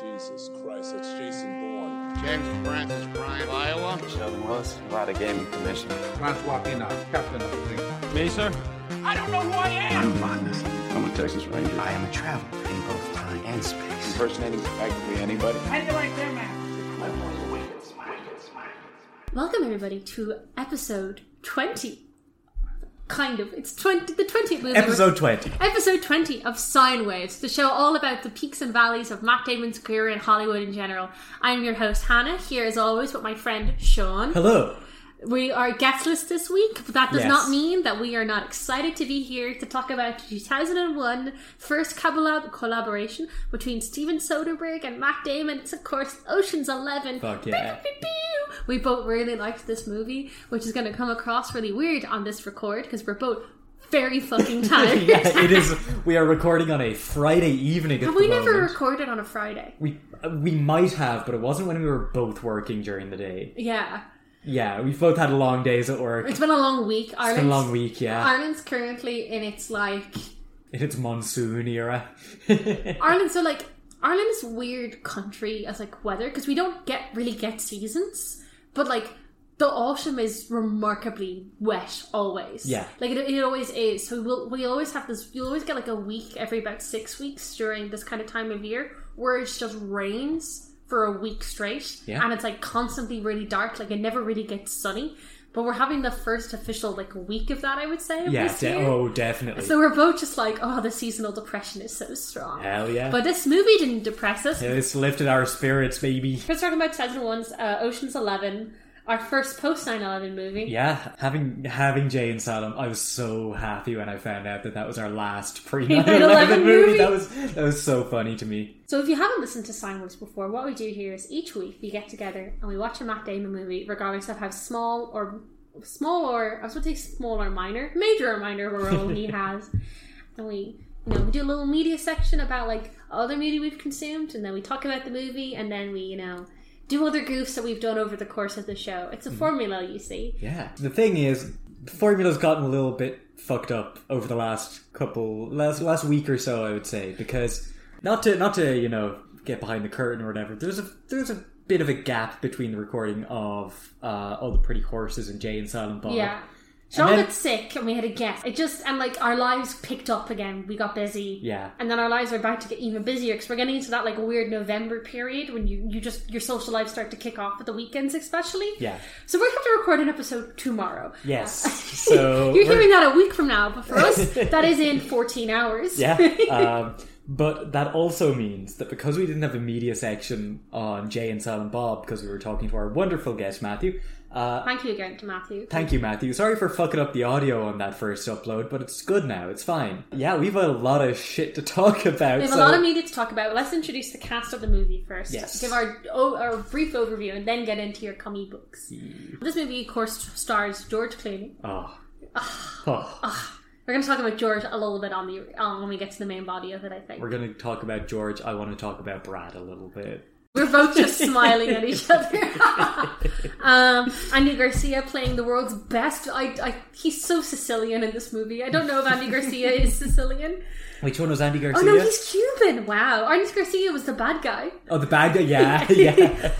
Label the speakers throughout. Speaker 1: Jesus Christ, that's Jason Bourne.
Speaker 2: James Francis Bryan of Iowa.
Speaker 3: Sheldon Willis, Nevada Gaming Commission.
Speaker 4: Francois Pinard, captain of the team.
Speaker 3: I'm a botanist. I'm a Texas Ranger. I am
Speaker 5: a traveler in both time and space.
Speaker 3: impersonating practically anybody.
Speaker 6: Welcome everybody to episode twenty. Kind of, it's twenty. The twentieth
Speaker 7: Episode 20.
Speaker 6: Episode twenty of Sine Waves, the show all about the peaks and valleys of Matt Damon's career in Hollywood in general. I'm your host Hannah. Here, as always, with my friend Sean.
Speaker 7: Hello.
Speaker 6: We are guestless this week, but that does
Speaker 7: Yes.
Speaker 6: not mean that we are not excited to be here to talk about the 2001 first collab- collaboration between Steven Soderbergh and Matt Damon. It's, of course, Ocean's Eleven.
Speaker 7: Fuck yeah.
Speaker 6: Pew, pew, pew. We both really liked this movie, which is going to come across really weird on this record because we're both very fucking tired.
Speaker 7: Yeah, it is. We are recording on a Friday evening. At
Speaker 6: Have
Speaker 7: the
Speaker 6: we never
Speaker 7: moment.
Speaker 6: recorded on a Friday?
Speaker 7: We uh, we might have, but it wasn't when we were both working during the day.
Speaker 6: Yeah.
Speaker 7: Yeah, we both had long days at work.
Speaker 6: It's been a long week.
Speaker 7: It's
Speaker 6: Ireland's,
Speaker 7: been a long week, yeah.
Speaker 6: Ireland's currently in its like
Speaker 7: In its monsoon era.
Speaker 6: Ireland, so like Ireland is a weird country as like weather because we don't get really get seasons, but like the autumn is remarkably wet always.
Speaker 7: Yeah.
Speaker 6: like it, it always is. So we'll we always have this. You always get like a week every about six weeks during this kind of time of year where it just rains for a week straight,
Speaker 7: Yeah.
Speaker 6: and it's like constantly really dark. Like it never really gets sunny. But we're having the first official like week of that. I would say. of
Speaker 7: yeah,
Speaker 6: this
Speaker 7: de-
Speaker 6: year.
Speaker 7: oh, definitely.
Speaker 6: So we're both just like, oh, the seasonal depression is so strong.
Speaker 7: Hell yeah.
Speaker 6: But this movie didn't depress us.
Speaker 7: Yeah, this lifted our spirits, baby.
Speaker 6: We're talking about 2001's uh, Ocean's Eleven, our first post 9 11 movie.
Speaker 7: Yeah, having having Jay and Salem, I was so happy when I found out that that was our last pre
Speaker 6: 9/11
Speaker 7: 9/11
Speaker 6: movie.
Speaker 7: movie. That was that was so funny to me.
Speaker 6: So if you haven't listened to Sign Waves before, what we do here is each week we get together and we watch a Matt Damon movie, regardless of how small or small or I was going to say small or minor, major or minor role he has, and we you know we do a little media section about like other media we've consumed, and then we talk about the movie, and then we you know do other goofs that we've done over the course of the show. It's a
Speaker 7: Hmm.
Speaker 6: formula, you see.
Speaker 7: Yeah. The thing is, the formula's gotten a little bit fucked up over the last couple last last week or so, I would say, because not to not to you know get behind the curtain or whatever. There's a there's a bit of a gap between the recording of uh, all the pretty horses and Jay and Silent Bob.
Speaker 6: Yeah. Sean
Speaker 7: then-
Speaker 6: got sick and we had a guest. It just, and like our lives picked up again. We got busy.
Speaker 7: Yeah.
Speaker 6: And then our lives are about to get even busier because we're getting into that like weird November period when you, you just, your social lives start to kick off at the weekends, especially.
Speaker 7: Yeah.
Speaker 6: So we're going to have to record an episode tomorrow.
Speaker 7: Yes. So
Speaker 6: You're
Speaker 7: we're-
Speaker 6: hearing that a week from now, but for us, that is in 14 hours.
Speaker 7: Yeah. Um, but that also means that because we didn't have a media section on Jay and Silent Bob because we were talking to our wonderful guest Matthew, uh,
Speaker 6: Thank you again to Matthew.
Speaker 7: Thank you, Matthew. Sorry for fucking up the audio on that first upload, but it's good now. It's fine. Yeah, we've a lot of shit to talk about.
Speaker 6: We have
Speaker 7: so
Speaker 6: a lot of media to talk about. Let's introduce the cast of the movie first.
Speaker 7: Yes.
Speaker 6: Give our oh, our brief overview and then get into your comic books. This movie, of course, stars George Clooney.
Speaker 7: Oh.
Speaker 6: Ah.
Speaker 7: Oh.
Speaker 6: We're going to talk about George a little bit on the um, when we get to the main body of it. I think
Speaker 7: We're
Speaker 6: we're,
Speaker 7: going to talk about George. I want to talk about Brad a little bit.
Speaker 6: both just smiling at each other. um, Andy Garcia playing the world's best. I, I he's so Sicilian in this movie. I don't know if Andy Garcia is Sicilian.
Speaker 7: Which one was Andy Garcia?
Speaker 6: Oh no, he's Cuban. Wow, Andy Garcia was the bad guy.
Speaker 7: Oh, the bad guy. Yeah, yeah.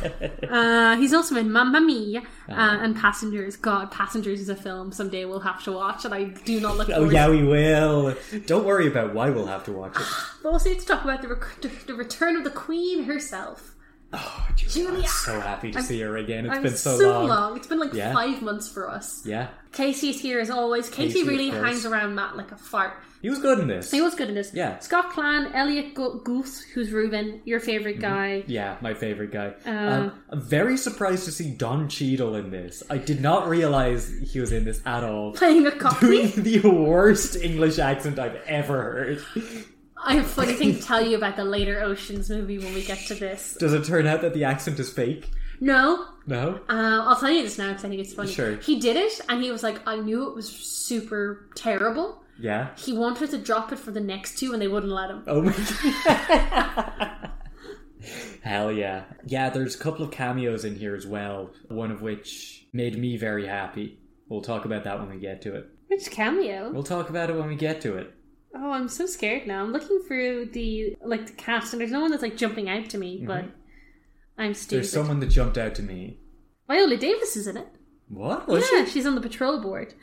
Speaker 6: Uh, he's also in Mamma Mia uh,
Speaker 7: Ah.
Speaker 6: and Passengers. God, Passengers is a film someday we'll have to watch, and I do not look
Speaker 7: oh,
Speaker 6: forward
Speaker 7: yeah,
Speaker 6: to it.
Speaker 7: we will. Don't worry about why we'll have to watch it.
Speaker 6: But also need to talk about the, rec- the return of the Queen herself.
Speaker 7: Oh, Julia,
Speaker 6: Julia.
Speaker 7: I'm so happy to
Speaker 6: I'm-
Speaker 7: see her again. It's
Speaker 6: I'm
Speaker 7: been so,
Speaker 6: long. It's been like
Speaker 7: Yeah.
Speaker 6: five months for us.
Speaker 7: Yeah.
Speaker 6: Casey's here as always. Casey,
Speaker 7: Casey, of
Speaker 6: really
Speaker 7: course.
Speaker 6: hangs around Matt like a fart.
Speaker 7: He was good in this.
Speaker 6: He was good in this.
Speaker 7: Yeah.
Speaker 6: Scott Clan, Elliot Go- Goose, who's Ruben, your favorite guy.
Speaker 7: Yeah, my favorite guy. um, I'm very surprised to see Don Cheadle in this. I did not realize he was in this at all.
Speaker 6: Playing a cockney.
Speaker 7: Doing the worst English accent I've ever heard.
Speaker 6: I have a funny thing to tell you about the later Oceans movie when we get to this.
Speaker 7: Does it turn out that the accent is fake?
Speaker 6: No,
Speaker 7: No.
Speaker 6: Uh, I'll tell you this now because I think it's funny.
Speaker 7: Sure.
Speaker 6: He did it, and he was like, "I knew it was super terrible."
Speaker 7: Yeah.
Speaker 6: He wanted to drop it for the next two, and they wouldn't let him.
Speaker 7: Oh my god. Hell yeah. Yeah, there's a couple of cameos in here as well, one of which made me very happy. We'll talk about that when we get to it.
Speaker 6: Which cameo?
Speaker 7: We'll talk about it when we get to it.
Speaker 6: Oh, I'm so scared now. I'm looking through the like the cast, and there's no one that's like jumping out to me, but I'm stupid.
Speaker 7: Mm-hmm. There's someone that jumped out to me.
Speaker 6: Viola Davis is in it.
Speaker 7: What was
Speaker 6: yeah,
Speaker 7: Oh, she?
Speaker 6: she's on the patrol board.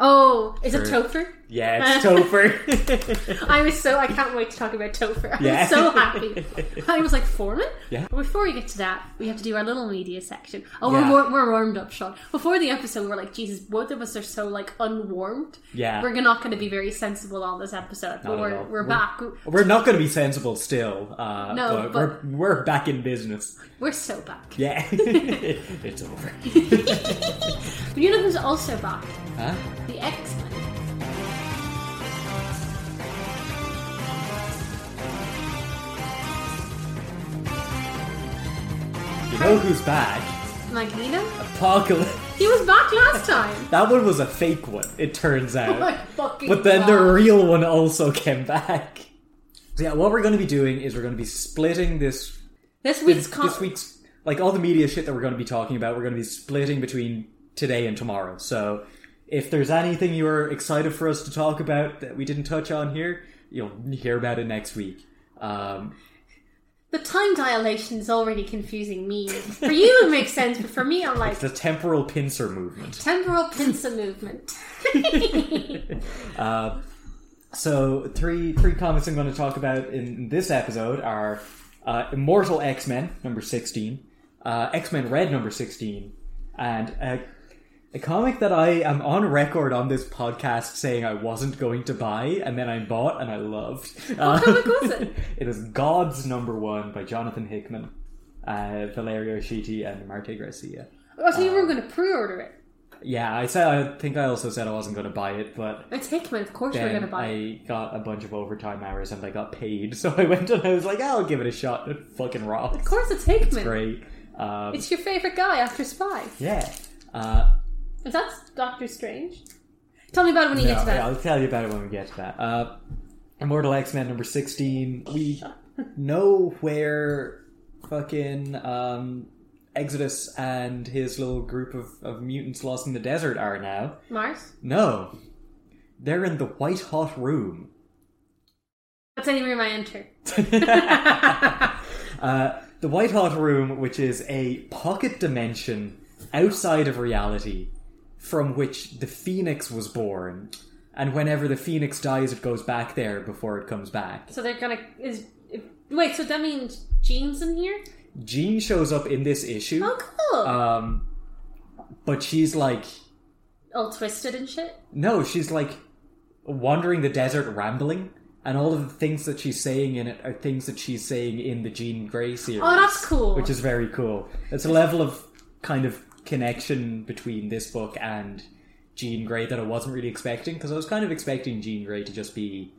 Speaker 6: Oh, is it
Speaker 7: Sure.
Speaker 6: Topher?
Speaker 7: Yeah, it's Topher.
Speaker 6: I was so I can't wait to talk about Topher. I'm
Speaker 7: Yeah.
Speaker 6: so happy. I was like Foreman.
Speaker 7: Yeah.
Speaker 6: Before we get to that, we have to do our little media section. Oh,
Speaker 7: Yeah.
Speaker 6: we're, war- we're warmed up, Sean. Before the episode, we're like, Jesus, both of us are so like unwarmed.
Speaker 7: Yeah.
Speaker 6: We're not going to be very sensible on this episode.
Speaker 7: Not
Speaker 6: But
Speaker 7: at
Speaker 6: we're,
Speaker 7: all.
Speaker 6: we're
Speaker 7: We're-
Speaker 6: back.
Speaker 7: we're not going to be sensible still. Uh,
Speaker 6: No,
Speaker 7: but, we're we're back in business.
Speaker 6: We're so back.
Speaker 7: Yeah, it's over.
Speaker 6: But you know who's also back?
Speaker 7: Huh?
Speaker 6: The X Men.
Speaker 7: You know who's back?
Speaker 6: Magneto.
Speaker 7: Apocalypse.
Speaker 6: He was back last time.
Speaker 7: That one was a fake one. It turns out.
Speaker 6: Like Oh fucking.
Speaker 7: But then
Speaker 6: God.
Speaker 7: the real one also came back. So yeah, what we're going to be doing is we're going to be splitting this
Speaker 6: this
Speaker 7: this,
Speaker 6: week's con-
Speaker 7: this week's like all the media shit that we're going to be talking about. We're going to be splitting between today and tomorrow. So if there's anything you're excited for us to talk about that we didn't touch on here, you'll hear about it next week. Um,
Speaker 6: The time dilation is already confusing me. For you, it makes sense, but for me, I'm like
Speaker 7: the temporal pincer movement.
Speaker 6: temporal pincer movement.
Speaker 7: So three three comics I'm going to talk about in this episode are uh, Immortal X Men number sixteen, uh, X Men Red number sixteen, and a, a comic that I am on record on this podcast saying I wasn't going to buy, and then I bought and I loved. What
Speaker 6: comic was it?
Speaker 7: it was God's Number One by Jonathan Hickman, uh, Valerio Schiti, and Marte Gracia.
Speaker 6: Oh, so you
Speaker 7: Uh,
Speaker 6: were going to pre-order it.
Speaker 7: Yeah, I said I think I also said I wasn't going to buy it, but
Speaker 6: It's Hickman, of course we're
Speaker 7: then
Speaker 6: going to buy it.
Speaker 7: I got a bunch of overtime hours and I got paid, so I went and I was like, I'll give it a shot. It fucking rocks.
Speaker 6: Of course, it's Hickman. It's,
Speaker 7: Great. Um,
Speaker 6: your favorite guy after Spy.
Speaker 7: yeah. Uh,
Speaker 6: Is that Doctor Strange? Tell me about it when you
Speaker 7: no,
Speaker 6: get to that.
Speaker 7: yeah, I'll tell you about it when we get to that. Uh, Immortal X Men number 16. We know where fucking um, Exodus and his little group of, of mutants lost in the desert are now.
Speaker 6: Mars.
Speaker 7: No. They're in the white hot room.
Speaker 6: That's any room I enter.
Speaker 7: Uh, the White Hot Room, which is a pocket dimension outside of reality from which the Phoenix was born. And whenever the Phoenix dies, it goes back there before it comes back.
Speaker 6: So they're gonna is wait. So that means Jean's in here.
Speaker 7: Jean shows up in this issue,
Speaker 6: Oh, cool.
Speaker 7: um, but she's like,
Speaker 6: All twisted and shit.
Speaker 7: no, she's like wandering the desert rambling. And all of the things that she's saying in it are things that she's saying in the Jean Grey series.
Speaker 6: Oh, that's cool.
Speaker 7: which is very cool. It's a level of kind of connection between this book and Jean Grey that I wasn't really expecting because I was kind of expecting Jean Grey to just be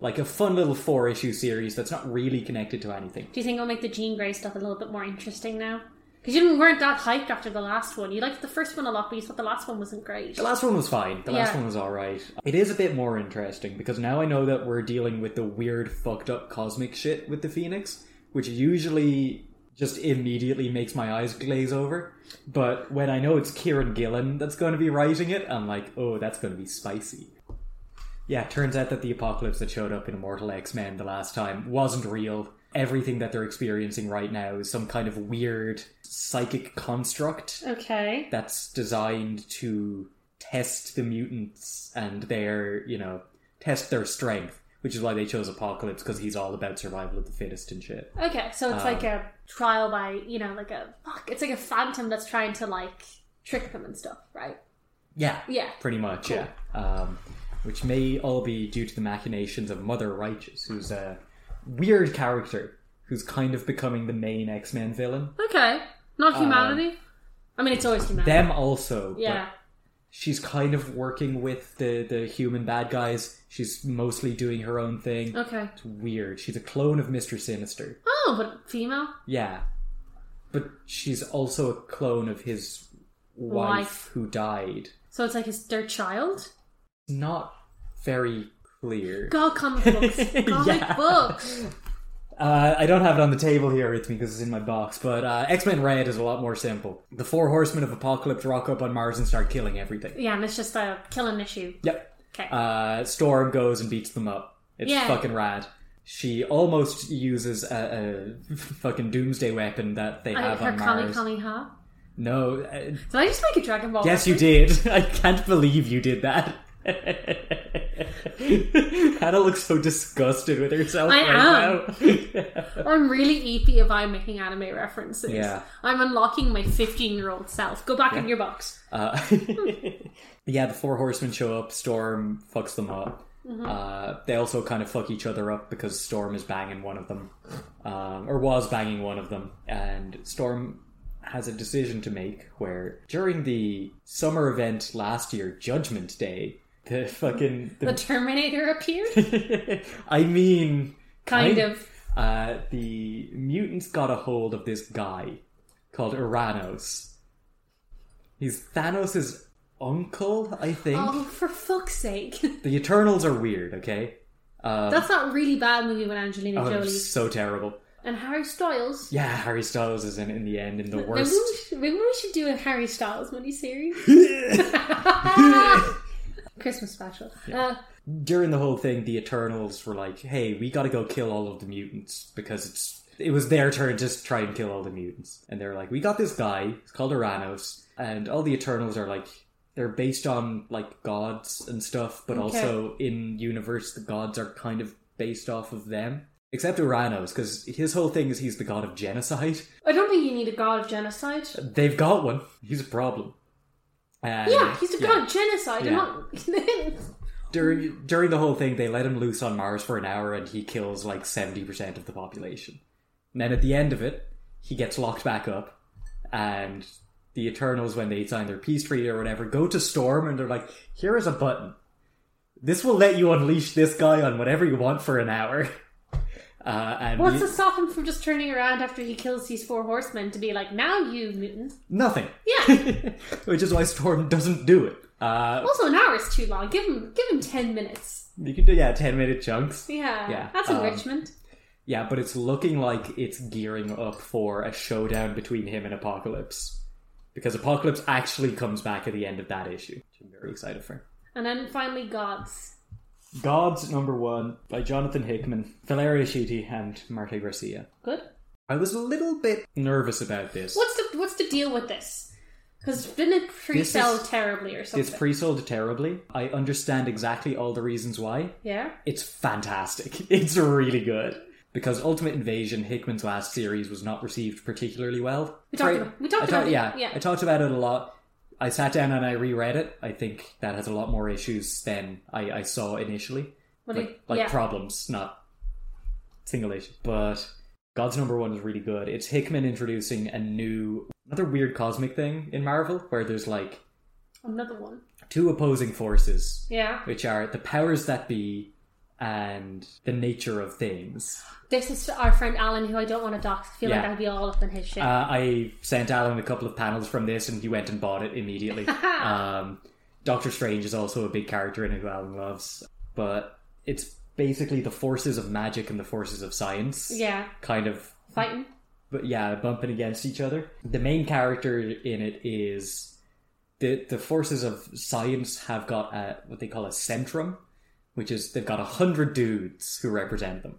Speaker 7: like a fun little four issue series that's not really connected to anything.
Speaker 6: Do you think it'll make the Jean Grey stuff a little bit more interesting now? Because you didn't- weren't that hyped after the last one. You liked the first one a lot, but you thought the last one wasn't great.
Speaker 7: The last one was fine. The last
Speaker 6: Yeah.
Speaker 7: one was alright. It is a bit more interesting because now I know that we're dealing with the weird, fucked up cosmic shit with the Phoenix, which usually just immediately makes my eyes glaze over. But when I know it's Kieran Gillen that's going to be writing it, I'm like, oh, that's going to be spicy. Yeah, turns out that the apocalypse that showed up in Immortal X Men the last time wasn't real. Everything that they're experiencing right now is some kind of weird psychic construct
Speaker 6: Okay.
Speaker 7: that's designed to test the mutants and their, you know, test their strength, which is why they chose Apocalypse because he's all about survival of the fittest and shit.
Speaker 6: Okay, so it's like a
Speaker 7: Um,
Speaker 6: trial by, you know, like a fuck. It's like a phantom that's trying to like trick them and stuff, right?
Speaker 7: Yeah,
Speaker 6: Yeah.
Speaker 7: pretty much. Yeah, um, which may all be due to the machinations of Mother Righteous, who's a weird character who's kind of becoming the main X Men villain.
Speaker 6: Okay. Not
Speaker 7: Um,
Speaker 6: humanity. I mean, it's always humanity.
Speaker 7: Them also, but
Speaker 6: yeah.
Speaker 7: she's kind of working with the the human bad guys. She's mostly doing her own thing.
Speaker 6: Okay.
Speaker 7: It's weird. She's a clone of Mister Sinister.
Speaker 6: Oh, but female
Speaker 7: Yeah. But she's also a clone of his wife,
Speaker 6: Wife.
Speaker 7: who died.
Speaker 6: So it's like his their child.
Speaker 7: Not very clear.
Speaker 6: God, comic books. Comic
Speaker 7: Yeah.
Speaker 6: books.
Speaker 7: Uh, I don't have it on the table here with me because it's in my box, but uh, X Men Red is a lot more simple. The four horsemen of apocalypse rock up on Mars and start killing everything.
Speaker 6: Yeah, and it's just a killing issue.
Speaker 7: Yep.
Speaker 6: Okay.
Speaker 7: Uh, Storm goes and beats them up. It's
Speaker 6: Yeah.
Speaker 7: fucking rad. She almost uses a, a fucking doomsday weapon that they
Speaker 6: I,
Speaker 7: have
Speaker 6: Uh, her
Speaker 7: on
Speaker 6: Kami
Speaker 7: Mars.
Speaker 6: Kami Ha.
Speaker 7: No, uh,
Speaker 6: Did I just make a Dragon Ball?
Speaker 7: yes, you
Speaker 6: reference?
Speaker 7: did. I can't believe you did that. Hannah looks so disgusted with herself
Speaker 6: I
Speaker 7: right now.
Speaker 6: I'm really E eepy if I'm making anime references.
Speaker 7: Yeah.
Speaker 6: I'm unlocking my 15 year old self. Go back in your box.
Speaker 7: Uh, yeah, the four horsemen show up. Storm fucks them up. Uh, they also kind of fuck each other up because Storm is banging one of them, um, or was banging one of them, and Storm has a decision to make. Where during the summer event last year, Judgment Day, the fucking
Speaker 6: The
Speaker 7: the,
Speaker 6: Terminator appeared?
Speaker 7: I mean,
Speaker 6: Kind of.
Speaker 7: uh, the mutants got a hold of this guy called Uranos. He's Thanos' uncle, I think.
Speaker 6: Oh, for fuck's sake.
Speaker 7: The Eternals are weird, okay?
Speaker 6: That's that really bad movie with Angelina
Speaker 7: Um, Oh, they're
Speaker 6: Jolie.
Speaker 7: so terrible.
Speaker 6: And Harry Styles.
Speaker 7: Yeah, Harry Styles is in it in the end, in the
Speaker 6: Maybe
Speaker 7: worst.
Speaker 6: we, should, maybe we should do a Harry Styles miniseries. Christmas special. Uh,
Speaker 7: During the whole thing, the Eternals were like, "Hey, we got to go kill all of the mutants because it's it was their turn to try and kill all the mutants." And they're like, "We got this guy. It's called Uranos, and all the Eternals are like." They're based on like gods and stuff, but also in universe, the gods are kind of based off of them. Except Uranos, because his whole thing is he's the god of genocide.
Speaker 6: I don't think you need a god of genocide.
Speaker 7: They've got one. He's a problem. And-
Speaker 6: yeah, he's a god of genocide. I'm
Speaker 7: Yeah.
Speaker 6: not...
Speaker 7: during during the whole thing, they let him loose on Mars for an hour, and he kills like seventy percent of the population. And then at the end of it, he gets locked back up, and the Eternals, when they sign their peace treaty or whatever, go to Storm, and they're like, "Here is a button. This will let you unleash this guy on whatever you want for an hour." Uh, and
Speaker 6: What's
Speaker 7: you-
Speaker 6: to stop him from just turning around after he kills these four horsemen to be like, now you mutants?
Speaker 7: nothing,
Speaker 6: Yeah.
Speaker 7: which is why Storm doesn't do it. Uh,
Speaker 6: Also, an hour is too long. Give him, give him ten minutes.
Speaker 7: you can do yeah, ten minute chunks.
Speaker 6: Yeah,
Speaker 7: Yeah,
Speaker 6: that's
Speaker 7: um,
Speaker 6: enrichment.
Speaker 7: Yeah, but it's looking like it's gearing up for a showdown between him and Apocalypse. Because Apocalypse actually comes back at the end of that issue, which I'm very excited for.
Speaker 6: And then finally, gods.
Speaker 7: Gods number one by Jonathan Hickman, Valeria Schutte, and Marta Garcia.
Speaker 6: Good.
Speaker 7: I was a little bit nervous about this.
Speaker 6: What's the what's the deal with this? Because didn't it pre-sell terribly or something?
Speaker 7: It's pre sold terribly. I understand exactly all the reasons why.
Speaker 6: yeah.
Speaker 7: It's fantastic. It's really good. Because Ultimate Invasion, Hickman's last series, was not received particularly well.
Speaker 6: We talked
Speaker 7: Right.
Speaker 6: about- we talked
Speaker 7: I
Speaker 6: about it,
Speaker 7: yeah,
Speaker 6: yeah.
Speaker 7: I talked about it a lot. I sat down and I reread it. I think that has a lot more issues than I, I saw initially.
Speaker 6: What
Speaker 7: Like,
Speaker 6: do-
Speaker 7: like
Speaker 6: yeah.
Speaker 7: problems, not single issue. But God's Number One is really good. It's Hickman introducing a new, another weird cosmic thing in Marvel where there's like
Speaker 6: Another one.
Speaker 7: two opposing forces,
Speaker 6: Yeah.
Speaker 7: which are the powers that be and the nature of things.
Speaker 6: This is our friend Alan, who I don't want to dox. I feel like
Speaker 7: Yeah.
Speaker 6: I'd be all up in his shit.
Speaker 7: Uh, I sent Alan a couple of panels from this, and he went and bought it immediately. um, Doctor Strange is also a big character in it who Alan loves, but it's basically the forces of magic and the forces of science.
Speaker 6: yeah.
Speaker 7: Kind of,
Speaker 6: Fighting.
Speaker 7: but yeah, bumping against each other. The main character in it is the the forces of science have got a, what they call a centrum, which is they've got a hundred dudes who represent them.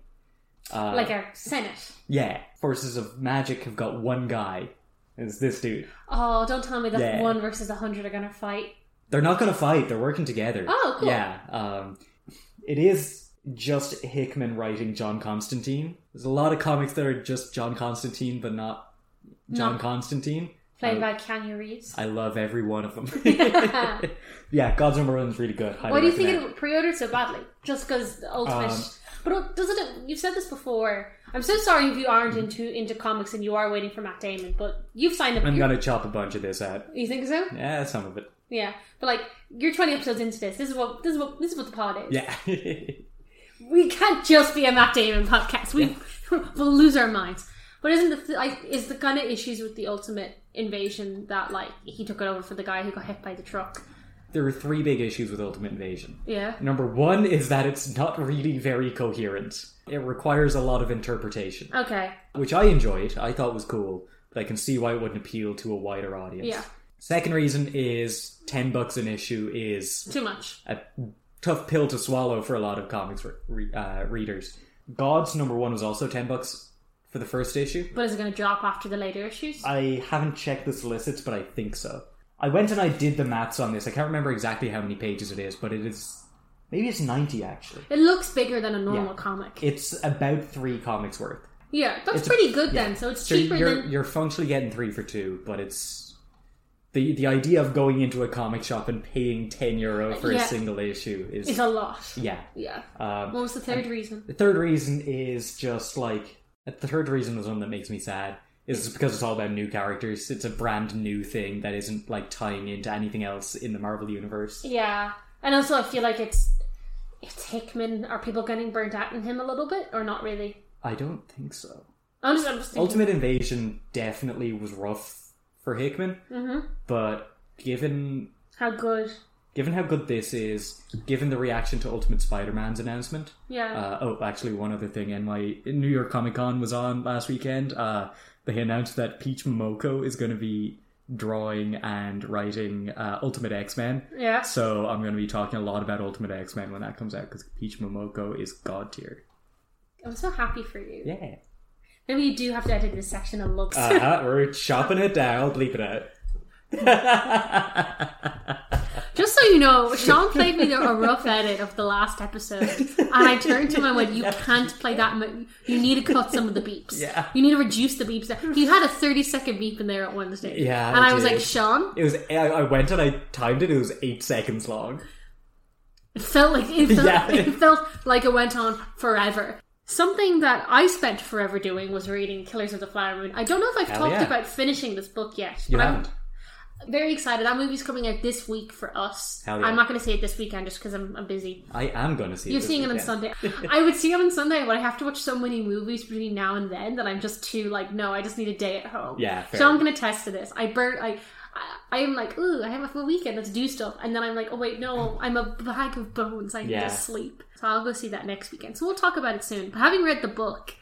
Speaker 7: uh,
Speaker 6: like a senate.
Speaker 7: Yeah, forces of magic have got one guy. It's this dude.
Speaker 6: Oh, don't tell me that
Speaker 7: Yeah.
Speaker 6: one versus a hundred are gonna fight.
Speaker 7: They're not going to fight. They're working together.
Speaker 6: Oh, cool.
Speaker 7: Yeah. Um, it is just Hickman writing John Constantine. There's a lot of comics that are just John Constantine, but not John
Speaker 6: Not-
Speaker 7: Constantine.
Speaker 6: Played
Speaker 7: Um,
Speaker 6: by Keanu Reeves.
Speaker 7: I love every one of them. yeah, God's Number One is really good. Highly
Speaker 6: Why do you think
Speaker 7: recommend.
Speaker 6: it pre-ordered so badly? Just because the ultimate.
Speaker 7: Um,
Speaker 6: but doesn't it? You've said this before. I'm so sorry if you aren't into into comics and you are waiting for Matt Damon, but you've signed up.
Speaker 7: Mm-hmm. I'm
Speaker 6: you're-
Speaker 7: going to chop a bunch of this out.
Speaker 6: You think so?
Speaker 7: Yeah, some of it.
Speaker 6: Yeah, but like you're 20 episodes into this. This is what this is what this is what the pod is.
Speaker 7: Yeah.
Speaker 6: We can't just be a Matt Damon podcast. We we'll lose our minds. But isn't the th- like is the kind of issues with the Ultimate Invasion that like he took it over for the guy who got hit by the truck?
Speaker 7: there are three big issues with Ultimate Invasion.
Speaker 6: Yeah.
Speaker 7: Number one is that it's not really very coherent. It requires a lot of interpretation,
Speaker 6: Okay.
Speaker 7: which I enjoyed, I thought was cool, but I can see why it wouldn't appeal to a wider audience.
Speaker 6: Yeah.
Speaker 7: Second reason is 10 bucks an issue is
Speaker 6: Too much.
Speaker 7: a tough pill to swallow for a lot of comics re- uh, readers. God's number one was also ten bucks for the first issue.
Speaker 6: But is it going to drop after the later issues?
Speaker 7: I haven't checked the solicits, but I think so. I went and I did the maths on this. I can't remember exactly how many pages it is, but it is maybe it's ninety actually.
Speaker 6: It looks bigger than a normal
Speaker 7: Yeah.
Speaker 6: comic.
Speaker 7: It's about three comics worth.
Speaker 6: yeah,
Speaker 7: it's
Speaker 6: that's
Speaker 7: a-
Speaker 6: pretty good
Speaker 7: yeah.
Speaker 6: then. So it's
Speaker 7: So
Speaker 6: cheaper
Speaker 7: you're
Speaker 6: than.
Speaker 7: you're functionally getting three for two, but it's the the idea of going into a comic shop and paying ten euro for
Speaker 6: Yeah.
Speaker 7: a single issue is
Speaker 6: It's a lot.
Speaker 7: yeah.
Speaker 6: Yeah.
Speaker 7: Um,
Speaker 6: What was the third reason?
Speaker 7: the third reason is just like the third reason is one that makes me sad. Is because it's all about new characters. It's a brand new thing that isn't like tying into anything else in the Marvel universe.
Speaker 6: Yeah, and also I feel like it's it's Hickman. Are people getting burnt out in him a little bit, or not really?
Speaker 7: I don't think so.
Speaker 6: I'm just, I'm just thinking.
Speaker 7: Ultimate Invasion definitely was rough for Hickman,
Speaker 6: Mhm.
Speaker 7: but given
Speaker 6: How good?
Speaker 7: given how good this is, given the reaction to Ultimate Spider-Man's announcement.
Speaker 6: Yeah.
Speaker 7: Uh, oh, actually, one other thing. And my New York Comic Con was on last weekend. Uh, they announced that Peach Momoko is going to be drawing and writing uh, Ultimate X-Men.
Speaker 6: yeah.
Speaker 7: So I'm going to be talking a lot about Ultimate X-Men when that comes out because Peach Momoko is god tier.
Speaker 6: I'm so happy for you.
Speaker 7: Yeah.
Speaker 6: Maybe you do have to edit this section of looks.
Speaker 7: Uh-huh, we're chopping it down. I'll bleep it out.
Speaker 6: Just so you know, Sean played me a rough edit of the last episode, and I turned to him and went, "You can't play that. mu- You need to cut some of the beeps.
Speaker 7: Yeah.
Speaker 6: You need to reduce the beeps. You had a thirty second beep in there at Wednesday.
Speaker 7: Yeah,
Speaker 6: and
Speaker 7: I
Speaker 6: I, was
Speaker 7: did.
Speaker 6: like, Sean,
Speaker 7: It was. I, I went and I timed it. It was eight seconds long.
Speaker 6: it felt like it felt,
Speaker 7: Yeah.
Speaker 6: it felt like it went on forever. Something that I spent forever doing was reading Killers of the Flower Moon. I don't know if I've
Speaker 7: Hell
Speaker 6: talked
Speaker 7: yeah.
Speaker 6: about finishing this book yet.
Speaker 7: You
Speaker 6: but I'm
Speaker 7: haven't.
Speaker 6: very excited. That movie's coming out this week for us.
Speaker 7: Hell yeah.
Speaker 6: I'm not going to say it this weekend just because I'm, I'm busy.
Speaker 7: I am going to see. it
Speaker 6: You're
Speaker 7: this
Speaker 6: seeing it on
Speaker 7: weekend.
Speaker 6: Sunday. I would see it on Sunday, but I have to watch so many movies between now and then that I'm just too like, no, I just need a day at home.
Speaker 7: Yeah, fair.
Speaker 6: So I'm gonna test to this. I burn. I, I am like, ooh, I have a full weekend. Let's do stuff. And then I'm like, oh wait, no, I'm a bag of bones. I need
Speaker 7: Yeah.
Speaker 6: to sleep. So I'll go see that next weekend. So we'll talk about it soon. But having read the book.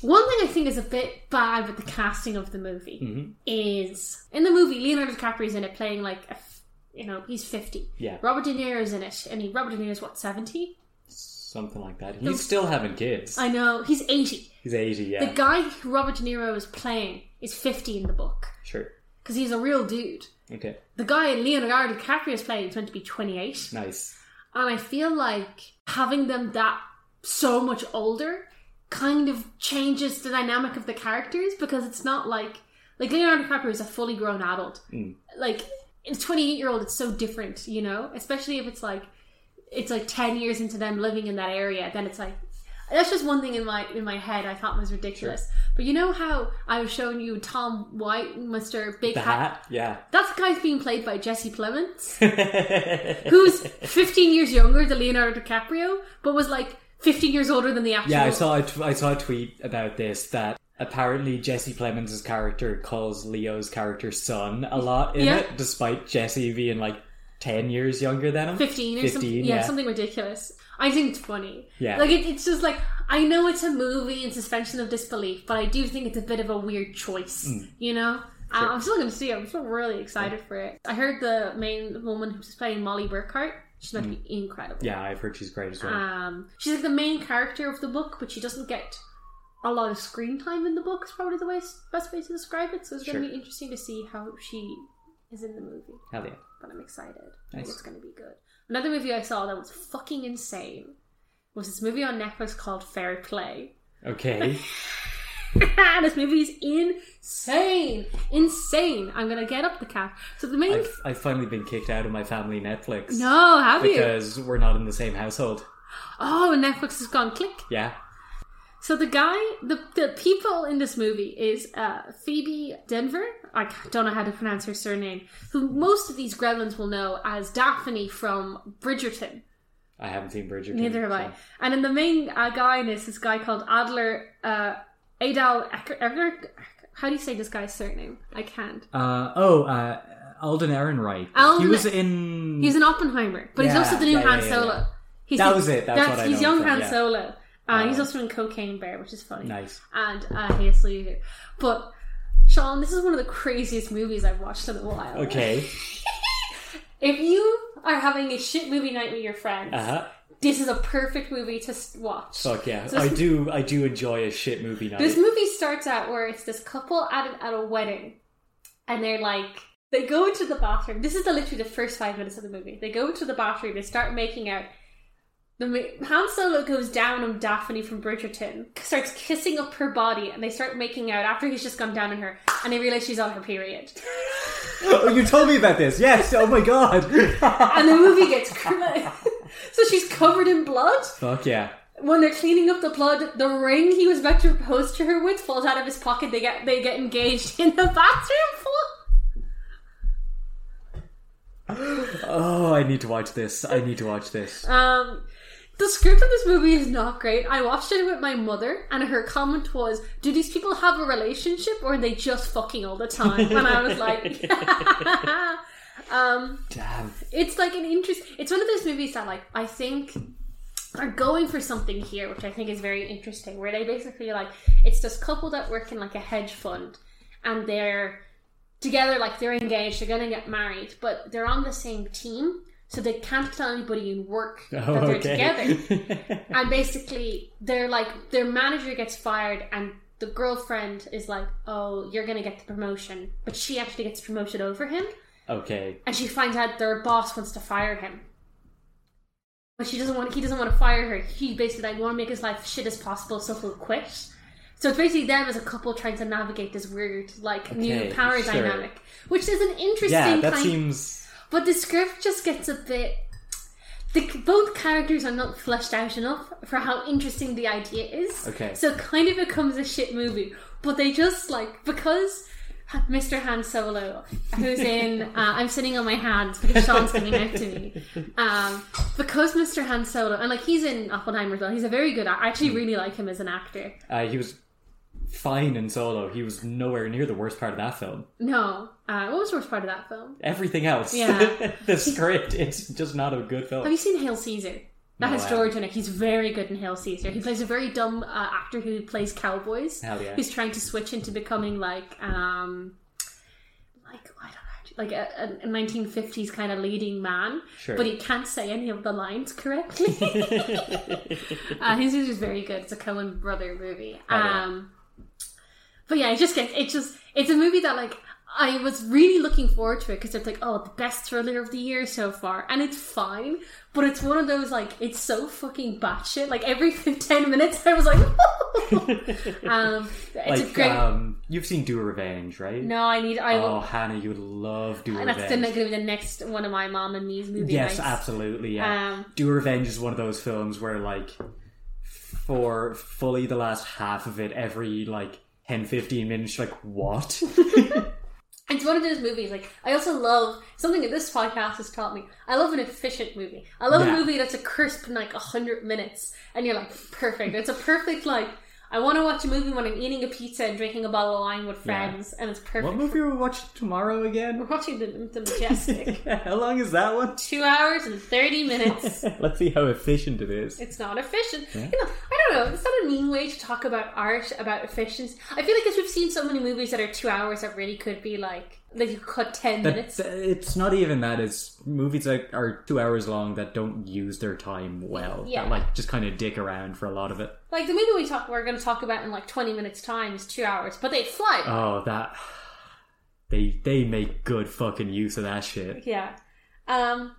Speaker 6: One thing I think is a bit bad with the casting of the movie
Speaker 7: Mhm.
Speaker 6: is in the movie Leonardo DiCaprio's in it playing like a, f- you know he's fifty.
Speaker 7: Yeah.
Speaker 6: Robert De Niro's in it, and he, Robert De Niro's what seventy?
Speaker 7: Something like that. He's still having kids.
Speaker 6: I know he's eighty.
Speaker 7: He's 80, yeah.
Speaker 6: The guy who Robert De Niro is playing is fifty in the book
Speaker 7: sure.
Speaker 6: because he's a real dude.
Speaker 7: Okay.
Speaker 6: The guy Leonardo DiCaprio is playing is meant to be twenty-eight,
Speaker 7: Nice.
Speaker 6: and I feel like having them that so much older kind of changes the dynamic of the characters because it's not like like Leonardo DiCaprio is a fully grown adult.
Speaker 7: Mm.
Speaker 6: Like in a twenty-eight-year-old, it's so different, you know, especially if it's like it's like 10 years into them living in that area then it's like that's just one thing in my in my head I thought was ridiculous. But you know how I was showing you Tom White, Mr. Big
Speaker 7: The hat? Yeah.
Speaker 6: That guy's being played by Jesse Plemons,
Speaker 7: yeah,
Speaker 6: who's 15 years younger than Leonardo DiCaprio, but was like 15 years older than the actual.
Speaker 7: I saw, a t- I saw a tweet about this that apparently Jesse Plemons' character calls Leo's character son a lot in
Speaker 6: Yeah.
Speaker 7: it, despite Jesse being like 10 years younger than him.
Speaker 6: 15 or something.
Speaker 7: 15,
Speaker 6: Yeah,
Speaker 7: yeah.
Speaker 6: something ridiculous. I think it's funny.
Speaker 7: Yeah.
Speaker 6: Like, it, it's just like, I know it's a movie and suspension of disbelief, but I do think it's a bit of a weird choice, you know? I- I'm still going to see it. I'm still really excited for it. I heard the main woman who's playing Molly Burkhart, she's going to be incredible.
Speaker 7: Yeah, I've heard she's great as well.
Speaker 6: Um, she's like the main character of the book, but she doesn't get a lot of screen time in the book. Is probably the way, best way to describe it. So it's going
Speaker 7: Sure.
Speaker 6: to be interesting to see how she is in the movie
Speaker 7: Hell yeah.
Speaker 6: but I'm excited. I think
Speaker 7: Nice.
Speaker 6: it's going to be good. Another movie I saw that was fucking insane was this movie on Netflix called Fair Play.
Speaker 7: Okay.
Speaker 6: this movie is insane, insane. I'm gonna get up the cat. So the main
Speaker 7: I've, I've finally been kicked out of my family Netflix.
Speaker 6: no, have you?
Speaker 7: Because we're not in the same household.
Speaker 6: Oh, Netflix has gone click.
Speaker 7: Yeah.
Speaker 6: So the guy, the the people in this movie is uh, Phoebe Denver. I ca- don't know how to pronounce her surname. Who most of these gremlins will know as Daphne from Bridgerton.
Speaker 7: I haven't seen Bridgerton.
Speaker 6: Neither have I.
Speaker 7: so-
Speaker 6: And then the main uh, guy in this, this guy called Adler uh, Adal Ecker, Ecker- How do you say this guy's surname? I can't.
Speaker 7: Uh, oh, uh, Alden Ehrenreich. he
Speaker 6: Alden- E-
Speaker 7: was in.
Speaker 6: He's an Oppenheimer, but he's
Speaker 7: Yeah,
Speaker 6: also the new
Speaker 7: yeah, yeah,
Speaker 6: Han
Speaker 7: yeah,
Speaker 6: Solo.
Speaker 7: yeah.
Speaker 6: He's
Speaker 7: That
Speaker 6: the-
Speaker 7: was it, that's what I
Speaker 6: he's
Speaker 7: know him
Speaker 6: young
Speaker 7: from,
Speaker 6: Han
Speaker 7: yeah.
Speaker 6: Solo. Uh, he's
Speaker 7: Oh.
Speaker 6: also in Cocaine Bear, which is funny.
Speaker 7: Nice.
Speaker 6: And uh, Hazel Leader. But Sean, this is one of the craziest movies I've watched in a while.
Speaker 7: Okay.
Speaker 6: If you are having a shit movie night with your friends,
Speaker 7: Uh huh.
Speaker 6: this is a perfect movie to s- watch.
Speaker 7: Fuck yeah.
Speaker 6: So
Speaker 7: I
Speaker 6: this-
Speaker 7: do. I do enjoy a shit movie night.
Speaker 6: This movie starts out where it's this couple at, a- at a wedding, and they're like, they go into the bathroom. This is the, literally the first five minutes of the movie. They go into the bathroom, they start making out. The ma- Han Solo goes down on Daphne from Bridgerton, starts kissing up her body, and they start making out after he's just gone down on her, and they realize she's on her period.
Speaker 7: oh, you told me about this. Yes. Oh my god.
Speaker 6: And the movie gets cr- so she's covered in blood.
Speaker 7: Fuck yeah.
Speaker 6: When they're cleaning up the blood, the ring he was about to propose to her with falls out of his pocket. They get they get engaged in the bathroom. Full.
Speaker 7: Oh, I need to watch this. I need to watch this.
Speaker 6: Um, the script of this movie is not great. I watched it with my mother, and her comment was, "Do these people have a relationship, or are they just fucking all the time?" And I was like, um,
Speaker 7: Damn.
Speaker 6: "It's like an interest. It's one of those movies that, like, I think." Are going for something here, which I think is very interesting. Where they basically like it's this couple that work in like a hedge fund, and they're together, like they're engaged, they're gonna get married, but they're on the same team, so they can't tell anybody in work
Speaker 7: Oh,
Speaker 6: that they're together.
Speaker 7: okay.
Speaker 6: And basically, they're like their manager gets fired, and the girlfriend is like, "Oh, you're gonna get the promotion," but she actually gets promoted over him,
Speaker 7: okay.
Speaker 6: and she finds out their boss wants to fire him. But she doesn't want. He doesn't want to fire her. He basically like want to make his life shit as possible, so he'll quit. So it's basically them as a couple trying to navigate this weird like new
Speaker 7: Okay,
Speaker 6: power
Speaker 7: sure.
Speaker 6: dynamic, which is an interesting.
Speaker 7: Yeah, that
Speaker 6: kind
Speaker 7: seems.
Speaker 6: but the script just gets a bit. The, both characters are not fleshed out enough for how interesting the idea is.
Speaker 7: Okay.
Speaker 6: So it kind of becomes a shit movie. But they just like because Ha- Mr. Han Solo, who's in, uh, I'm sitting on my hands because Sean's coming out to me. Um, because Mr. Han Solo, and like he's in Oppenheimer as well. He's a very good. ac- I actually really like him as an actor.
Speaker 7: Uh, he was fine in Solo. He was nowhere near the worst part of that film.
Speaker 6: No, uh, what was the worst part of that film?
Speaker 7: Everything else.
Speaker 6: Yeah.
Speaker 7: the script. It's just not a good film.
Speaker 6: Have you seen Hail Caesar? That
Speaker 7: No, I
Speaker 6: has George in it. He's very good in Hail Caesar. He plays a very dumb uh, actor who plays cowboys.
Speaker 7: Hell yeah.
Speaker 6: Who's trying to switch into becoming like, um, like I don't know, like a, a 1950s kind of leading man.
Speaker 7: Sure.
Speaker 6: But he can't say any of the lines correctly. uh, Hail Caesar's very good. It's a Cohen brother movie.
Speaker 7: Hell Oh, yeah.
Speaker 6: Um, but yeah, it just gets it just it's a movie that like I was really looking forward to it because it's like oh the best thriller of the year so far and it's fine but it's one of those like it's so fucking batshit like every 10 minutes I was like um it's
Speaker 7: like,
Speaker 6: a great
Speaker 7: um, you've seen Do Revenge, right?
Speaker 6: no I need I
Speaker 7: Oh,
Speaker 6: will
Speaker 7: Hannah, you would love Do
Speaker 6: and
Speaker 7: Revenge.
Speaker 6: that's the, gonna be the next one of my mom and me's movie
Speaker 7: Yes,
Speaker 6: nights.
Speaker 7: absolutely. Yeah,
Speaker 6: Um,
Speaker 7: Do Revenge is one of those films where, like, for fully the last half of it, every like 10, 15 minutes, you're like, what?
Speaker 6: It's one of those movies. Like I also love something that this podcast has taught me. I love an efficient movie. I love
Speaker 7: Yeah.
Speaker 6: a movie that's a crisp in like hundred minutes, and you're like perfect. It's a perfect like. I want to watch a movie when I'm eating a pizza and drinking a bottle of wine with friends, and it's perfect.
Speaker 7: what movie are we watching tomorrow again?
Speaker 6: We're watching the, the Majestic.
Speaker 7: How long is that one?
Speaker 6: Two hours and thirty minutes.
Speaker 7: Let's see how efficient it is.
Speaker 6: It's not efficient. You know, I don't know. It's not a mean way to talk about art, about efficiency. I feel like as we've seen so many movies that are two hours that really could be like that you cut ten
Speaker 7: That-
Speaker 6: minutes.
Speaker 7: it's not even that. It's movies that are two hours long that don't use their time well.
Speaker 6: Yeah.
Speaker 7: That, like just kind of dick around for a lot of it.
Speaker 6: Like the movie we talk, we're going to talk about in like twenty minutes' time is two hours, but they fly.
Speaker 7: Oh, that they they make good fucking use of that shit.
Speaker 6: yeah. Um,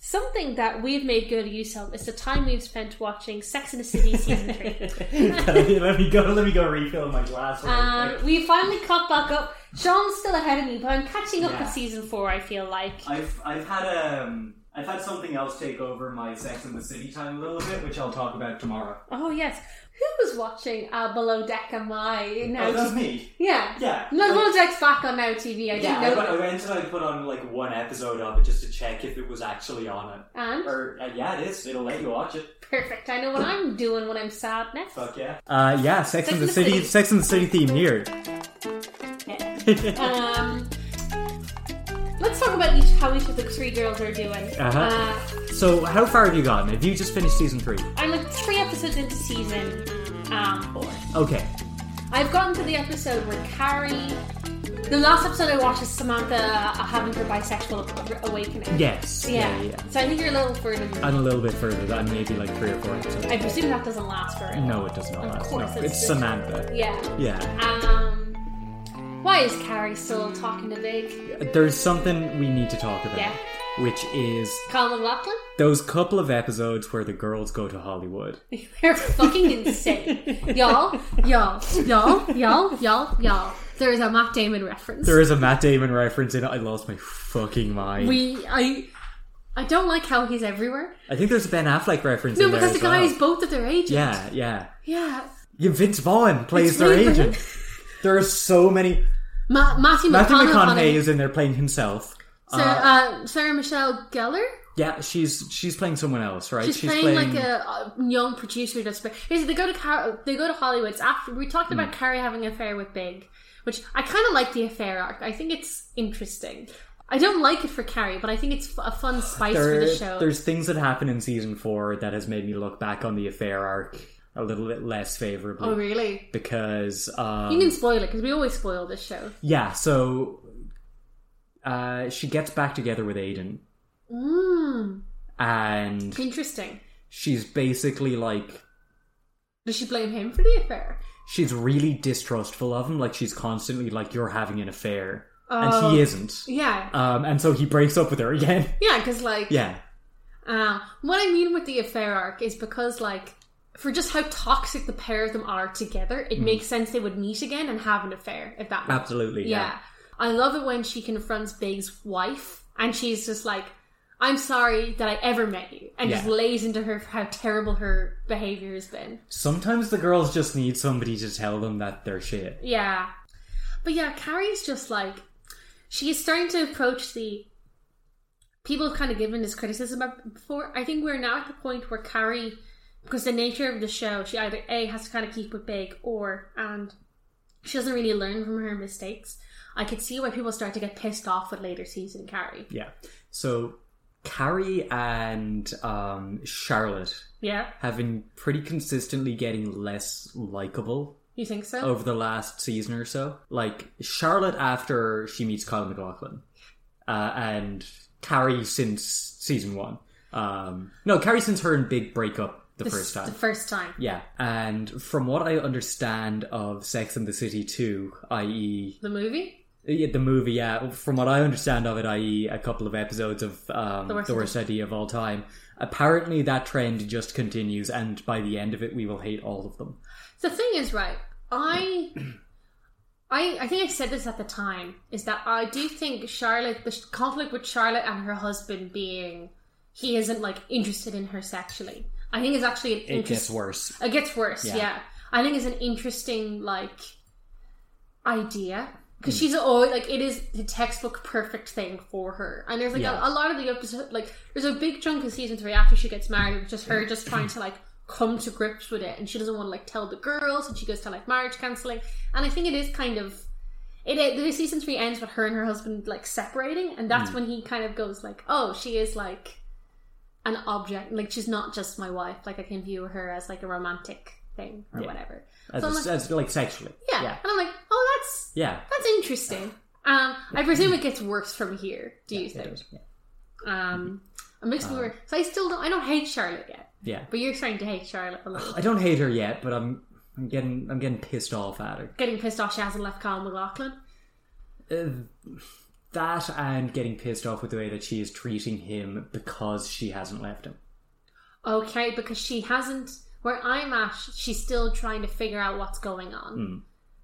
Speaker 6: something that we've made good use of is the time we've spent watching Sex and the City season three.
Speaker 7: let me go. Let me go refill my glass. real
Speaker 6: Um,
Speaker 7: quick.
Speaker 6: we finally caught back up. Sean's still ahead of me, but I'm catching up
Speaker 7: Yeah.
Speaker 6: with season four. I feel like.
Speaker 7: I've I've had um I've had something else take over my Sex in the City time a little bit, which I'll talk about tomorrow.
Speaker 6: Oh yes, who was watching uh, Below Deck? Am I now?
Speaker 7: Oh, that was me.
Speaker 6: yeah.
Speaker 7: Yeah.
Speaker 6: No,
Speaker 7: Like-
Speaker 6: Below Deck's back on Now TV. I
Speaker 7: yeah,
Speaker 6: didn't know.
Speaker 7: I, went- I
Speaker 6: that.
Speaker 7: went and I put on like one episode of it just to check if it was actually on it.
Speaker 6: And
Speaker 7: Or uh, yeah, it is. It'll let you watch it.
Speaker 6: perfect. I know what I'm doing when I'm sad next.
Speaker 7: Fuck yeah. Uh yeah, Sex,
Speaker 6: and the City-
Speaker 7: Sex and the City theme here.
Speaker 6: Um, let's talk about each how each of the three girls are doing.
Speaker 7: Uh-huh.
Speaker 6: Uh,
Speaker 7: So how far have you gotten? Have you just finished season three?
Speaker 6: I'm like three episodes into season um, four.
Speaker 7: Okay.
Speaker 6: I've gotten to the episode where Carrie The last episode I watched is Samantha uh, having her bisexual awakening.
Speaker 7: Yes.
Speaker 6: Yeah.
Speaker 7: Yeah. yeah. Uh,
Speaker 6: So I think you're a little further than
Speaker 7: And a little bit further, that maybe like three or four episodes.
Speaker 6: I presume that doesn't last very long.
Speaker 7: No, it does not.
Speaker 6: Of
Speaker 7: last.
Speaker 6: course,
Speaker 7: no.
Speaker 6: it's
Speaker 7: it's,
Speaker 6: just-
Speaker 7: Samantha.
Speaker 6: Yeah.
Speaker 7: Yeah.
Speaker 6: Um, why is Carrie still talking to Big?
Speaker 7: There's something we need to talk about,
Speaker 6: Yeah.
Speaker 7: which is
Speaker 6: Colin McLaughlin?
Speaker 7: those couple of episodes where the girls go to Hollywood.
Speaker 6: They're fucking insane. y'all, y'all, y'all, y'all, y'all, y'all. There is a Matt Damon reference.
Speaker 7: There is a Matt Damon reference in it. I lost my fucking mind.
Speaker 6: we, I, I don't like how he's everywhere.
Speaker 7: I think there's a Ben Affleck reference
Speaker 6: No,
Speaker 7: in there
Speaker 6: because the
Speaker 7: as
Speaker 6: guy
Speaker 7: well.
Speaker 6: is both of their ages.
Speaker 7: Yeah, yeah.
Speaker 6: Yeah.
Speaker 7: Yeah, Vince Vaughn plays
Speaker 6: It's
Speaker 7: their
Speaker 6: really
Speaker 7: agent.
Speaker 6: brilliant.
Speaker 7: There are so many.
Speaker 6: Ma- Matthew,
Speaker 7: Matthew McConaughey
Speaker 6: McConaughey.
Speaker 7: is in there playing himself.
Speaker 6: Sarah, uh, Sarah Michelle Gellar.
Speaker 7: Yeah, she's she's playing someone else, right?
Speaker 6: She's, playing, like a uh, young producer. That's is they go to Car- they go to Hollywood. It's after we talked
Speaker 7: Hmm.
Speaker 6: about Carrie having an affair with Big, which I kind of like the affair arc. I think it's interesting. I don't like it for Carrie, but I think it's f- a fun spice
Speaker 7: There-
Speaker 6: for the show.
Speaker 7: There's things that happen in season four that has made me look back on the affair arc a little bit less favorably
Speaker 6: oh really?
Speaker 7: because um,
Speaker 6: You can spoil it because we always spoil this show.
Speaker 7: yeah, so uh, she gets back together with Aiden
Speaker 6: Mm,
Speaker 7: and
Speaker 6: interesting.
Speaker 7: she's basically like
Speaker 6: Does she blame him for the affair?
Speaker 7: she's really distrustful of him. Like she's constantly like you're having an affair, and
Speaker 6: Oh.
Speaker 7: he isn't.
Speaker 6: Yeah,
Speaker 7: Um, and so he breaks up with her again.
Speaker 6: yeah. Because like
Speaker 7: yeah,
Speaker 6: Uh, what I mean with the affair arc is because, like, for just how toxic the pair of them are together,
Speaker 7: Mm.
Speaker 6: it makes sense they would meet again and have an affair, if that makes
Speaker 7: absolutely.
Speaker 6: yeah. I love it when she confronts Big's wife and she's just like, I'm sorry that I ever met you, and just
Speaker 7: Yeah.
Speaker 6: lays into her for how terrible her behavior has been.
Speaker 7: Sometimes the girls just need somebody to tell them that they're shit.
Speaker 6: Yeah. But yeah, Carrie's just like she's starting to approach the people have kind of given this criticism ab- before. I think we're now at the point where Carrie because the nature of the show, she either A has to kind of keep it big or and she doesn't really learn from her mistakes. I could see why people start to get pissed off with later season Carrie.
Speaker 7: Yeah. So Carrie and um, Charlotte
Speaker 6: Yeah,
Speaker 7: have been pretty consistently getting less likable
Speaker 6: you think so?
Speaker 7: over the last season or so. Like Charlotte after she meets Kyle McLaughlin, uh, and Carrie since season one. Um, no, Carrie since her and Big break up the
Speaker 6: This-
Speaker 7: first time.
Speaker 6: The first time.
Speaker 7: yeah, and from what I understand of Sex and the City 2, i.e.,
Speaker 6: The movie?
Speaker 7: yeah, the movie, yeah. From what I understand of it, i.e., a couple of episodes of um,
Speaker 6: The
Speaker 7: the
Speaker 6: Worst
Speaker 7: worst, idea of all time. Apparently, that trend just continues, and by the end of it, we will hate all of them.
Speaker 6: The thing is, right? I, I, I think I said this at the time is that I do think Charlotte, the sh- conflict with Charlotte and her husband being, he isn't like interested in her sexually. I think is actually an
Speaker 7: It gets
Speaker 6: interesting.
Speaker 7: worse.
Speaker 6: It gets worse. Yeah.
Speaker 7: Yeah.
Speaker 6: I think it's an interesting like idea
Speaker 7: Hmm.
Speaker 6: because she's always like it is the textbook perfect thing for her. And there's like
Speaker 7: Yeah.
Speaker 6: a, a lot of the episode like there's a big chunk of season three after she gets married, which is her just trying to like come to grips with it, and she doesn't want to like tell the girls, and she goes to like marriage counseling. And I think it is kind of. It, it the season three ends with her and her husband like separating, and
Speaker 7: Hmm.
Speaker 6: that's when he kind of goes like, "Oh, she is like an object like she's not just my wife like i can view her as like a romantic thing or
Speaker 7: Yeah.
Speaker 6: whatever
Speaker 7: As,
Speaker 6: So I'm
Speaker 7: as-
Speaker 6: like-
Speaker 7: as, like sexually.
Speaker 6: yeah.
Speaker 7: Yeah.
Speaker 6: and i'm like oh that's
Speaker 7: Yeah.
Speaker 6: that's interesting um i presume it gets worse from here do you
Speaker 7: Yeah, it
Speaker 6: think
Speaker 7: is.
Speaker 6: um i'm mixed with her so i still don't i don't hate charlotte yet
Speaker 7: Yeah.
Speaker 6: but you're starting to hate charlotte a little
Speaker 7: I don't hate her yet, but I'm I'm getting I'm getting pissed off at her.
Speaker 6: getting pissed off she hasn't left Kyle mclaughlin
Speaker 7: Uh, that and getting pissed off with the way that she is treating him because she hasn't left him.
Speaker 6: okay because she hasn't where i'm at she's still trying to figure out what's going on
Speaker 7: Hmm.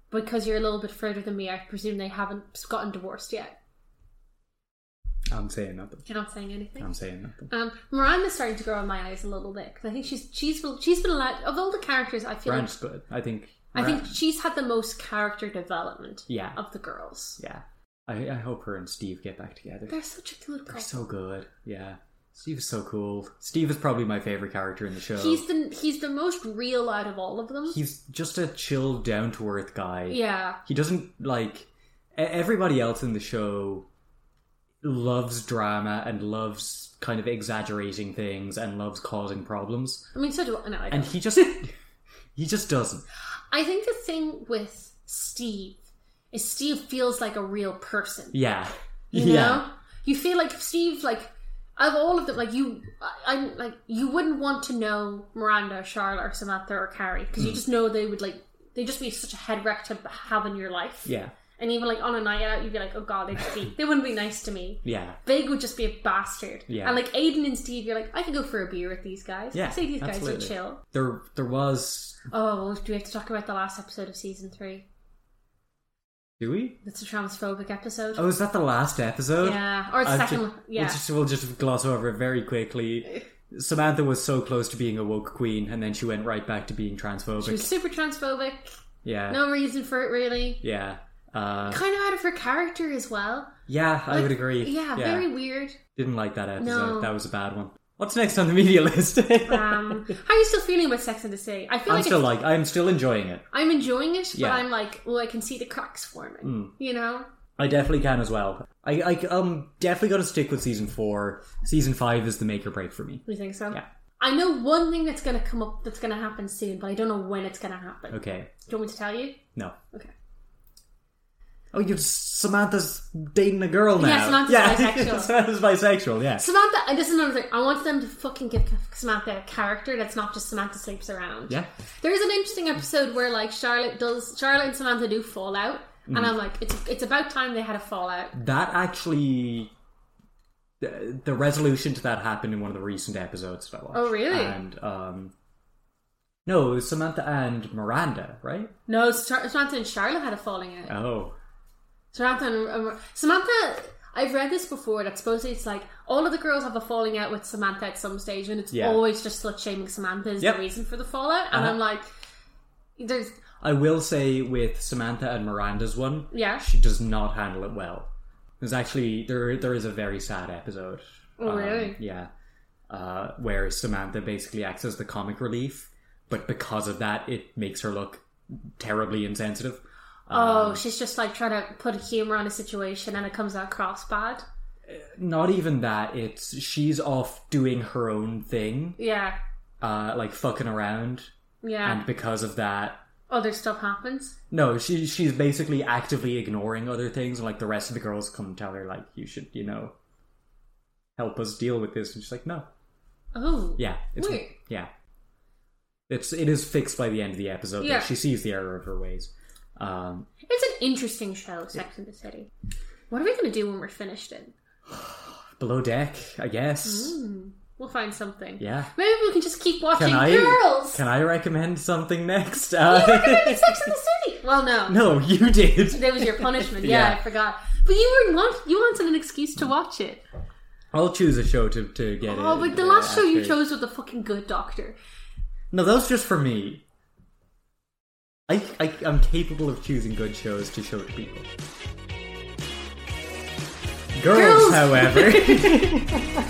Speaker 6: because you're a little bit further than me i presume they haven't gotten divorced yet
Speaker 7: I'm saying nothing.
Speaker 6: you're not saying anything
Speaker 7: I'm saying nothing.
Speaker 6: Um, Miranda's starting to grow in my eyes a little bit because I think she's she's she's been allowed of all the characters. I feel
Speaker 7: Brand's good. I think.
Speaker 6: like I think
Speaker 7: Brand-
Speaker 6: she's had the most character development
Speaker 7: Yeah.
Speaker 6: of the girls.
Speaker 7: Yeah. I, I hope her and Steve get back together.
Speaker 6: They're such a good
Speaker 7: They're
Speaker 6: couple.
Speaker 7: so good. Yeah. Steve is so cool. Steve is probably my favorite character in the show.
Speaker 6: He's the he's the most real out of all of them.
Speaker 7: He's just a chill, down to earth guy.
Speaker 6: yeah,
Speaker 7: He doesn't like e- everybody else in the show loves drama and loves kind of exaggerating things and loves causing problems.
Speaker 6: I mean, so do I. No, I, don't.
Speaker 7: And he just he just doesn't.
Speaker 6: I think the thing with Steve is Steve feels like a real person.
Speaker 7: Yeah.
Speaker 6: You
Speaker 7: yeah.
Speaker 6: know, you feel like Steve, like of all of them, like you, I, I like you wouldn't want to know Miranda, or Charlotte, or Samantha, or Carrie because
Speaker 7: Mm.
Speaker 6: you just know they would like they just be such a head wreck to have in your life.
Speaker 7: Yeah.
Speaker 6: And even like on a night out, you'd be like, oh god, they'd just be, they wouldn't be nice to me.
Speaker 7: Yeah.
Speaker 6: Big would just be a bastard.
Speaker 7: Yeah.
Speaker 6: And like Aiden and Steve, you're like, I could go for a beer with these guys.
Speaker 7: Yeah,
Speaker 6: I say these guys
Speaker 7: absolutely.
Speaker 6: are chill.
Speaker 7: There there was
Speaker 6: Oh, well, do we have to talk about the last episode of season three?
Speaker 7: do we?
Speaker 6: That's a transphobic episode.
Speaker 7: Oh, is that the last episode?
Speaker 6: Yeah, or the
Speaker 7: I've
Speaker 6: second.
Speaker 7: ju-
Speaker 6: one. yeah,
Speaker 7: We'll just, we'll just gloss over it very quickly. Samantha was so close to being a woke queen, and then she went right back to being transphobic.
Speaker 6: she was super transphobic.
Speaker 7: yeah,
Speaker 6: No reason for it, really.
Speaker 7: yeah, uh,
Speaker 6: Kind of out of her character as well.
Speaker 7: yeah. I
Speaker 6: Like,
Speaker 7: would agree.
Speaker 6: Yeah, very weird.
Speaker 7: Didn't like that episode.
Speaker 6: No.
Speaker 7: That was a bad one. What's next on the media list?
Speaker 6: Um, how are you still feeling about Sex and the City? I feel
Speaker 7: I'm
Speaker 6: like
Speaker 7: still
Speaker 6: it's-
Speaker 7: like I'm still enjoying it.
Speaker 6: I'm enjoying it,
Speaker 7: Yeah. Mm.
Speaker 6: but I'm like, well, I can see the cracks forming. You know,
Speaker 7: I definitely can as well. I, I I'm definitely gonna stick with season four. Season five is the make or break for me.
Speaker 6: you think so?
Speaker 7: Yeah.
Speaker 6: I know one thing that's going to come up that's going to happen soon, but I don't know when it's going to happen.
Speaker 7: Okay,
Speaker 6: Do you want me to tell you?
Speaker 7: no.
Speaker 6: Okay.
Speaker 7: Oh, you Samantha's dating a girl now.
Speaker 6: Yeah, Samantha's bisexual.
Speaker 7: Samantha's bisexual. Yeah.
Speaker 6: Samantha, and this is another thing. I want them to fucking give Samantha a character that's not just Samantha sleeps around.
Speaker 7: Yeah.
Speaker 6: There is an interesting episode where like Charlotte does Charlotte and Samantha do fall out,
Speaker 7: Mm.
Speaker 6: and I'm like, it's it's about time they had a fallout.
Speaker 7: That actually, the, the resolution to that happened in one of the recent episodes that I watched.
Speaker 6: Oh, really?
Speaker 7: And um, no, it was Samantha and Miranda, right?
Speaker 6: No, Char- Samantha and Charlotte had a falling out.
Speaker 7: Oh,
Speaker 6: Samantha and um, Samantha. I've read this before that supposedly it's like all of the girls have a falling out with Samantha at some stage, and it's
Speaker 7: Yeah.
Speaker 6: always just slut shaming Samantha is
Speaker 7: Yep.
Speaker 6: the reason for the fallout. And
Speaker 7: Uh-huh.
Speaker 6: I'm like, there's
Speaker 7: I will say with Samantha and Miranda's one,
Speaker 6: yeah.
Speaker 7: she does not handle it well. There's actually there there is a very sad episode.
Speaker 6: Oh,
Speaker 7: Um,
Speaker 6: really?
Speaker 7: Yeah, uh, where Samantha basically acts as the comic relief, but because of that, it makes her look terribly insensitive. um, Uh,
Speaker 6: Oh, she's just like trying to put humor on a situation, and it comes out cross bad.
Speaker 7: Not even that; it's she's off doing her own thing,
Speaker 6: Yeah,
Speaker 7: uh, like fucking around,
Speaker 6: yeah.
Speaker 7: and because of that,
Speaker 6: Other stuff happens.
Speaker 7: No, she she's basically actively ignoring other things, and like the rest of the girls come and tell her like you should you know help us deal with this, and she's like no,
Speaker 6: Oh,
Speaker 7: yeah, it's
Speaker 6: Weird.
Speaker 7: yeah, it's it is fixed by the end of the episode. Yeah,
Speaker 6: Yeah.
Speaker 7: she sees the error of her ways. Um,
Speaker 6: It's an interesting show, Sex and the City. What are we going to do when we're finished in? Hmm,
Speaker 7: below deck, I guess.
Speaker 6: Mm. We'll find something.
Speaker 7: Yeah,
Speaker 6: Maybe we can just keep watching
Speaker 7: can I
Speaker 6: girls.
Speaker 7: can I recommend something next?
Speaker 6: You
Speaker 7: Uh,
Speaker 6: recommended Sex and the City. Well, no,
Speaker 7: no, you did.
Speaker 6: that was your punishment. Yeah,
Speaker 7: Yeah.
Speaker 6: I forgot. But you weren't want you wanted an excuse to watch it.
Speaker 7: I'll choose a show to to get.
Speaker 6: Oh,
Speaker 7: in,
Speaker 6: but the
Speaker 7: uh,
Speaker 6: last show you
Speaker 7: after.
Speaker 6: chose was the fucking Good Doctor.
Speaker 7: No, that was just for me. I, I, I'm capable of choosing good shows to show to people. Girls,
Speaker 6: Girls!
Speaker 7: however.
Speaker 8: Come up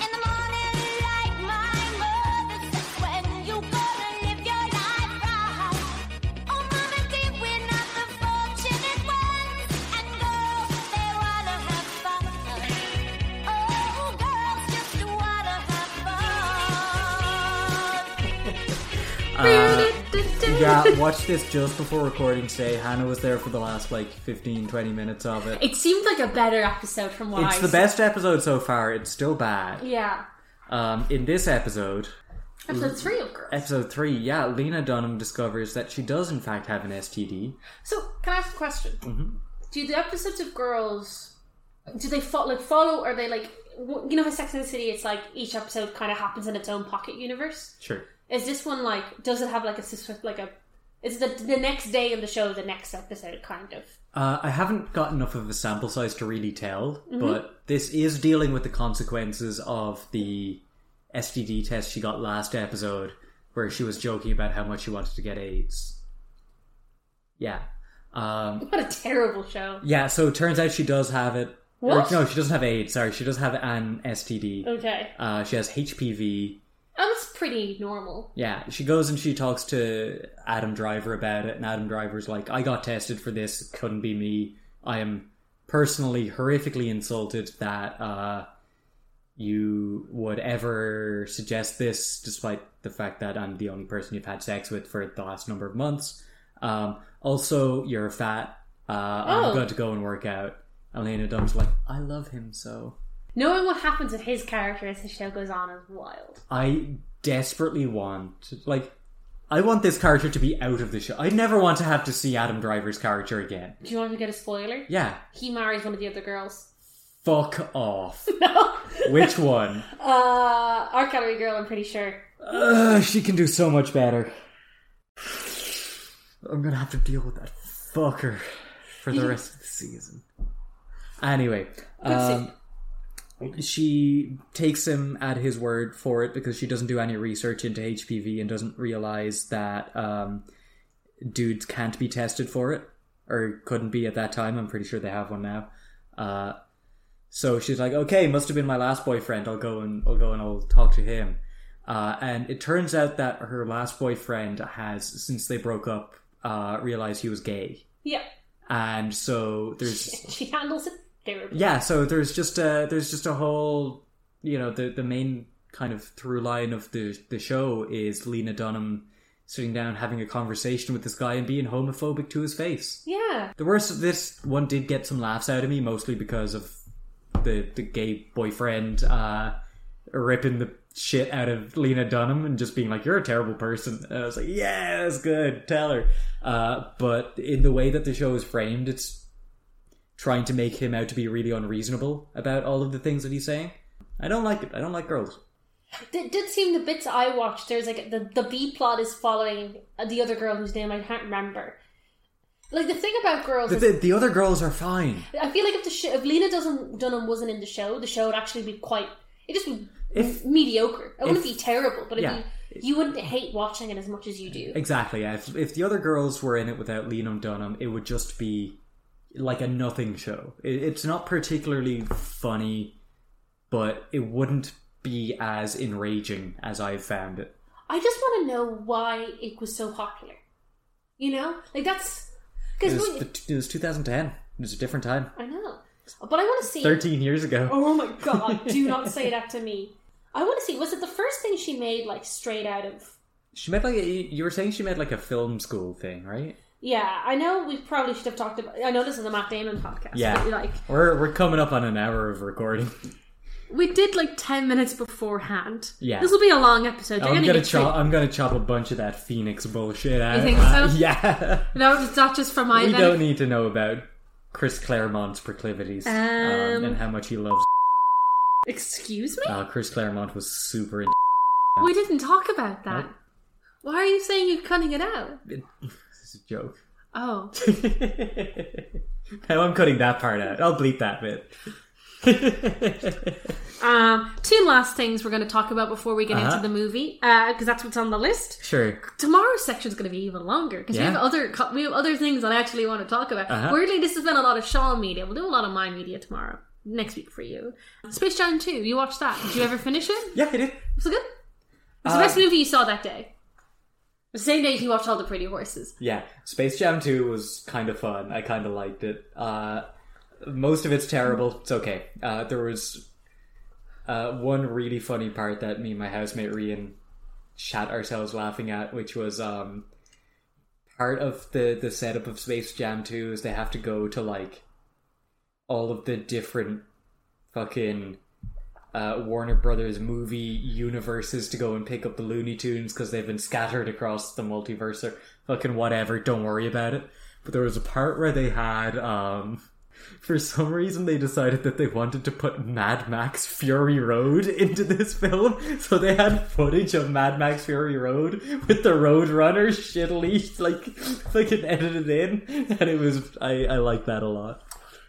Speaker 8: in the morning like my mother said when you go and live your life right. Oh, mama, dear, we're not the fortunate ones, and girls they wanna have fun. Oh, girls just wanna have
Speaker 7: uh,
Speaker 8: fun.
Speaker 7: yeah, watched this just before recording today. Hannah was there for the last like 15, 20 minutes of it.
Speaker 6: It seemed like a better episode from what
Speaker 7: It's
Speaker 6: I
Speaker 7: the
Speaker 6: saw.
Speaker 7: best episode so far. It's still bad.
Speaker 6: Yeah,
Speaker 7: Um, in this episode,
Speaker 6: episode three of Girls.
Speaker 7: episode 3, yeah, Lena Dunham discovers that she does in fact have an STD.
Speaker 6: So, can I ask a question?
Speaker 7: Mm-hmm.
Speaker 6: Do the episodes of Girls do they fo- like follow? Are they like w- you know how Sex and the City? It's like each episode kind of happens in its own pocket universe.
Speaker 7: Sure.
Speaker 6: Is this one like? Does it have like a sis- like a? Is the the next day in the show the next episode kind of?
Speaker 7: Uh, I haven't got enough of a sample size to really tell, but this is dealing with the consequences of the STD test she got last episode, where she was joking about how much she wanted to get AIDS. Yeah. Um,
Speaker 6: What a terrible show.
Speaker 7: yeah, so it turns out she does have it. or
Speaker 6: What? Oh.
Speaker 7: no, she doesn't have AIDS, sorry. She does have an STD.
Speaker 6: Okay,
Speaker 7: Uh, she has HPV.
Speaker 6: that's pretty normal.
Speaker 7: Yeah, she goes and she talks to Adam Driver about it, and Adam Driver's like, I got tested for this, it couldn't be me. I am personally horrifically insulted that uh, you would ever suggest this, despite the fact that I'm the only person you've had sex with for the last number of months. Um, also, you're fat. Uh,
Speaker 6: Oh.
Speaker 7: I'm going to go and work out. And Lena Dunham's like, I love him so.
Speaker 6: Knowing what happens with his character as the show goes on is wild.
Speaker 7: I desperately want, like, I want this character to be out of the show. I never want to have to see Adam Driver's character again.
Speaker 6: Do you want to get a spoiler?
Speaker 7: Yeah,
Speaker 6: He marries one of the other girls.
Speaker 7: fuck off.
Speaker 6: No.
Speaker 7: Which one?
Speaker 6: Uh, art gallery girl, I'm pretty sure.
Speaker 7: Ugh, she can do so much better. I'm gonna have to deal with that fucker for the rest of the season. Anyway, um, she takes him at his word for it because she doesn't do any research into HPV and doesn't realize that um, dudes can't be tested for it or couldn't be at that time. I'm pretty sure they have one now. Uh, so she's like, "Okay, must have been my last boyfriend. I'll go and I'll go and I'll talk to him." Uh, and it turns out that her last boyfriend has, since they broke up, uh, realized he was gay.
Speaker 6: Yeah.
Speaker 7: And so there's
Speaker 6: She handles it terribly.
Speaker 7: yeah, so there's just a there's just a whole you know the the main kind of through line of the the show is Lena Dunham sitting down having a conversation with this guy and being homophobic to his face.
Speaker 6: Yeah.
Speaker 7: The worst of this one did get some laughs out of me, mostly because of the the gay boyfriend uh, ripping the shit out of Lena Dunham and just being like, "You're a terrible person." And I was like, "Yeah, that's good. Tell her." Uh, but in the way that the show is framed, it's trying to make him out to be really unreasonable about all of the things that he's saying. I don't like it. I don't like girls.
Speaker 6: It did seem the bits I watched, there's like the, the B plot is following the other girl whose name I can't remember. Like the thing about girls
Speaker 7: The,
Speaker 6: is
Speaker 7: the, the other girls are fine.
Speaker 6: I feel like if the sh- if Lena doesn't Dunham wasn't in the show, the show would actually be quite it just be
Speaker 7: If-
Speaker 6: mediocre. It wouldn't
Speaker 7: if-
Speaker 6: be terrible, but it'd
Speaker 7: yeah.
Speaker 6: be, you wouldn't hate watching it as much as you do.
Speaker 7: Exactly. Yeah. If, if the other girls were in it without Lena Dunham, it would just be like a nothing show. It, it's not particularly funny, but it wouldn't be as enraging as I've found it.
Speaker 6: I just want to know why it was so popular. You know, like that's
Speaker 7: It
Speaker 6: because
Speaker 7: was, the, it was 2010. It was a different time.
Speaker 6: I know, but I want to see.
Speaker 7: 13 years ago.
Speaker 6: Oh my god! Do not say that to me. I want to see. Was it the first thing she made, like straight out of?
Speaker 7: She made like a, you were saying she made like a film school thing, right?
Speaker 6: Yeah, I know. We probably should have talked about. I know this is a Matt Damon podcast.
Speaker 7: Yeah.
Speaker 6: but, like
Speaker 7: We're we're coming up on an hour of recording.
Speaker 6: we did like ten minutes beforehand.
Speaker 7: Yeah.
Speaker 6: this will be a long episode. They're
Speaker 7: I'm gonna
Speaker 6: get
Speaker 7: chop.
Speaker 6: through-
Speaker 7: I'm gonna chop a bunch of that Phoenix bullshit out.
Speaker 6: think
Speaker 7: Uh,
Speaker 6: so?
Speaker 7: Yeah.
Speaker 6: No, it's not just for my.
Speaker 7: we
Speaker 6: benefit.
Speaker 7: don't need to know about Chris Claremont's proclivities um,
Speaker 6: Um,
Speaker 7: and how much he loves.
Speaker 6: Excuse me.
Speaker 7: Uh, Chris Claremont was super. In-
Speaker 6: we didn't talk about that.
Speaker 7: Nope.
Speaker 6: Why are you saying you're cutting it out?
Speaker 7: this is a joke.
Speaker 6: Oh.
Speaker 7: now I'm cutting that part out. I'll bleep that bit.
Speaker 6: Um, two last things we're going to talk about before we get
Speaker 7: Uh-huh.
Speaker 6: into the movie, because that's what's on the list.
Speaker 7: sure.
Speaker 6: Tomorrow's section's going to be even longer because
Speaker 7: Yeah.
Speaker 6: we have other co- we have other things that I actually want to talk about.
Speaker 7: Uh-huh.
Speaker 6: Weirdly, this has been a lot of Shaw media. We'll do a lot of my media tomorrow, next week for you. Space Jam Two, you watched that? Did you ever finish it?
Speaker 7: Yeah, it is.
Speaker 6: Was it good? It was the best
Speaker 7: Um,
Speaker 6: movie you saw that day. The same day you watched all the Pretty Horses.
Speaker 7: Yeah, Space Jam 2 was kind of fun. I kind of liked it. Uh, most of it's terrible. It's okay. Uh, there was uh, one really funny part that me and my housemate Rian shat ourselves laughing at, which was um, part of the, the setup of Space Jam 2 is they have to go to like all of the different fucking uh, Warner Brothers movie universes to go and pick up the Looney Tunes because they've been scattered across the multiverse or fucking whatever. Don't worry about it. But there was a part where they had, um, for some reason, they decided that they wanted to put Mad Max Fury Road into this film. So they had footage of Mad Max Fury Road with the Road Runner shittily, like, fucking edited in. And it was, I, I like that a lot.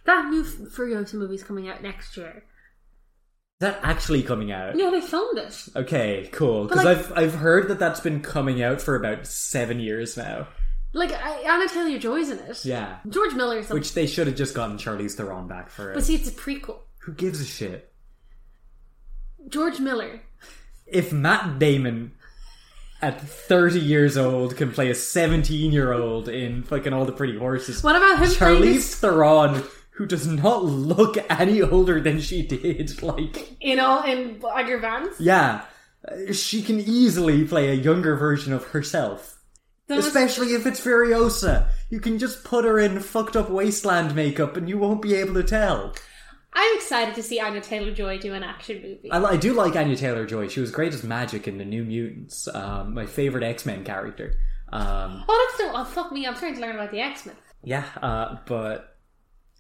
Speaker 6: That new Furiosa movie's coming out next year.
Speaker 7: Is that actually coming out?
Speaker 6: No, they filmed it.
Speaker 7: Okay, cool. Because
Speaker 6: like-
Speaker 7: I've I've heard that that's been coming out for about seven years now.
Speaker 6: Like I, Anna Taylor Joy's in it.
Speaker 7: Yeah,
Speaker 6: George Miller's. in
Speaker 7: which they should have just gotten Charlize Theron back for
Speaker 6: But
Speaker 7: it.
Speaker 6: see, it's a prequel.
Speaker 7: Who gives a shit?
Speaker 6: George Miller.
Speaker 7: If Matt Damon at thirty years old can play a seventeen year old in fucking all the pretty horses,
Speaker 6: What about him playing
Speaker 7: Charlize
Speaker 6: this
Speaker 7: Theron, who does not look any older than she did, like
Speaker 6: in all in Bagger Vance?
Speaker 7: yeah, uh, she can easily play a younger version of herself.
Speaker 6: The most-
Speaker 7: Especially if it's Furiosa. You can just put her in fucked up wasteland makeup and you won't be able to tell.
Speaker 6: I'm excited to see Anya Taylor Joy do an action movie.
Speaker 7: I, li- I do like Anya Taylor Joy. She was great as Magic in The New Mutants, um, my favorite X Men character. Um,
Speaker 6: oh, that's so. Oh, fuck me. I'm trying to learn about the X Men.
Speaker 7: yeah, uh, but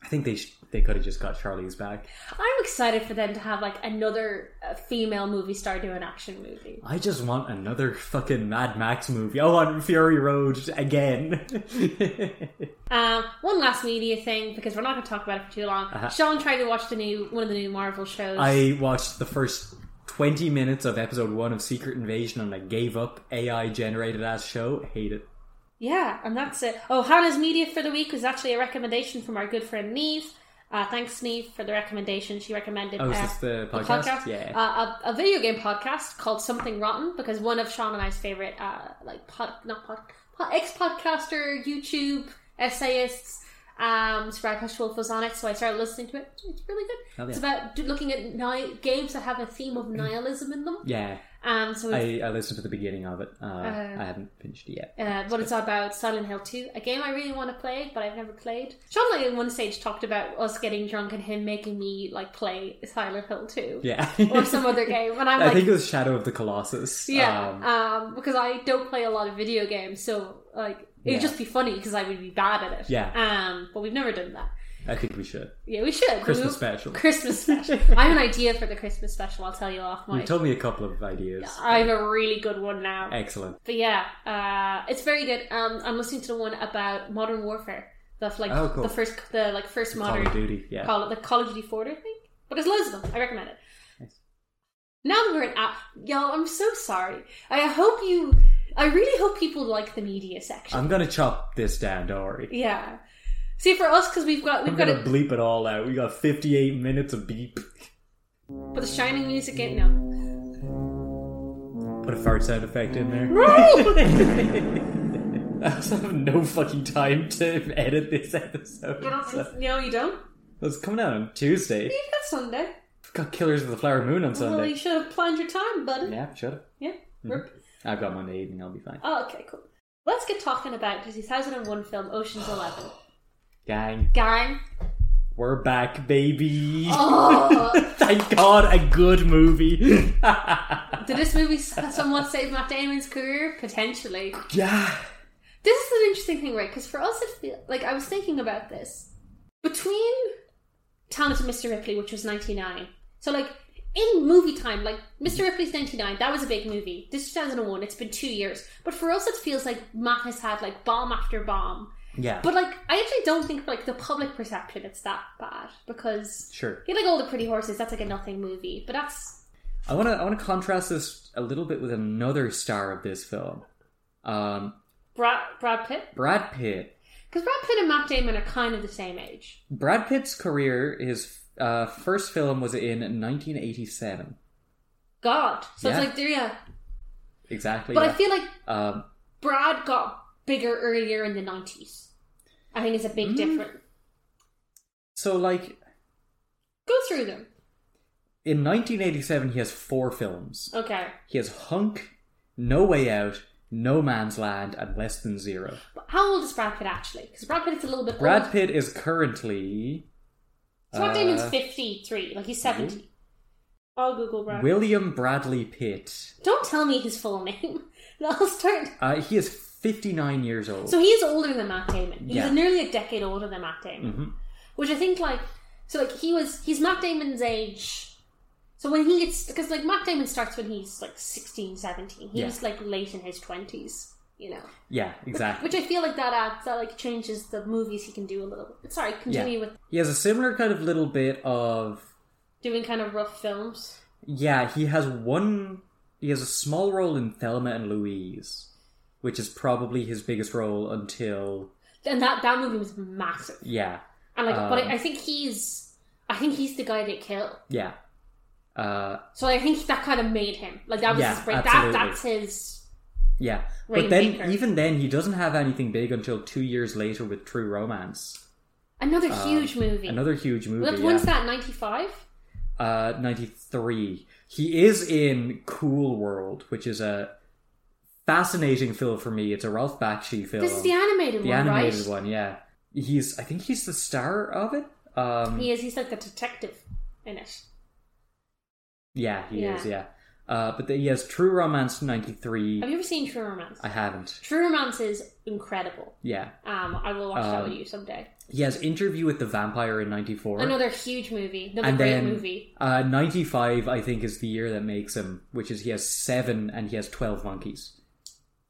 Speaker 7: I think they sh- they could have just got Charlie's back.
Speaker 6: I'm excited for them to have like another uh, female movie star do an action movie.
Speaker 7: I just want another fucking Mad Max movie. I want Fury Road again.
Speaker 6: Um, one last media thing because we're not going to talk about it for too long. Sean tried to watch the new one of the new Marvel shows.
Speaker 7: Uh-huh. I watched the first 20 minutes of episode 1 of Secret Invasion and I gave up AI generated ass show. Hate it.
Speaker 6: Yeah, and that's it. Oh, Hannah's media for the week was actually a recommendation from our good friend Neve. Uh, thanks, Neve, for the recommendation. She recommended.
Speaker 7: Oh, is
Speaker 6: uh,
Speaker 7: this the
Speaker 6: a
Speaker 7: podcast? Yeah.
Speaker 6: uh, a, a video game podcast called Something Rotten because one of Sean and I's favorite, uh, like pod, not pod, ex podcaster, YouTube essayists, um, Sparkhush Wolf was on it, so I started listening to it. It's really good.
Speaker 7: Hell
Speaker 6: It's
Speaker 7: yeah.
Speaker 6: about do- looking at ni- games that have a theme of nihilism in them.
Speaker 7: yeah.
Speaker 6: Um, so it's,
Speaker 7: I, I listened to the beginning of it. Uh,
Speaker 6: Uh-huh.
Speaker 7: I haven't finished it yet.
Speaker 6: uh, what it's about Silent Hill 2, a game I really want to play, but I've never played. Sean and I at one stage talked about us getting drunk and him making me like play Silent Hill 2
Speaker 7: Yeah.
Speaker 6: or some other game, and I'm
Speaker 7: I
Speaker 6: like,
Speaker 7: think it was Shadow of the Colossus.
Speaker 6: Yeah,
Speaker 7: Um,
Speaker 6: um, because I don't play a lot of video games, so like it'd
Speaker 7: Yeah.
Speaker 6: just be funny because I would be bad at it.
Speaker 7: Yeah.
Speaker 6: Um, but we've never done that.
Speaker 7: I think we should.
Speaker 6: Yeah, we should.
Speaker 7: Christmas
Speaker 6: We'll-
Speaker 7: special.
Speaker 6: Christmas special. I have an idea for the Christmas special. I'll tell you off
Speaker 7: You
Speaker 6: my.
Speaker 7: told me a couple of ideas.
Speaker 6: I have a really good one now.
Speaker 7: Excellent.
Speaker 6: But yeah, uh, it's very good. Um, I'm listening to the one about modern warfare. The f- like
Speaker 7: Oh, cool.
Speaker 6: the first the like first modern
Speaker 7: Call of Duty. Yeah.
Speaker 6: Call it the Call of Duty 4, I think. But there's loads of them. I recommend it. Now that we're in app, y'all, I'm so sorry. I hope you. I really hope people like the media section.
Speaker 7: I'm gonna chop this down. Don't worry.
Speaker 6: yeah. See, for us, because we've got we've
Speaker 7: I'm
Speaker 6: got
Speaker 7: gonna
Speaker 6: to
Speaker 7: bleep it all out. We got 58 minutes of beep.
Speaker 6: put the shining music in now.
Speaker 7: Put a fart sound effect in there. I also have no fucking time to edit this episode. So,
Speaker 6: no, you don't.
Speaker 7: it's coming out on Tuesday.
Speaker 6: You've got Sunday.
Speaker 7: Got Killers of the Flower Moon on
Speaker 6: Well, you
Speaker 7: Sunday.
Speaker 6: should have planned your time, buddy.
Speaker 7: Yeah, Mm-hmm. should have.
Speaker 6: Yeah. Rip.
Speaker 7: I've got Monday evening. I'll be fine.
Speaker 6: Oh, okay, cool. Let's get talking about the 2001 film Ocean's Eleven.
Speaker 7: Gang,
Speaker 6: Gang.
Speaker 7: we're back, baby.
Speaker 6: Oh,
Speaker 7: Thank God, a good movie.
Speaker 6: did this movie somewhat save Matt Damon's career? Potentially.
Speaker 7: yeah.
Speaker 6: This is an interesting thing, right? Because for us, it feel like I was thinking about this between Talented Mr. Ripley, which was ninety nine. So like in movie time, like Mr. Ripley's ninety nine, that was a big movie. This two thousand and one, it's been two years, but for us, it feels like Matt has had like bomb after bomb.
Speaker 7: Yeah.
Speaker 6: But like, I actually don't think like the public perception it's that bad because
Speaker 7: sure.
Speaker 6: you like all the pretty horses. That's like a nothing movie, but that's
Speaker 7: I want to. I want to contrast this a little bit with another star of this film, um,
Speaker 6: Brad Brad Pitt
Speaker 7: Brad Pitt.
Speaker 6: because Brad Pitt and Matt Damon are kind of the same age.
Speaker 7: Brad Pitt's career, his uh, first film was in 1987.
Speaker 6: God, so
Speaker 7: Yeah.
Speaker 6: it's like they're yeah.
Speaker 7: Exactly.
Speaker 6: But
Speaker 7: yeah.
Speaker 6: I feel like
Speaker 7: um,
Speaker 6: Brad got bigger earlier in the nineties. I think it's a big
Speaker 7: Mm.
Speaker 6: difference.
Speaker 7: so, like
Speaker 6: Go through them.
Speaker 7: in 1987, he has four films.
Speaker 6: Okay.
Speaker 7: He has Hunk, No Way Out, No Man's Land, and Less Than Zero.
Speaker 6: But how old is Brad Pitt actually? Because Brad Pitt is a little bit
Speaker 7: Brad
Speaker 6: old.
Speaker 7: Pitt is currently
Speaker 6: So Matt Damon's
Speaker 7: uh,
Speaker 6: fifty three, like he's seventy. I'll Google Brad.
Speaker 7: William Bradley Pitt.
Speaker 6: Don't tell me his full name. I'll start.
Speaker 7: Uh, he is 59 years old.
Speaker 6: So he is older than Matt Damon. He's
Speaker 7: Yeah. Mm-hmm.
Speaker 6: nearly a decade older than Matt Damon, which I think like so like he was he's Matt Damon's age. So when he gets because like Matt Damon starts when he's like 16, 17. He
Speaker 7: Yeah.
Speaker 6: was like late in his twenties, you know.
Speaker 7: yeah, exactly.
Speaker 6: Which I feel like that adds that like changes the movies he can do a little. Sorry, continue with
Speaker 7: He has a similar kind of little bit of
Speaker 6: doing kind of rough films.
Speaker 7: yeah. He has one. He has a small role in Thelma and Louise, which is probably his biggest role until
Speaker 6: And that that movie was massive.
Speaker 7: yeah,
Speaker 6: And like, but
Speaker 7: Um,
Speaker 6: I, I think he's I think he's the guy they kill.
Speaker 7: yeah, uh,
Speaker 6: So I think that kind of made him like that was
Speaker 7: Yeah,
Speaker 6: his break. That
Speaker 7: absolutely.
Speaker 6: that's his
Speaker 7: yeah.
Speaker 6: Rain
Speaker 7: but then
Speaker 6: Maker.
Speaker 7: even then, he doesn't have anything big until two years later with True Romance,
Speaker 6: Another
Speaker 7: Um,
Speaker 6: huge movie.
Speaker 7: another huge movie.
Speaker 6: Like,
Speaker 7: yeah.
Speaker 6: When's that? Ninety five.
Speaker 7: Uh, 93. He is in Cool World, which is a fascinating film for me. It's a Ralph Bakshi film.
Speaker 6: This is the animated
Speaker 7: The
Speaker 6: one,
Speaker 7: animated
Speaker 6: right?
Speaker 7: one, yeah. He's I think he's the star of it. Um,
Speaker 6: He is. He's like the detective in it.
Speaker 7: yeah, he
Speaker 6: Yeah.
Speaker 7: is. Yeah, uh, but the, he has True Romance '93.
Speaker 6: Have you ever seen True Romance?
Speaker 7: I haven't.
Speaker 6: True Romance is incredible.
Speaker 7: Yeah,
Speaker 6: Um, I will watch that
Speaker 7: Um,
Speaker 6: with you someday.
Speaker 7: he has Interview with the Vampire in '94.
Speaker 6: Another huge movie. Another
Speaker 7: and
Speaker 6: great
Speaker 7: then
Speaker 6: movie.
Speaker 7: Uh, 95 i think is the year that makes him which is he has seven and he has 12 monkeys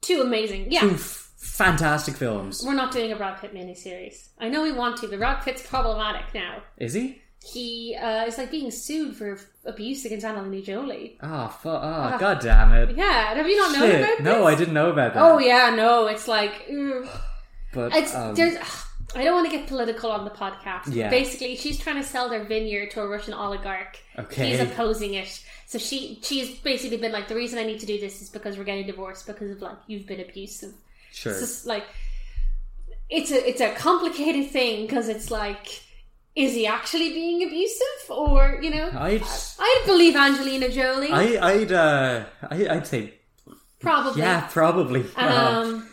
Speaker 6: Two amazing. Yeah.
Speaker 7: two f- fantastic films
Speaker 6: We're not doing a Brad Pitt miniseries. I know we want to, but Brad Pitt's problematic now.
Speaker 7: is he
Speaker 6: He uh, is like being sued for abuse against Angelina Jolie.
Speaker 7: ah fu- ah
Speaker 6: Ah.
Speaker 7: god damn it
Speaker 6: Yeah, have you not known
Speaker 7: Shit.
Speaker 6: about this?
Speaker 7: no i didn't know about that
Speaker 6: Oh yeah, no, it's like ooh.
Speaker 7: but
Speaker 6: it's
Speaker 7: um,
Speaker 6: there's. I don't want to get political on the podcast. but
Speaker 7: Yeah.
Speaker 6: Basically, she's trying to sell their vineyard to a Russian oligarch.
Speaker 7: Okay.
Speaker 6: He's opposing it. So she she's basically been like, the reason I need to do this is because we're getting divorced because of like you've been abusive.
Speaker 7: sure
Speaker 6: It's just like it's a it's a complicated thing because it's like, is he actually being abusive or you know?
Speaker 7: i'd
Speaker 6: I'd believe Angelina Jolie.
Speaker 7: I, i'd uh I, i'd say
Speaker 6: probably.
Speaker 7: yeah probably Um,
Speaker 6: Um,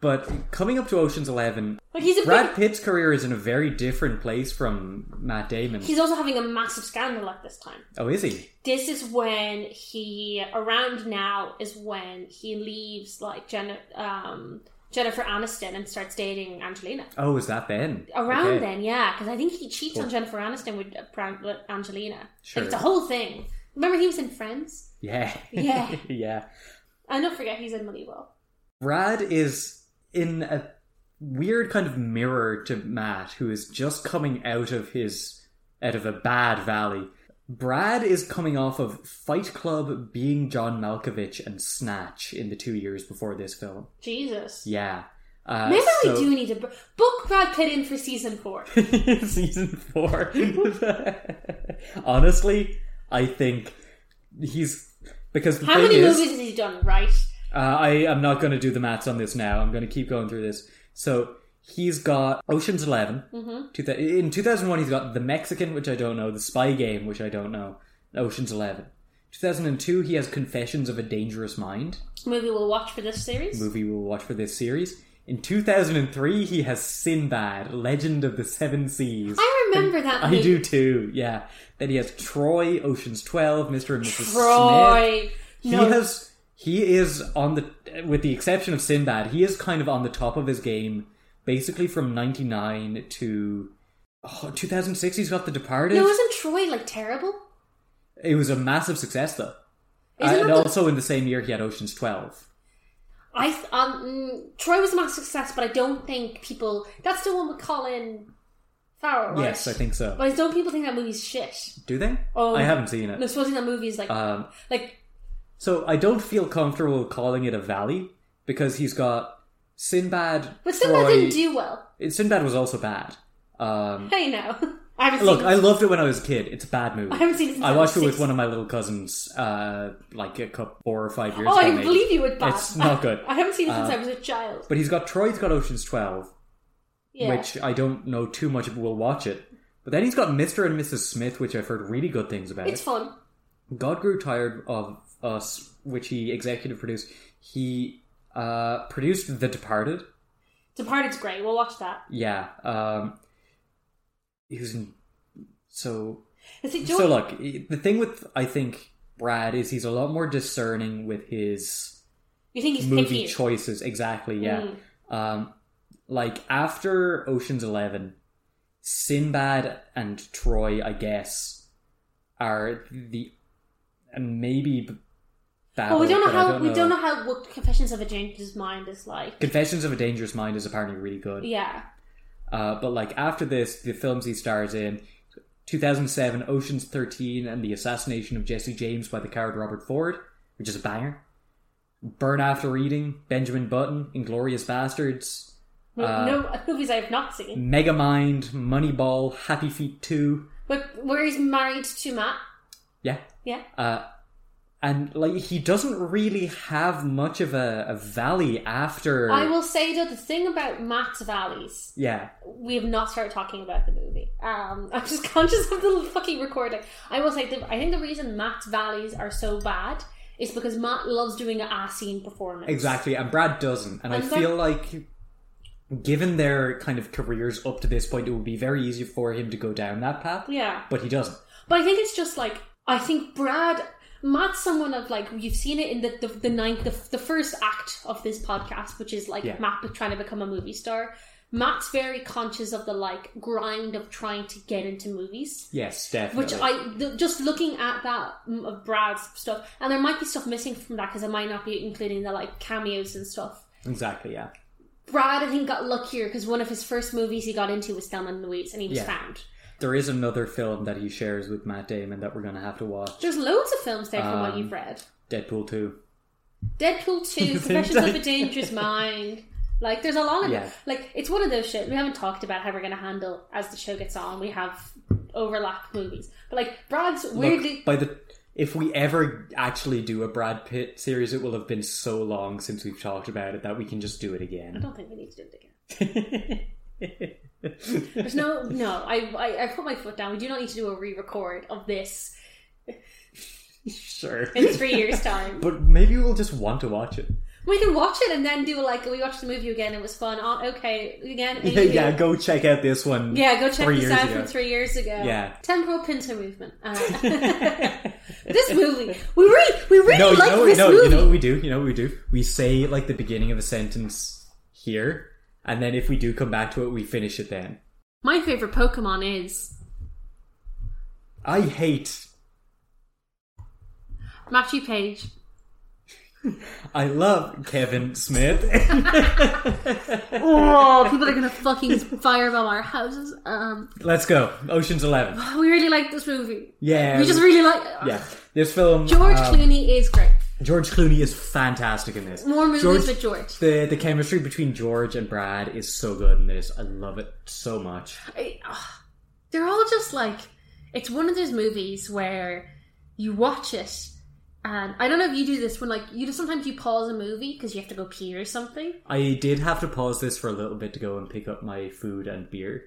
Speaker 7: but coming up to oceans 11
Speaker 6: but he's a
Speaker 7: brad
Speaker 6: big-
Speaker 7: pitt's career is in a very different place from matt damon
Speaker 6: he's also having a massive scandal at this time.
Speaker 7: oh is he
Speaker 6: This is when he around now is when he leaves like Jen, um, Jennifer Aniston and starts dating Angelina.
Speaker 7: oh is that then
Speaker 6: Around
Speaker 7: Okay.
Speaker 6: then, yeah, because I think he cheats
Speaker 7: Cool.
Speaker 6: on Jennifer Aniston with uh, Pran- with Angelina.
Speaker 7: Sure.
Speaker 6: Like, it's a whole thing. Remember he was in Friends?
Speaker 7: yeah
Speaker 6: Yeah.
Speaker 7: yeah
Speaker 6: And don't forget he's in Moneyball.
Speaker 7: Brad is in a weird kind of mirror to Matt, who is just coming out of his out of a bad valley. Brad is coming off of Fight Club, being John Malkovich, and Snatch in the two years before this film.
Speaker 6: Jesus.
Speaker 7: Yeah. Uh,
Speaker 6: Maybe
Speaker 7: so-
Speaker 6: we do need to b- book Brad Pitt in for season four.
Speaker 7: season four. Honestly, I think he's because the
Speaker 6: How
Speaker 7: thing
Speaker 6: many
Speaker 7: is,
Speaker 6: movies has he done? Right.
Speaker 7: Uh, I am not going to do the maths on this now. I'm going to keep going through this. So he's got Ocean's 11
Speaker 6: Mm-hmm.
Speaker 7: Two thou- in 2001, he's got The Mexican, which I don't know, The Spy Game, which I don't know, and Ocean's Eleven. 2002, he has Confessions of a Dangerous Mind,
Speaker 6: Movie we'll watch for this series.
Speaker 7: movie we'll watch for this series. In 2003, he has Sinbad, Legend of the Seven Seas.
Speaker 6: I remember that.
Speaker 7: I
Speaker 6: movie.
Speaker 7: do too, yeah. Then he has Troy, Ocean's 12, Mr. and Mrs. Smith.
Speaker 6: Troy.
Speaker 7: He
Speaker 6: No.
Speaker 7: has he is on the with the exception of Sinbad, he is kind of on the top of his game basically from 99 to oh, 2006 he's got The Departed.
Speaker 6: No, isn't Troy like terrible?
Speaker 7: it was a massive success though.
Speaker 6: Isn't
Speaker 7: Uh,
Speaker 6: that
Speaker 7: and
Speaker 6: the-
Speaker 7: also in the same year he had Ocean's 12.
Speaker 6: I th- um mm, Troy was a massive success, but I don't think people. That's the one with Colin Farrell. Right?
Speaker 7: Yes, I think so.
Speaker 6: But don't people think that movie's shit?
Speaker 7: Do they?
Speaker 6: Oh,
Speaker 7: I haven't seen
Speaker 6: No,
Speaker 7: it.
Speaker 6: supposing that movie is like
Speaker 7: Um
Speaker 6: like
Speaker 7: so I don't feel comfortable calling it a valley because he's got Sinbad
Speaker 6: But Sinbad
Speaker 7: Troy-
Speaker 6: didn't do well.
Speaker 7: Sinbad was also bad. Um
Speaker 6: I know. I haven't
Speaker 7: Look,
Speaker 6: seen
Speaker 7: I loved it when I was a kid. It's a bad movie.
Speaker 6: I haven't seen it since
Speaker 7: I watched it
Speaker 6: was
Speaker 7: with
Speaker 6: six.
Speaker 7: one of my little cousins, uh, like a couple four or five years
Speaker 6: Oh,
Speaker 7: ago.
Speaker 6: I
Speaker 7: maybe.
Speaker 6: believe you would Bob.
Speaker 7: It's not good.
Speaker 6: I haven't seen it since
Speaker 7: Uh,
Speaker 6: I was a child.
Speaker 7: But he's got Troy's got Ocean's Twelve,
Speaker 6: Yeah.
Speaker 7: which I don't know too much, but we'll watch it. But then he's got Mr. and Mrs. Smith, which I've heard really good things about.
Speaker 6: it's fun.
Speaker 7: God Grew Tired of Us, which he executive produced. He uh, produced The Departed.
Speaker 6: Departed's great. We'll watch that.
Speaker 7: Yeah. Um, he was in. So
Speaker 6: Is it
Speaker 7: So look, the thing with I think Brad is he's a lot more discerning with his
Speaker 6: you think he's
Speaker 7: movie
Speaker 6: picky?
Speaker 7: choices. Exactly, yeah.
Speaker 6: Mm.
Speaker 7: Um, like after Ocean's Eleven, Sinbad and Troy, I guess, are the and maybe. Babel,
Speaker 6: Well, we don't know
Speaker 7: but I
Speaker 6: how we don't know how what Confessions of a Dangerous Mind is like.
Speaker 7: Confessions of a Dangerous Mind is apparently really good.
Speaker 6: Yeah.
Speaker 7: Uh, but like after this, the films he stars in 2007, Ocean's 13, and The Assassination of Jesse James by the coward Robert Ford, which is a banger. Burn After Eating, Benjamin Button, Inglorious Bastards,
Speaker 6: No,
Speaker 7: Uh,
Speaker 6: no movies I have not seen.
Speaker 7: Megamind, Moneyball, Happy Feet 2.
Speaker 6: But where he's married to Matt.
Speaker 7: Yeah.
Speaker 6: Yeah.
Speaker 7: Uh, and like he doesn't really have much of a, a valley after.
Speaker 6: I will say though the thing about Matt's valleys,
Speaker 7: Yeah.
Speaker 6: we have not started talking about the movie. Um, I'm just conscious of the fucking recording. I will say the, I think the reason Matt's valleys are so bad is because Matt loves doing an assing performance.
Speaker 7: Exactly, and Brad doesn't. And,
Speaker 6: And
Speaker 7: I
Speaker 6: they're-
Speaker 7: feel like, given their kind of careers up to this point, it would be very easy for him to go down that path.
Speaker 6: Yeah.
Speaker 7: But he doesn't.
Speaker 6: But I think it's just like I think Brad Matt's someone of like you've seen it in the the, the ninth the, the first act of this podcast, which is like
Speaker 7: Yeah.
Speaker 6: Matt be- trying to become a movie star. Matt's very conscious of the like grind of trying to get into movies.
Speaker 7: Yes, definitely.
Speaker 6: Which I the, just looking at that mm, of Brad's stuff, and there might be stuff missing from that because I might not be including the like cameos and stuff.
Speaker 7: exactly, yeah.
Speaker 6: Brad, I think, got luckier because one of his first movies he got into was Thelma and Louise, and he was
Speaker 7: Yeah.
Speaker 6: found.
Speaker 7: There is another film that he shares with Matt Damon that we're going to have to watch
Speaker 6: There's loads of films there from what
Speaker 7: Um,
Speaker 6: you've read.
Speaker 7: Deadpool 2.
Speaker 6: Deadpool 2, Confessions of a Dangerous Mind. Like, there's a lot of
Speaker 7: Yeah.
Speaker 6: like it's one of those shit we haven't talked about how we're gonna handle as the show gets on. We have overlap movies, but like Brad's
Speaker 7: Look,
Speaker 6: weirdly
Speaker 7: by the if we ever actually do a Brad Pitt series, it will have been so long since we've talked about it that we can just do it
Speaker 6: I
Speaker 7: again.
Speaker 6: don't think we need to do it again. There's no no. I, I I put my foot down. We do not need to do a re-record of this
Speaker 7: sure.
Speaker 6: in three years' time.
Speaker 7: But maybe we'll just want to watch it.
Speaker 6: we can watch it and then do like we watched the movie again. It was fun. Oh, okay, again.
Speaker 7: Yeah,
Speaker 6: anyway.
Speaker 7: yeah, go check out this one.
Speaker 6: Yeah, go check
Speaker 7: Three
Speaker 6: this
Speaker 7: years
Speaker 6: out
Speaker 7: ago.
Speaker 6: from three years ago.
Speaker 7: Yeah.
Speaker 6: temporal pincer movement. Uh, this movie, we really, we really
Speaker 7: no, you
Speaker 6: like
Speaker 7: know, what-
Speaker 6: this
Speaker 7: no,
Speaker 6: movie.
Speaker 7: you know what we do? You know what we do? We say like the beginning of a sentence here, and then if we do come back to it, we finish it then.
Speaker 6: My favorite Pokemon is
Speaker 7: I hate.
Speaker 6: Matthew Page.
Speaker 7: I love Kevin Smith.
Speaker 6: Oh, people are gonna fucking firebomb our houses. Um,
Speaker 7: Let's go. Ocean's Eleven.
Speaker 6: we really like this movie.
Speaker 7: Yeah.
Speaker 6: We just really like.
Speaker 7: yeah. This film.
Speaker 6: George
Speaker 7: um,
Speaker 6: Clooney is great.
Speaker 7: George Clooney is fantastic in this.
Speaker 6: More movies
Speaker 7: George,
Speaker 6: with George.
Speaker 7: The the chemistry between George and Brad is so good in this. I love it so much.
Speaker 6: I- ah, they're all just like it's one of those movies where you watch it and I don't know if you do this when like you do sometimes you pause a movie because you have to go pee or something.
Speaker 7: I did have to pause this for a little bit to go and pick up my food and beer.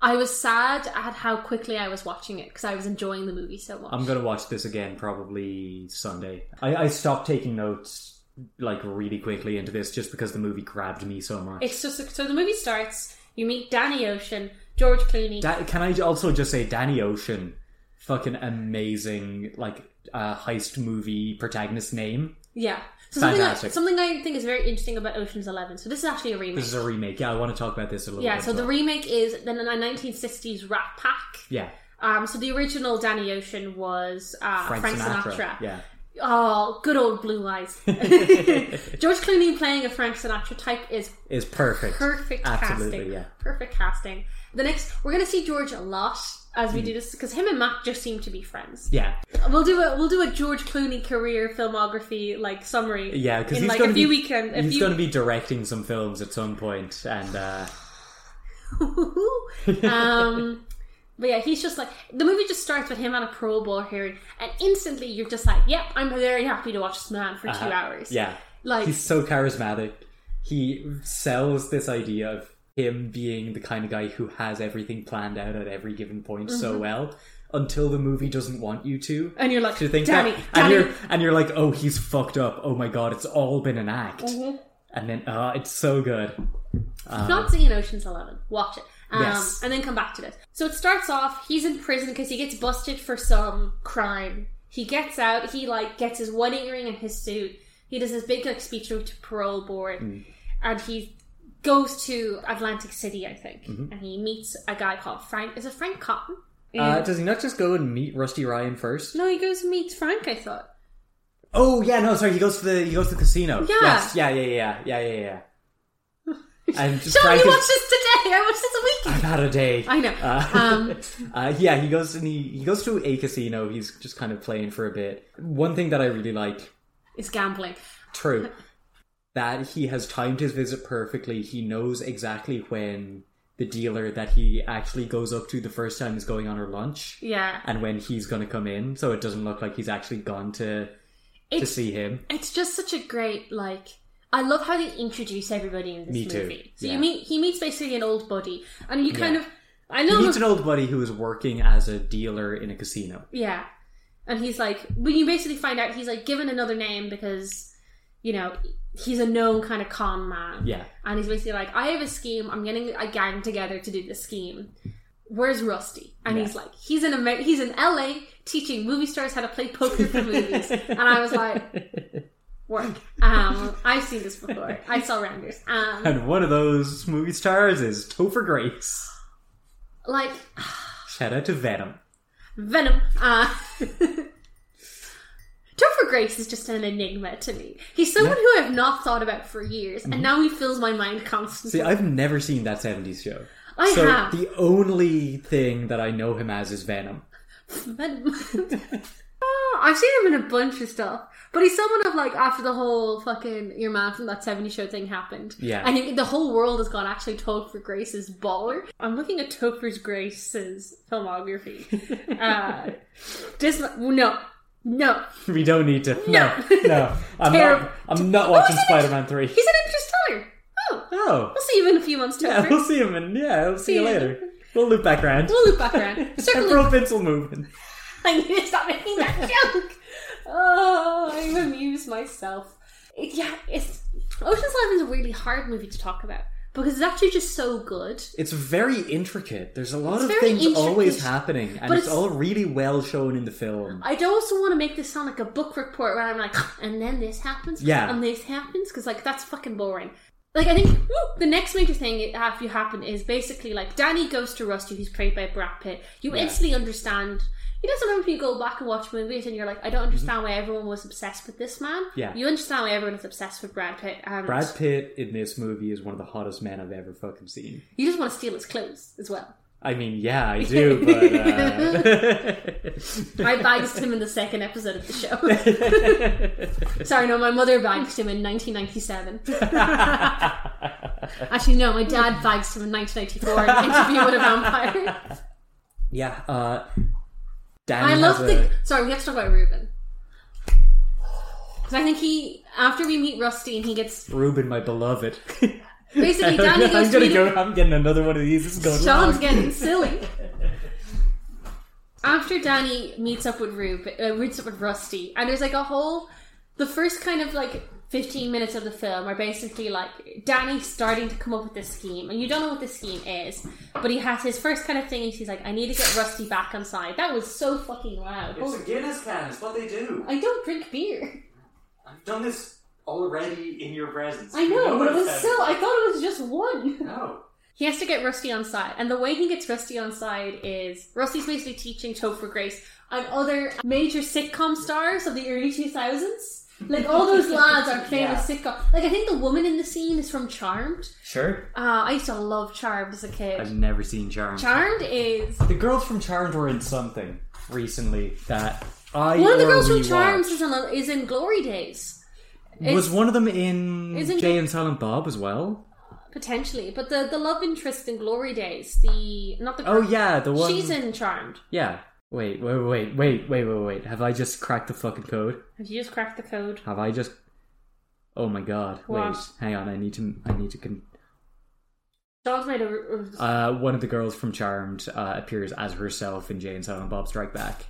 Speaker 6: I was sad at how quickly I was watching it because I was enjoying the movie so much.
Speaker 7: I'm gonna watch this again probably Sunday. I, I stopped taking notes like really quickly into this just because the movie grabbed me so much.
Speaker 6: it's just so the movie starts. You meet Danny Ocean, George Clooney.
Speaker 7: Da- can I also just say Danny Ocean, fucking amazing like uh, heist movie protagonist name.
Speaker 6: yeah. So something I,
Speaker 7: Fantastic.
Speaker 6: something I think is very interesting about Ocean's Eleven. So this is actually a remake.
Speaker 7: This is a remake. Yeah, I want to talk about this a little.
Speaker 6: yeah.
Speaker 7: bit
Speaker 6: So
Speaker 7: as
Speaker 6: the
Speaker 7: well.
Speaker 6: remake is then a 1960s Rat Pack.
Speaker 7: yeah
Speaker 6: Um, so the original Danny Ocean was uh, Frank, Sinatra.
Speaker 7: Yeah,
Speaker 6: Oh, good old blue eyes. George Clooney playing a Frank Sinatra type is
Speaker 7: is perfect.
Speaker 6: perfect
Speaker 7: Absolutely,
Speaker 6: casting.
Speaker 7: yeah.
Speaker 6: Perfect casting. The next, we're going to see George a lot as
Speaker 7: Hmm.
Speaker 6: we do this because him and Matt just seem to be friends.
Speaker 7: Yeah,
Speaker 6: We'll do a we'll do a George Clooney career filmography like summary.
Speaker 7: yeah. Because
Speaker 6: in
Speaker 7: he's
Speaker 6: like
Speaker 7: gonna
Speaker 6: a few
Speaker 7: be
Speaker 6: weekend. A
Speaker 7: he's
Speaker 6: few...
Speaker 7: gonna be directing some films at some point, and uh,
Speaker 6: um, but yeah, he's just like the movie just starts with him on a Pro Bowl hearing, and instantly you're just like, "Yep, I'm very happy to watch this man for two hours."
Speaker 7: Uh-huh. yeah,
Speaker 6: like
Speaker 7: he's so charismatic. He sells this idea of him being the kind of guy who has everything planned out at every given point so
Speaker 6: Mm-hmm.
Speaker 7: well until the movie doesn't want you to.
Speaker 6: And you're like,
Speaker 7: to think
Speaker 6: "Damn
Speaker 7: that,
Speaker 6: it,
Speaker 7: and
Speaker 6: damn
Speaker 7: you're
Speaker 6: it."
Speaker 7: and you're like, oh, he's fucked up. Oh my god, it's all been an act.
Speaker 6: Mm-hmm.
Speaker 7: And then, uh, it's so good.
Speaker 6: not seeing Ocean's Eleven. Watch it, um,
Speaker 7: Um, Yes.
Speaker 6: and then come back to this. So it starts off. He's in prison because he gets busted for some crime. He gets out. He like gets his wedding ring and his suit. He does his big like speech to parole board,
Speaker 7: Hmm.
Speaker 6: and he goes to Atlantic City, I think,
Speaker 7: Mm-hmm.
Speaker 6: and he meets a guy called Frank. Is it Frank Cotton?
Speaker 7: Uh, does he not just go and meet Rusty Ryan first?
Speaker 6: No, he goes and meets Frank. I thought.
Speaker 7: Oh yeah, no, sorry. He goes to the he goes to the casino.
Speaker 6: Yeah.
Speaker 7: Yes, yeah, yeah, yeah, yeah, yeah, yeah. And just
Speaker 6: Sean,
Speaker 7: Frank
Speaker 6: you
Speaker 7: is-
Speaker 6: watched this today. I watched this a week.
Speaker 7: I've had a day.
Speaker 6: I know. um,
Speaker 7: Uh, yeah, he goes and he, he goes to a casino. He's just kind of playing for a bit. One thing that I really like,
Speaker 6: it's gambling.
Speaker 7: true, that he has timed his visit perfectly. He knows exactly when the dealer that he actually goes up to the first time is going on her lunch,
Speaker 6: Yeah.
Speaker 7: and when he's going to come in, so it doesn't look like he's actually gone to to
Speaker 6: It's-
Speaker 7: see him.
Speaker 6: It's just such a great like. I love how they introduce everybody in this
Speaker 7: Me too.
Speaker 6: movie. So
Speaker 7: Yeah.
Speaker 6: you meet he meets basically an old buddy, and you kind
Speaker 7: Yeah.
Speaker 6: of I
Speaker 7: He
Speaker 6: know
Speaker 7: meets an old buddy who is working as a dealer in a casino.
Speaker 6: yeah, and he's like, when you basically find out he's like given another name because, you know, he's a known kind of con man.
Speaker 7: Yeah.
Speaker 6: And he's basically like, I have a scheme. I'm getting a gang together to do this scheme. Where's Rusty? And
Speaker 7: Yeah.
Speaker 6: he's like, he's in Amer- he's in LA teaching movie stars how to play poker for movies. and I was like, work. Um, I've seen this before. I saw Rounders. Um,
Speaker 7: and one of those movie stars is Topher Grace.
Speaker 6: like
Speaker 7: Shout out to Venom.
Speaker 6: Venom. Uh, Topher Grace is just an enigma to me. He's someone who I've not thought about for years, and now he fills my mind constantly.
Speaker 7: Mm-hmm. See, I've never seen that 70s show.
Speaker 6: I
Speaker 7: so
Speaker 6: have.
Speaker 7: the only thing that I know him as is Venom.
Speaker 6: Venom. Oh, I've seen him in a bunch of stuff, but he's someone of like after the whole fucking your man from that 70 show thing happened.
Speaker 7: Yeah.
Speaker 6: and it- the whole world has gone actually Topher Grace is baller. I'm looking at Topher Grace's filmography. uh, dis- no, no,
Speaker 7: We don't need to.
Speaker 6: No.
Speaker 7: no. no. I'm
Speaker 6: Terrible.
Speaker 7: not, I'm not
Speaker 6: Oh,
Speaker 7: watching
Speaker 6: he's in it.
Speaker 7: Spider Man 3.
Speaker 6: he's an Interstellar. Oh,
Speaker 7: Oh.
Speaker 6: we'll see you in a few months,
Speaker 7: Yeah,
Speaker 6: Topher.
Speaker 7: we'll see him in. Yeah, we'll see you
Speaker 6: See you.
Speaker 7: later. We'll loop back around.
Speaker 6: We'll loop back around. Certainly,
Speaker 7: Everyone pencil moving.
Speaker 6: I need to stop making that joke. Oh, I've amused myself. It- yeah, it's Ocean's Eleven is a really hard movie to talk about because it's actually just so good.
Speaker 7: It's very intricate. There's a lot of
Speaker 6: very
Speaker 7: things always
Speaker 6: intricate.
Speaker 7: happening, and
Speaker 6: But
Speaker 7: it's,
Speaker 6: it's-
Speaker 7: all really well shown in the film.
Speaker 6: I don't also want to make this sound like a book report where I'm like, and then this happens,
Speaker 7: Yeah.
Speaker 6: and this happens because like that's fucking boring. Like I think woo, the next major thing after you happen is basically like Danny goes to Rusty, who's played by Brad Pitt. You instantly understand. You know, sometimes when you go back and watch movies and you're like, I don't understand why everyone was obsessed with this man.
Speaker 7: Mm-hmm. Yeah.
Speaker 6: you understand why everyone is obsessed with Brad Pitt. And
Speaker 7: Brad Pitt in this movie is one of the hottest men I've ever fucking seen.
Speaker 6: you just want to steal his clothes as well.
Speaker 7: I mean, yeah, I do, uh, but.
Speaker 6: I bagged him in the second episode of the show. Sorry, no, my mother bagged him in 1997.
Speaker 7: Uh...
Speaker 6: Actually, no, my dad bags him in 1994 in an interview with a vampire.
Speaker 7: yeah, uh. Dan
Speaker 6: I love
Speaker 7: has
Speaker 6: the.
Speaker 7: a-
Speaker 6: Sorry, we have to talk about Ruben. Because I think he, after we meet Rusty and he gets.
Speaker 7: Ruben, my beloved.
Speaker 6: Basically, Danny
Speaker 7: I'm,
Speaker 6: goes to
Speaker 7: gonna
Speaker 6: meet
Speaker 7: go.
Speaker 6: him-
Speaker 7: I'm getting another one of these. This is going
Speaker 6: Sean's
Speaker 7: long.
Speaker 6: getting silly. After Danny meets up with Rube, uh, meets up with Rusty, and there's like a whole, the first kind of like 15 minutes of the film are basically like Danny starting to come up with this scheme, and you don't know what the scheme is, but he has his first kind of thing, and he's like, "I need to get Rusty back on side." That was so fucking loud. Oh,
Speaker 5: a Guinness can. It's what they do.
Speaker 6: I don't drink beer.
Speaker 5: I've done this already in your presence.
Speaker 6: I know, but it was so. I thought it was just one.
Speaker 5: No.
Speaker 6: He has to get Rusty on side, and the way he gets Rusty on side is Rusty's basically teaching Topher Grace and other major sitcom stars of the early two thousands. Like all those lads are famous sitcom. Like I think the woman in the scene is from Charmed.
Speaker 7: Sure.
Speaker 6: Uh, I used to love Charmed as a kid.
Speaker 7: I've never seen Charmed.
Speaker 6: Charmed is
Speaker 7: The girls from Charmed were in something recently that I
Speaker 6: one of the
Speaker 7: or
Speaker 6: girls from
Speaker 7: rewatched.
Speaker 6: Charmed is in, is in Glory Days
Speaker 7: was one of them in
Speaker 6: Isn't
Speaker 7: Jay
Speaker 6: it-
Speaker 7: and Silent Bob as well.
Speaker 6: potentially, but the the love interest in Glory Days, the not the
Speaker 7: Oh yeah, the one.
Speaker 6: she's in Charmed.
Speaker 7: Yeah. Wait, wait, wait, wait, wait, wait, wait. Have I just cracked the fucking code?
Speaker 6: Have you just cracked the code?
Speaker 7: Have I just? Oh my god!
Speaker 6: What?
Speaker 7: Wait, hang on. I need to. I need to. Con-
Speaker 6: John's made a
Speaker 7: uh, one of the girls from Charmed uh, appears as herself in Jay and Silent Bob Strike Back.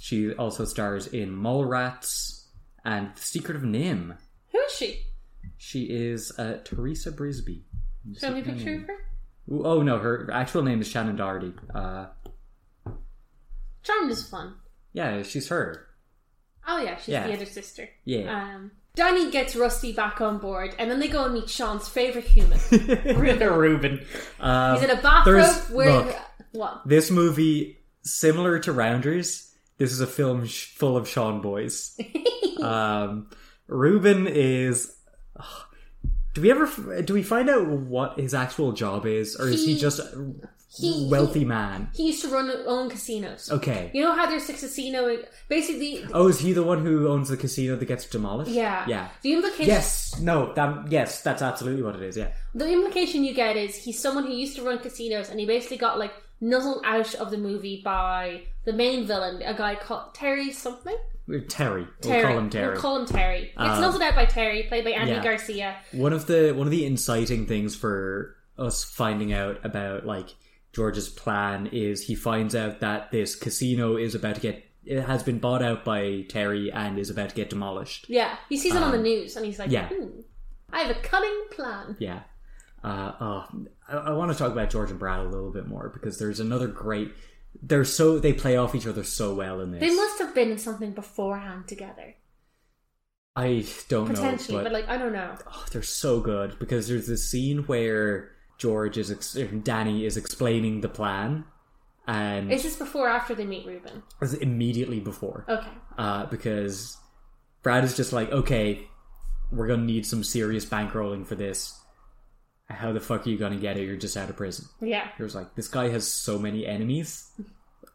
Speaker 7: She also stars in Mallrats and The Secret of Nim.
Speaker 6: who is she?
Speaker 7: She is uh, Teresa Brisby.
Speaker 6: Show me a picture of her.
Speaker 7: Ooh, Oh no, her actual name is Shannon Doherty. Uh,
Speaker 6: Charmed is fun.
Speaker 7: yeah, she's her.
Speaker 6: Oh yeah, she's
Speaker 7: Yeah.
Speaker 6: the other sister.
Speaker 7: Yeah.
Speaker 6: Um, Danny gets Rusty back on board, and then they go and meet Sean's favorite human. He's
Speaker 7: Reuben. Reuben. Um,
Speaker 6: in a bathrobe
Speaker 7: There's-
Speaker 6: wearing
Speaker 7: look.
Speaker 6: what?
Speaker 7: this movie, similar to Rounders, this is a film sh- full of Sean boys. um, Reuben is. ugh. do we ever f- do we find out what his actual job is, or is he,
Speaker 6: He-
Speaker 7: just a
Speaker 6: he-
Speaker 7: wealthy man?
Speaker 6: He used to run own casinos.
Speaker 7: Okay.
Speaker 6: You know how there's a casino. Basically,
Speaker 7: Oh, is he the one who owns the casino that gets demolished?
Speaker 6: yeah,
Speaker 7: Yeah.
Speaker 6: The implication,
Speaker 7: Yes. No. That. Yes. That's absolutely what it is. Yeah.
Speaker 6: the implication you get is he's someone who used to run casinos, and he basically got like nuzzled out of the movie by the main villain, a guy called Terry something.
Speaker 7: Terry.
Speaker 6: Terry.
Speaker 7: We'll call him Terry.
Speaker 6: We'll call him Terry. It's
Speaker 7: Um,
Speaker 6: nuzzled out by Terry, played by Andy
Speaker 7: yeah.
Speaker 6: Garcia.
Speaker 7: one of the one of the inciting things for us finding out about like George's plan is he finds out that this casino is about to get it has been bought out by Terry and is about to get demolished.
Speaker 6: Yeah, he sees it on the news and he's like,
Speaker 7: Um, yeah.
Speaker 6: hmm, I have a cunning plan.
Speaker 7: Yeah. Uh, oh, I, I want to talk about George and Brad a little bit more because there's another great. They're so they play off each other so well in this.
Speaker 6: They must have been in something beforehand together.
Speaker 7: I don't
Speaker 6: Potentially,
Speaker 7: know,
Speaker 6: but, like, I don't know.
Speaker 7: oh, they're so good because there's this scene where George is ex- Danny is explaining the plan, and
Speaker 6: Is this before or after they meet Ruben?
Speaker 7: it's immediately before.
Speaker 6: Okay.
Speaker 7: uh, because Brad is just like, okay, we're gonna need some serious bankrolling for this. How the fuck are you gonna get it? You're just out of prison.
Speaker 6: Yeah.
Speaker 7: He was like, this guy has so many enemies.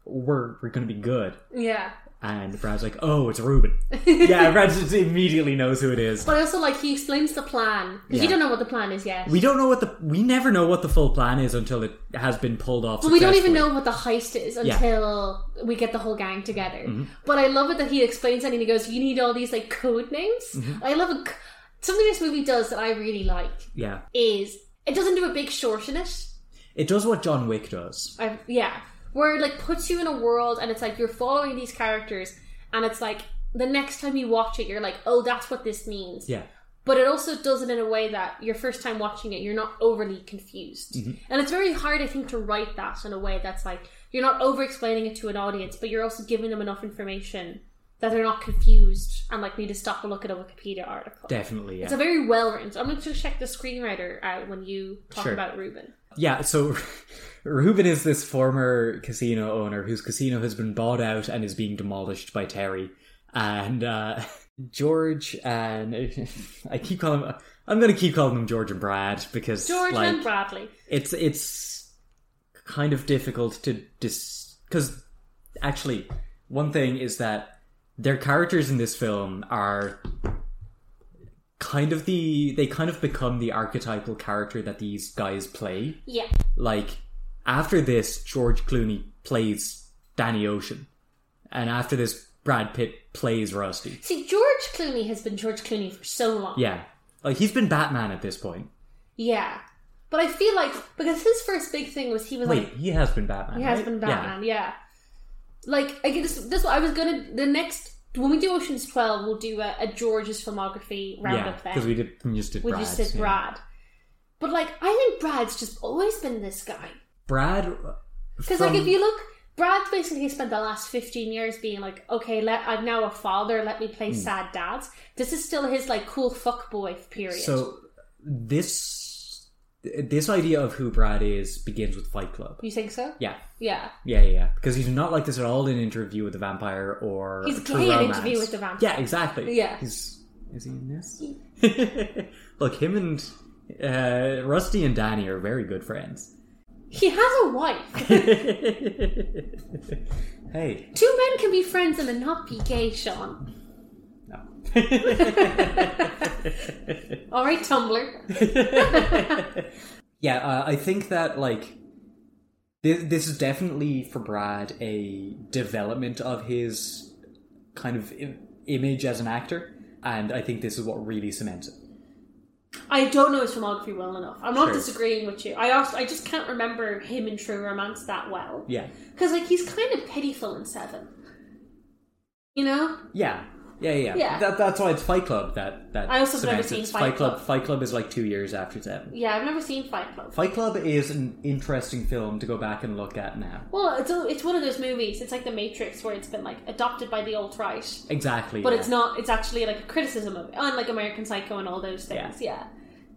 Speaker 7: We're we're gonna be good.
Speaker 6: Yeah.
Speaker 7: And Brad's like, oh, it's Ruben. yeah, Brad just immediately knows who it is.
Speaker 6: But also, like, he explains the plan. 'Cause
Speaker 7: Yeah.
Speaker 6: You don't know what the plan is yet.
Speaker 7: We don't know what the we never know what the full plan is until it has been pulled off.
Speaker 6: But we don't even
Speaker 7: successfully.
Speaker 6: know what the heist is
Speaker 7: Yeah. Mm-hmm.
Speaker 6: until we get the whole gang together. But I love it that he explains it and he goes, "You need all these like code names."
Speaker 7: Mm-hmm.
Speaker 6: I love a, c- something this movie does that I really like
Speaker 7: Yeah,
Speaker 6: is it doesn't do a big short in it.
Speaker 7: it does what John Wick does.
Speaker 6: I, yeah, where it like puts you in a world and it's like you're following these characters and it's like the next time you watch it, you're like, "Oh, that's what this means."
Speaker 7: Yeah,
Speaker 6: but it also does it in a way that your first time watching it, you're not overly confused.
Speaker 7: Mm-hmm.
Speaker 6: And it's very hard, I think, to write that in a way that's like you're not over explaining it to an audience, but you're also giving them enough information that they're not confused and like need to stop and look at a Wikipedia article.
Speaker 7: definitely. Yeah,
Speaker 6: It's a very well written. So I'm going to check the screenwriter out when you talk
Speaker 7: Sure.
Speaker 6: about Ruben.
Speaker 7: Yeah, so Ruben is this former casino owner whose casino has been bought out and is being demolished by Terry. And uh, George and I keep calling him, I'm going to keep calling them George and Brad because
Speaker 6: George
Speaker 7: like,
Speaker 6: and Bradley.
Speaker 7: it's it's kind of difficult to dis because actually one thing is that their characters in this film are kind of the they kind of become the archetypal character that these guys play
Speaker 6: Yeah.
Speaker 7: like after this george clooney plays danny ocean and after this brad pitt plays rusty
Speaker 6: See, George Clooney has been George Clooney for so long.
Speaker 7: yeah like he's been batman at this point
Speaker 6: Yeah. But I feel like because his first big thing was he was like
Speaker 7: wait he has been batman
Speaker 6: He has
Speaker 7: right?
Speaker 6: been
Speaker 7: Yeah.
Speaker 6: Batman, yeah. Like I get this. This I was gonna the next when we do Ocean's Twelve, we'll do a, a George's filmography
Speaker 7: yeah
Speaker 6: roundup.
Speaker 7: because
Speaker 6: then
Speaker 7: we did we just did
Speaker 6: we just
Speaker 7: Brad's,
Speaker 6: did
Speaker 7: yeah.
Speaker 6: Brad, but like I think Brad's just always been this guy
Speaker 7: Brad.
Speaker 6: because
Speaker 7: from-
Speaker 6: like if you look, Brad basically spent the last fifteen years being like, okay, let I'm now a father, let me
Speaker 7: Hmm.
Speaker 6: play sad dads. This is still his like cool fuck boy period.
Speaker 7: so this this idea of who Brad is begins with Fight Club.
Speaker 6: you think so?
Speaker 7: Yeah,
Speaker 6: Yeah,
Speaker 7: yeah, yeah. yeah. Because he's not like this at all in Interview with the Vampire or
Speaker 6: He's
Speaker 7: True
Speaker 6: gay in
Speaker 7: Romance.
Speaker 6: Interview with the Vampire.
Speaker 7: Yeah, exactly.
Speaker 6: Yeah.
Speaker 7: he's is he in this? Look, him and uh, Rusty and Danny are very good friends.
Speaker 6: he has a wife.
Speaker 7: hey,
Speaker 6: Two men can be friends and then not be gay, Sean.
Speaker 7: no.
Speaker 6: All right, Tumblr.
Speaker 7: yeah, uh, I think that like this, this is definitely for Brad a development of his kind of I- image as an actor, and I think this is what really cements it.
Speaker 6: I don't know his filmography well enough. I'm not
Speaker 7: Sure.
Speaker 6: disagreeing with you. I also, I just can't remember him in True Romance that well.
Speaker 7: Yeah,
Speaker 6: Because like he's kind of pitiful in Seven. You know,
Speaker 7: yeah, yeah, yeah.
Speaker 6: Yeah.
Speaker 7: That, that's why it's Fight Club. That that
Speaker 6: I also have never
Speaker 7: cements
Speaker 6: seen
Speaker 7: it.
Speaker 6: Fight
Speaker 7: Club.
Speaker 6: Club.
Speaker 7: Fight Club is like two years after Seven.
Speaker 6: yeah, I've never seen Fight Club.
Speaker 7: Fight Club is an interesting film to go back and look at now.
Speaker 6: Well, it's a, it's one of those movies. It's like The Matrix, where it's been like adopted by the alt right,
Speaker 7: Exactly,
Speaker 6: but
Speaker 7: yeah.
Speaker 6: it's not. It's actually like a criticism of it, unlike American Psycho and all those things. Yeah.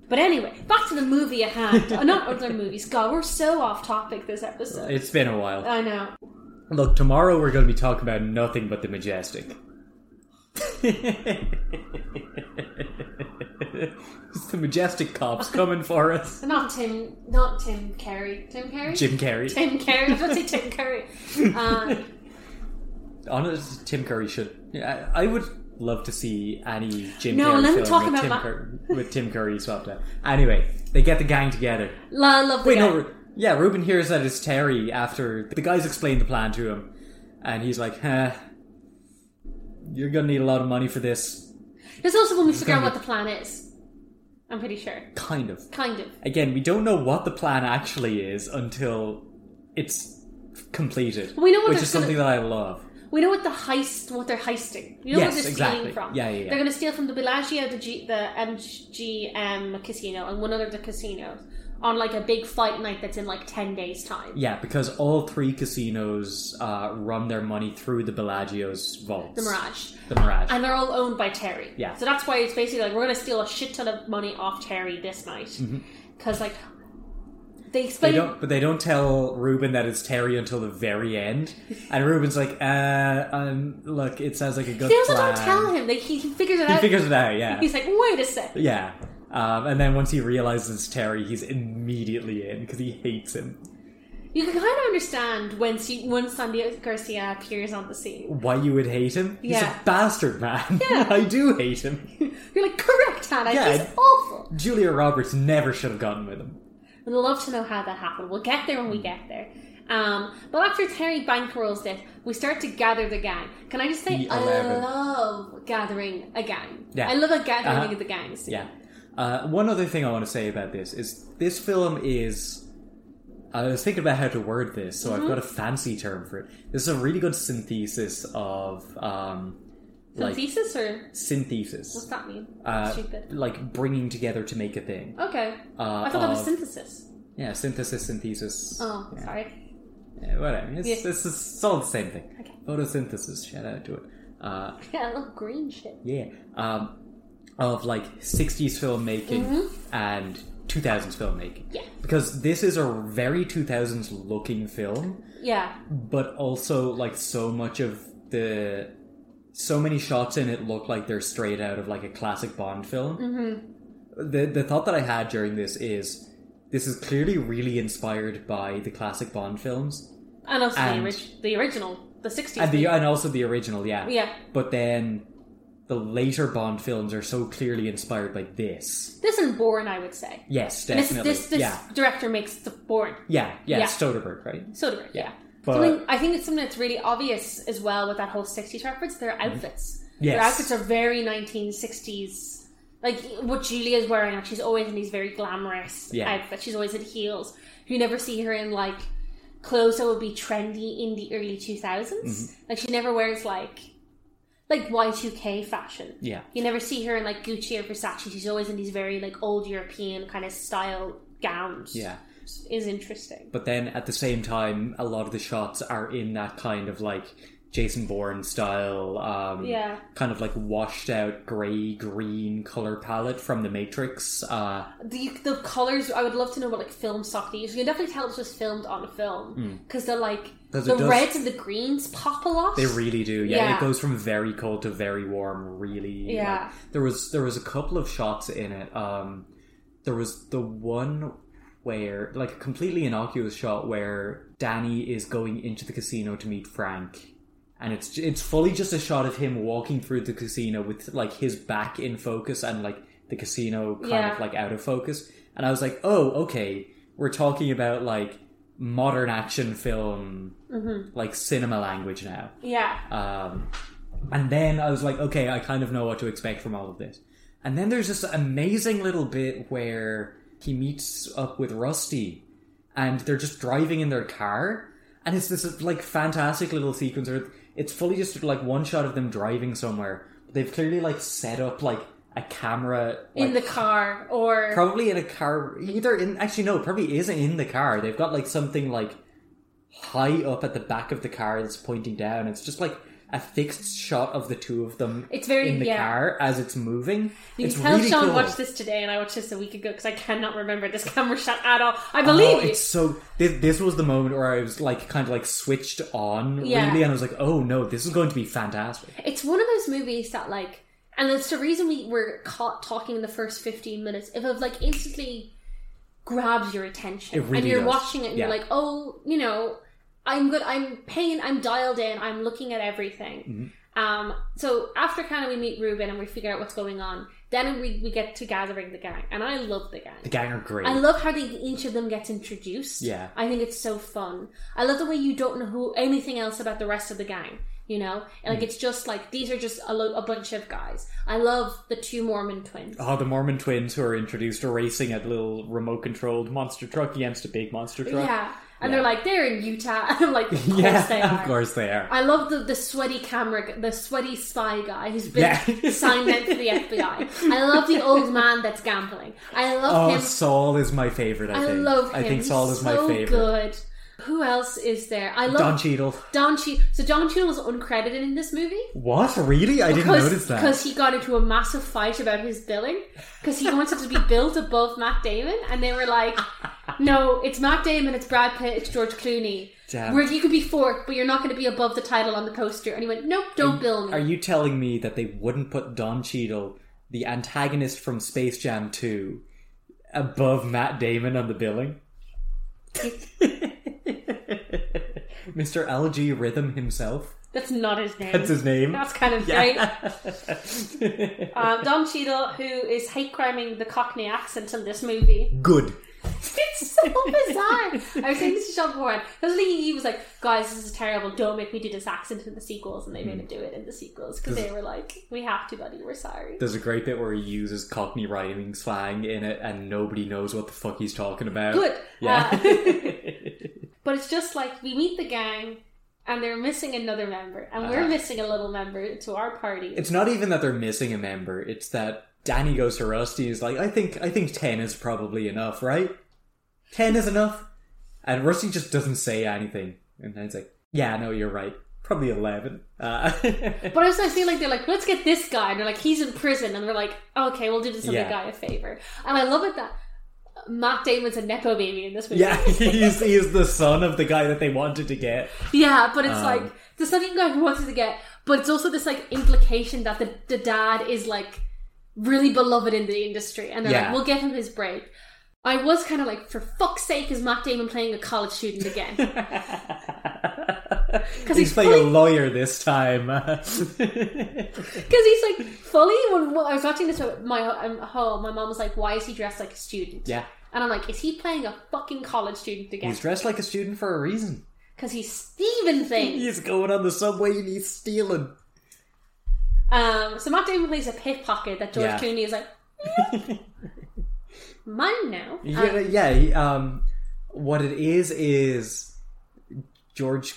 Speaker 6: But anyway, back to the movie at hand. Uh, not other movies. God, we're so off topic this episode.
Speaker 7: It's been a while.
Speaker 6: I know.
Speaker 7: Look, tomorrow we're going to be talking about nothing but the majestic. it's the majestic cops coming for us.
Speaker 6: Not Tim. Not Tim Carey. Tim Carey.
Speaker 7: Jim Carrey.
Speaker 6: Tim Curry. I was about to say Tim Curry. Um,
Speaker 7: Honest, Tim Curry should. Yeah, I, I would love to see any Jim
Speaker 6: No,
Speaker 7: Carrey
Speaker 6: let me
Speaker 7: film
Speaker 6: talk
Speaker 7: with,
Speaker 6: about
Speaker 7: Tim
Speaker 6: my-
Speaker 7: Curry, with Tim Curry swapped out. Anyway, they get the gang together.
Speaker 6: La love the
Speaker 7: Wait,
Speaker 6: guy.
Speaker 7: no. Ru- Yeah, Ruben hears that it's Terry after the guys explain the plan to him, and he's like, "Huh, you're gonna need a lot of money for this."
Speaker 6: There's also when we figure out what the plan is. I'm pretty sure.
Speaker 7: Kind of.
Speaker 6: Kind of.
Speaker 7: again, we don't know what the plan actually is until it's completed.
Speaker 6: We know what
Speaker 7: which
Speaker 6: it's
Speaker 7: is something that I love.
Speaker 6: we know what the heist, what they're heisting. We know
Speaker 7: Yes,
Speaker 6: what they're
Speaker 7: exactly.
Speaker 6: stealing from.
Speaker 7: Yeah, yeah, yeah.
Speaker 6: They're going to steal from the Bellagio, the, G, the MGM casino, and one other of the casinos on like a big fight night that's in like ten days' time.
Speaker 7: Yeah, because all three casinos uh, run their money through the Bellagio's vaults.
Speaker 6: The Mirage.
Speaker 7: The Mirage.
Speaker 6: And they're all owned by Terry.
Speaker 7: Yeah.
Speaker 6: So that's why it's basically like we're gonna steal a shit ton of money off Terry this night. Because like they
Speaker 7: Mm-hmm. they
Speaker 6: explain
Speaker 7: don't, but they don't tell Ruben that it's Terry until the very end. And Ruben's like, uh, um, look, it sounds like a good
Speaker 6: they also
Speaker 7: plan.
Speaker 6: don't tell him. They, he, he figures it
Speaker 7: He
Speaker 6: out.
Speaker 7: figures it out, yeah.
Speaker 6: He's like, wait a sec.
Speaker 7: yeah. Um, and then once he realizes it's Terry, he's immediately in because he hates him.
Speaker 6: You can kind of understand when she, when Sandy Garcia appears on the scene.
Speaker 7: Why you would hate him? He's
Speaker 6: Yeah.
Speaker 7: a bastard, man.
Speaker 6: Yeah.
Speaker 7: I do hate him.
Speaker 6: You're like, correct, Hannah.
Speaker 7: Yeah.
Speaker 6: He's awful.
Speaker 7: Julia Roberts never should have gotten with him.
Speaker 6: I'd love to know how that happened. We'll get there when we get there. Um, but after Terry bankrolls this, we start to gather the gang. Can I just say,
Speaker 7: The
Speaker 6: I
Speaker 7: 11.
Speaker 6: love gathering a gang.
Speaker 7: E Yeah.
Speaker 6: I love a gathering
Speaker 7: Uh-huh.
Speaker 6: of the gangs.
Speaker 7: Yeah. Uh, one other thing I want to say about this is this film is. I was thinking about how to word this, so
Speaker 6: Mm-hmm.
Speaker 7: I've got a fancy term for it. This is a really good synthesis of, um, like
Speaker 6: Synthesis or what's
Speaker 7: synthesis,
Speaker 6: that mean?
Speaker 7: uh,
Speaker 6: Stupid.
Speaker 7: like bringing together to make a thing.
Speaker 6: Okay.
Speaker 7: Uh,
Speaker 6: I thought that was
Speaker 7: of-
Speaker 6: synthesis.
Speaker 7: Yeah, synthesis, synthesis.
Speaker 6: Oh,
Speaker 7: yeah.
Speaker 6: sorry.
Speaker 7: Yeah, whatever. It's,
Speaker 6: Yeah.
Speaker 7: it's, it's all the same thing.
Speaker 6: Okay.
Speaker 7: Photosynthesis. Shout out to it. Uh,
Speaker 6: Yeah, I love green shit.
Speaker 7: yeah. Um, of like 60s filmmaking and 2000s filmmaking.
Speaker 6: Yeah.
Speaker 7: Because this is a very 2000s looking film,
Speaker 6: Yeah.
Speaker 7: but also like so much of the. So many shots in it look like they're straight out of like a classic Bond film. Mm-hmm. The, the thought that I had during this is this is clearly really inspired by the classic Bond films.
Speaker 6: And also the,
Speaker 7: And-
Speaker 6: orig- the original, the 60s.
Speaker 7: and the uh,
Speaker 6: one.
Speaker 7: and also the original, yeah.
Speaker 6: Yeah.
Speaker 7: But then the later Bond films are so clearly inspired by this.
Speaker 6: This and Bourne, I would say.
Speaker 7: Yes,
Speaker 6: This,
Speaker 7: definitely.
Speaker 6: this, this
Speaker 7: yeah.
Speaker 6: director makes the Bourne.
Speaker 7: yeah, yeah,
Speaker 6: yeah.
Speaker 7: Soderbergh, right?
Speaker 6: Soderbergh, yeah.
Speaker 7: But-
Speaker 6: Something, I think it's something that's really obvious as well with that whole 60s reference, their
Speaker 7: Mm-hmm.
Speaker 6: outfits. Their
Speaker 7: Yes.
Speaker 6: outfits are very 1960s. Like what Julia's wearing, like, she's always in these very glamorous
Speaker 7: Yeah.
Speaker 6: outfits. She's always in heels. You never see her in like clothes that would be trendy in the early 2000s.
Speaker 7: Mm-hmm.
Speaker 6: Like she never wears like like Y2K fashion.
Speaker 7: Yeah.
Speaker 6: You never see her in like Gucci or Versace. She's always in these very like old European kind of style gowns.
Speaker 7: Yeah.
Speaker 6: Is interesting.
Speaker 7: But then at the same time, a lot of the shots are in that kind of like Jason Bourne style, um,
Speaker 6: Yeah.
Speaker 7: kind of like washed out grey green color palette from The Matrix. Uh,
Speaker 6: the the colors. I would love to know what like film stock they use. You can definitely tell it's just filmed on a
Speaker 7: Hmm.
Speaker 6: film because they're like
Speaker 7: 'Cause
Speaker 6: the
Speaker 7: it does-
Speaker 6: reds and the greens pop a lot.
Speaker 7: They really do. Yeah,
Speaker 6: Yeah.
Speaker 7: it goes from very cold to very warm. Really.
Speaker 6: Yeah.
Speaker 7: like- there was there was a couple of shots in it. Um, there was the one where like a completely innocuous shot where Danny is going into the casino to meet Frank. And it's it's fully just a shot of him walking through the casino with like his back in focus and like the casino kind
Speaker 6: Yeah.
Speaker 7: of like out of focus. And I was like, oh, okay, we're talking about like modern action film,
Speaker 6: Mm-hmm.
Speaker 7: like cinema language now.
Speaker 6: yeah,
Speaker 7: Um, and then I was like, okay, I kind of know what to expect from all of this. And then there's this amazing little bit where he meets up with Rusty and they're just driving in their car. And it's this like fantastic little sequence where it's fully just like one shot of them driving somewhere. They've clearly like set up like a camera like,
Speaker 6: in the car or
Speaker 7: probably in a car either in actually no probably isn't in the car they've got like something like high up at the back of the car that's pointing down it's just like a fixed shot of the two of them
Speaker 6: It's very-
Speaker 7: in the
Speaker 6: yeah.
Speaker 7: car as it's moving
Speaker 6: you
Speaker 7: it's
Speaker 6: can tell
Speaker 7: really
Speaker 6: Sean
Speaker 7: cool.
Speaker 6: watched this today and I watched this a week ago because I cannot remember this camera shot at all. I
Speaker 7: Oh,
Speaker 6: believe you.
Speaker 7: it's so this, this was the moment where I was like kind of like switched on
Speaker 6: Yeah.
Speaker 7: really and I was like oh no this is going to be fantastic
Speaker 6: It's one of those movies that like, and it's the reason we were caught talking in the first fifteen minutes. If it like instantly grabs your attention,
Speaker 7: It really
Speaker 6: and you're
Speaker 7: does.
Speaker 6: watching it, and
Speaker 7: Yeah.
Speaker 6: you're like, oh, you know, I'm good. I'm paying. I'm dialed in. I'm looking at everything.
Speaker 7: Mm-hmm.
Speaker 6: Um, so after kind of we meet Ruben and we figure out what's going on, then we we get to gathering the gang, and I love the gang.
Speaker 7: the gang are great
Speaker 6: I love how they, each of them gets introduced.
Speaker 7: Yeah.
Speaker 6: I think it's so fun. I love the way you don't know who anything else about the rest of the gang. You know, And,
Speaker 7: Mm.
Speaker 6: like it's just like these are just a, lo- a bunch of guys. I love the two Mormon twins.
Speaker 7: Oh, the Mormon twins who are introduced are racing a little remote controlled monster truck against a big monster truck.
Speaker 6: Yeah. And they're like, they're in Utah. And I'm like, of course
Speaker 7: yeah,
Speaker 6: they are.
Speaker 7: of course they are.
Speaker 6: I love the, the sweaty camera, the sweaty spy guy who's been
Speaker 7: Yeah.
Speaker 6: signed out for the FBI. I love the old man that's gambling. I love
Speaker 7: oh,
Speaker 6: him.
Speaker 7: Saul is my favorite. I,
Speaker 6: I
Speaker 7: think.
Speaker 6: love him.
Speaker 7: I think Saul
Speaker 6: He's
Speaker 7: is my
Speaker 6: so
Speaker 7: favorite.
Speaker 6: good. Who else is there? I love
Speaker 7: Don Cheadle.
Speaker 6: Don Cheadle. So Don Cheadle is uncredited in this movie.
Speaker 7: What? Really? I didn't notice that.
Speaker 6: because he got into a massive fight about his billing because he wanted to be billed above Matt Damon, and they were like, "No, it's Matt Damon, it's Brad Pitt, it's George Clooney.
Speaker 7: Damn.
Speaker 6: Where you could be fourth, but you're not going to be above the title on the poster." And he went, "Nope, don't bill me."
Speaker 7: Are you telling me that they wouldn't put Don Cheadle, the antagonist from Space Jam 2, above Matt Damon on the billing? Mr. LG Rhythm himself.
Speaker 6: That's not his name.
Speaker 7: That's his name.
Speaker 6: That's kind of great. Um, Don Cheadle, who is hate criming the Cockney accent in this movie.
Speaker 7: Good.
Speaker 6: It's so bizarre. I was saying this to Sean before. and I was thinking he was like, guys, this is terrible. Don't make me do this accent in the sequels, and they
Speaker 7: Hmm.
Speaker 6: made him do it in the sequels because they were like, we have to, buddy. We're sorry.
Speaker 7: There's a great bit where he uses Cockney rhyming slang in it and nobody knows what the fuck he's talking about.
Speaker 6: Good. Uh,
Speaker 7: Yeah.
Speaker 6: Ah. But it's just like we meet the gang, and they're missing another member, and we're
Speaker 7: Uh-huh.
Speaker 6: missing a little member to our party.
Speaker 7: it's not even that they're missing a member, it's that Danny goes to Rusty and is like, I think I think ten is probably enough, right? Ten is enough? And Rusty just doesn't say anything. And then he's like, Yeah, no, you're right. Probably eleven. Uh,
Speaker 6: But I also feel like they're like, let's get this guy, and they're like, he's in prison, and we're like, okay, we'll do this other
Speaker 7: Yeah.
Speaker 6: guy a favor. And I love it that Matt Damon's a nepo baby in this movie.
Speaker 7: yeah, he's he's the son of the guy that they wanted to get.
Speaker 6: Yeah, but it's
Speaker 7: Um,
Speaker 6: like the son you guy who wants to get, but it's also this like implication that the, the dad is like really beloved in the industry, and they're
Speaker 7: Yeah.
Speaker 6: like, we'll give him his break. I was kind of like, for fuck's sake, is Matt Damon playing a college student again? he's
Speaker 7: Because he's playing
Speaker 6: fully-
Speaker 7: a lawyer this time.
Speaker 6: Because he's like fully. When, when I was watching this at my um, home, my mom was like, "Why is he dressed like a student?"
Speaker 7: yeah,
Speaker 6: and I'm like, "Is he playing a fucking college student again?"
Speaker 7: he's dressed like a student for a reason.
Speaker 6: Because he's Stephen thing.
Speaker 7: He's going on the subway and he's stealing.
Speaker 6: Um, so Matt Damon plays a pickpocket that George
Speaker 7: Yeah.
Speaker 6: Clooney is like, "Yep." mine now. Um,
Speaker 7: Yeah, yeah. He, um, what it is is George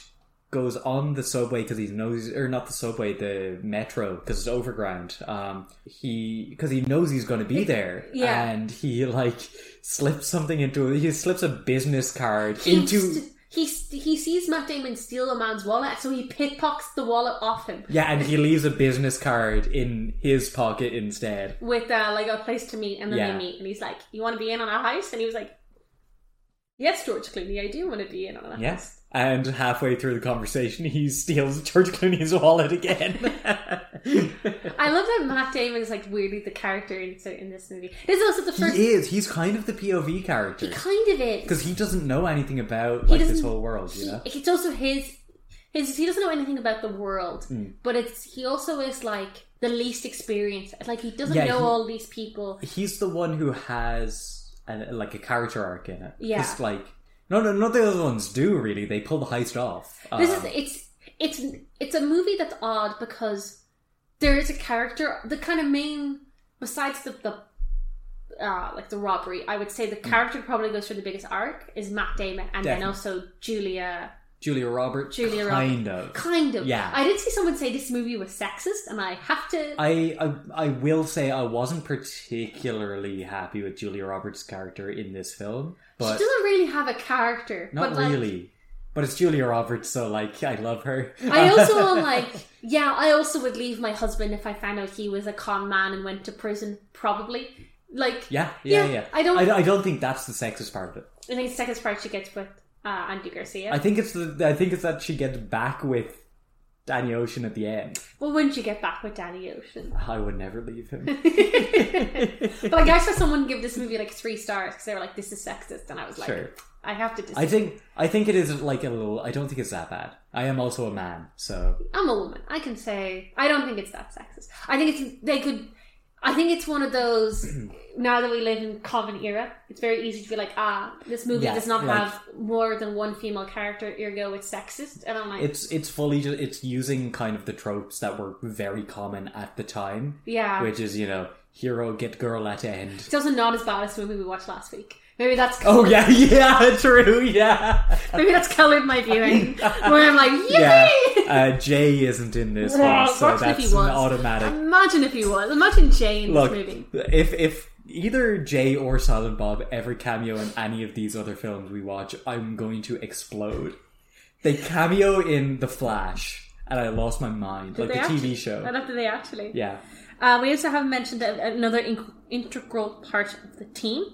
Speaker 7: goes on the subway because he knows, or not the subway, the metro because it's overground. Um, he because he knows he's going to be there,
Speaker 6: Yeah.
Speaker 7: and he like slips something into he slips a business card
Speaker 6: he
Speaker 7: into.
Speaker 6: st- he st- he sees Matt Damon steal a man's wallet, so he pickpockets the wallet off him
Speaker 7: Yeah, and he leaves a business card in his pocket instead.
Speaker 6: with uh, like a place to meet, and then
Speaker 7: Yeah.
Speaker 6: they meet, and he's like, "You want to be in on our heist?" And he was like, "Yes, George Clooney, I do want to be in on a heist."
Speaker 7: Yes. And halfway through the conversation, he steals George Clooney's wallet again.
Speaker 6: I love that Matt Damon is like weirdly the character in, so in this movie. This is also the first.
Speaker 7: he is. He's kind of the POV character.
Speaker 6: he kind of is.
Speaker 7: because he doesn't know anything about
Speaker 6: He
Speaker 7: like this
Speaker 6: doesn't-
Speaker 7: whole world, you know.
Speaker 6: He- it's also his his he doesn't know anything about the world
Speaker 7: Hmm.
Speaker 6: but it's he also is like the least experienced like he doesn't
Speaker 7: Yeah,
Speaker 6: know
Speaker 7: he-
Speaker 6: all these people
Speaker 7: He's the one who has an, like a character arc in it.
Speaker 6: Yeah.
Speaker 7: Just like no, no, not the other ones do really. They pull the heist off.
Speaker 6: this
Speaker 7: Um,
Speaker 6: is it's it's it's a movie that's odd because there is a character the kind of main besides the the uh, like the robbery, I would say the character probably goes through the biggest arc is Matt Damon, and then
Speaker 7: Mm. Definitely.
Speaker 6: also Julia.
Speaker 7: Julia Roberts.
Speaker 6: Julia
Speaker 7: kind of.
Speaker 6: Kind of,
Speaker 7: Yeah.
Speaker 6: I did see someone say this movie was sexist, and I have to.
Speaker 7: I, I I will say I wasn't particularly happy with Julia Roberts' character in this film, but
Speaker 6: she doesn't really have a character.
Speaker 7: not
Speaker 6: but like,
Speaker 7: really. But it's Julia Roberts, so like I love her.
Speaker 6: I also am like, yeah, I also would leave my husband if I found out he was a con man and went to prison, probably. Like,
Speaker 7: yeah, yeah,
Speaker 6: Yeah,
Speaker 7: yeah.
Speaker 6: I don't-
Speaker 7: I, I don't think that's the sexist part of it.
Speaker 6: I think the second part she gets with uh, Andy Garcia.
Speaker 7: I think it's the I think it's that she gets back with Danny Ocean at the end.
Speaker 6: well, wouldn't you get back with Danny Ocean?
Speaker 7: I would never leave him.
Speaker 6: but like, I saw someone give this movie like three stars because they were like, this is sexist. And I was like,
Speaker 7: sure.
Speaker 6: I have to disagree.
Speaker 7: I think I think it is like a little I don't think it's that bad. I am also a man, so
Speaker 6: I'm a woman. I can say I don't think it's that sexist. I think it's they could. I think it's one of those. now that we live in common era, it's very easy to be like, ah, this movie
Speaker 7: Yeah,
Speaker 6: does not
Speaker 7: like-
Speaker 6: have more than one female character. Ergo, it's sexist. And I'm like,
Speaker 7: it's it's fully just it's using kind of the tropes that were very common at the time,
Speaker 6: yeah,
Speaker 7: which is, you know, hero get girl at end.
Speaker 6: it's also not as bad as the movie we watched last week. Maybe that's
Speaker 7: Oh yeah, yeah, true, yeah,
Speaker 6: maybe that's colored my viewing. where I'm like, yippee!
Speaker 7: yeah. Uh, Jay isn't in this one,
Speaker 6: Well,
Speaker 7: so
Speaker 6: unfortunately,
Speaker 7: that's
Speaker 6: he
Speaker 7: an
Speaker 6: was.
Speaker 7: automatic.
Speaker 6: Imagine if he was. Imagine Jay in
Speaker 7: Look,
Speaker 6: this movie.
Speaker 7: if if either Jay or Silent Bob ever cameo in any of these other films we watch, I'm going to explode. They cameo in The Flash, and I lost my mind, like
Speaker 6: they
Speaker 7: the
Speaker 6: actually?
Speaker 7: TV show.
Speaker 6: Not that they actually.
Speaker 7: Yeah,
Speaker 6: Uh, we also have mentioned a- another in- integral part of the team,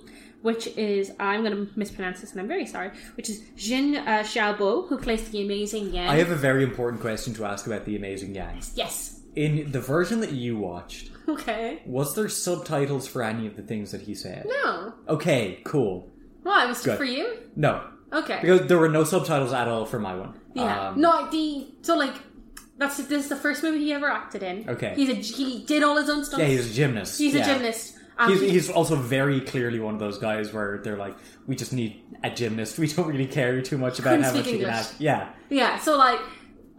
Speaker 6: which is I'm going to mispronounce this, and I'm very sorry. Which is Jin uh, Xiaobo, who plays the amazing Yang.
Speaker 7: I have a very important question to ask about The Amazing Yang.
Speaker 6: yes.
Speaker 7: In the version that you watched,
Speaker 6: Okay.
Speaker 7: was there subtitles for any of the things that he said?
Speaker 6: No.
Speaker 7: Okay, cool.
Speaker 6: Why was it
Speaker 7: Good.
Speaker 6: for you?
Speaker 7: No,
Speaker 6: Okay.
Speaker 7: because there were no subtitles at all for my one.
Speaker 6: yeah.
Speaker 7: Um,
Speaker 6: no. The so like. That's this is the first movie he ever acted in.
Speaker 7: Okay.
Speaker 6: He's a he did all his own stunts.
Speaker 7: yeah, he's a gymnast.
Speaker 6: He's
Speaker 7: yeah.
Speaker 6: a gymnast. Um,
Speaker 7: He's,
Speaker 6: he-
Speaker 7: he's also very clearly one of those guys where they're like, we just need a gymnast. We don't really care too much about
Speaker 6: Couldn't
Speaker 7: how much
Speaker 6: speak
Speaker 7: he can
Speaker 6: English.
Speaker 7: act. Yeah,
Speaker 6: Yeah, so like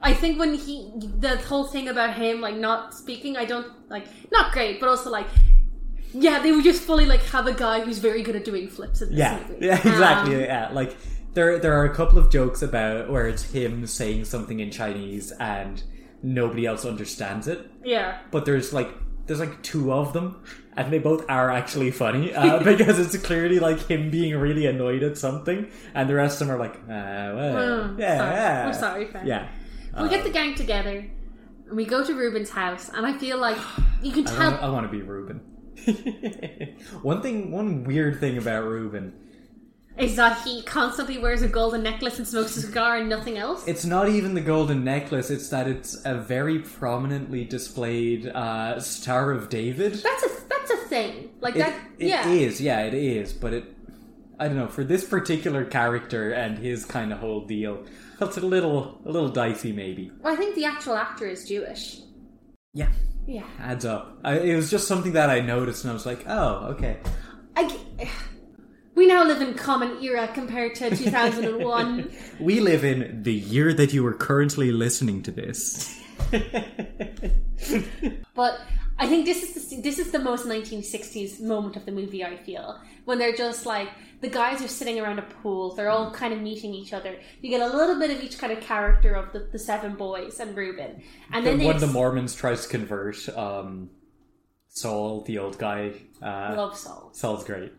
Speaker 6: I think when he the whole thing about him like not speaking, I don't like not great, but also like yeah, they would just fully like have a guy who's very good at doing flips in this
Speaker 7: yeah,
Speaker 6: movie.
Speaker 7: yeah, exactly.
Speaker 6: Um,
Speaker 7: yeah, like there there are a couple of jokes about where it's him saying something in Chinese and nobody else understands it.
Speaker 6: yeah.
Speaker 7: But there's like there's like two of them, and they both are actually funny uh, because it's clearly like him being really annoyed at something, and the rest of them are like, uh, well,
Speaker 6: Mm,
Speaker 7: yeah,
Speaker 6: sorry.
Speaker 7: yeah,
Speaker 6: We're sorry, friend.
Speaker 7: yeah. Uh,
Speaker 6: we get the gang together and we go to Ruben's house and I feel like you can
Speaker 7: I
Speaker 6: tell
Speaker 7: want, I want to be Ruben. one thing, one weird thing about Ruben,
Speaker 6: is that he constantly wears a golden necklace and smokes a cigar and nothing else.
Speaker 7: it's not even the golden necklace. It's that it's a very prominently displayed uh, Star of David.
Speaker 6: that's a that's a thing. Like
Speaker 7: It,
Speaker 6: that
Speaker 7: it
Speaker 6: yeah.
Speaker 7: is, yeah, it is. But it, I don't know. For this particular character and his kind of whole deal, that's a little, a little dicey, maybe.
Speaker 6: Well, I think the actual actor is Jewish.
Speaker 7: Yeah,
Speaker 6: Yeah.
Speaker 7: adds up. I, it was just something that I noticed, and I was like, oh, okay.
Speaker 6: I g we now live in common era compared to 2001.
Speaker 7: We live in the year that you are currently listening to this.
Speaker 6: but I think this is the, this is the most 1960s moment of the movie. I feel when they're just like the guys are sitting around a pool. They're all kind of meeting each other. You get a little bit of each kind of character of the, the seven boys and Reuben, and then they
Speaker 7: one of the
Speaker 6: ex-
Speaker 7: Mormons tries to convert um, Saul, the old guy. Uh,
Speaker 6: love Saul.
Speaker 7: Saul's great.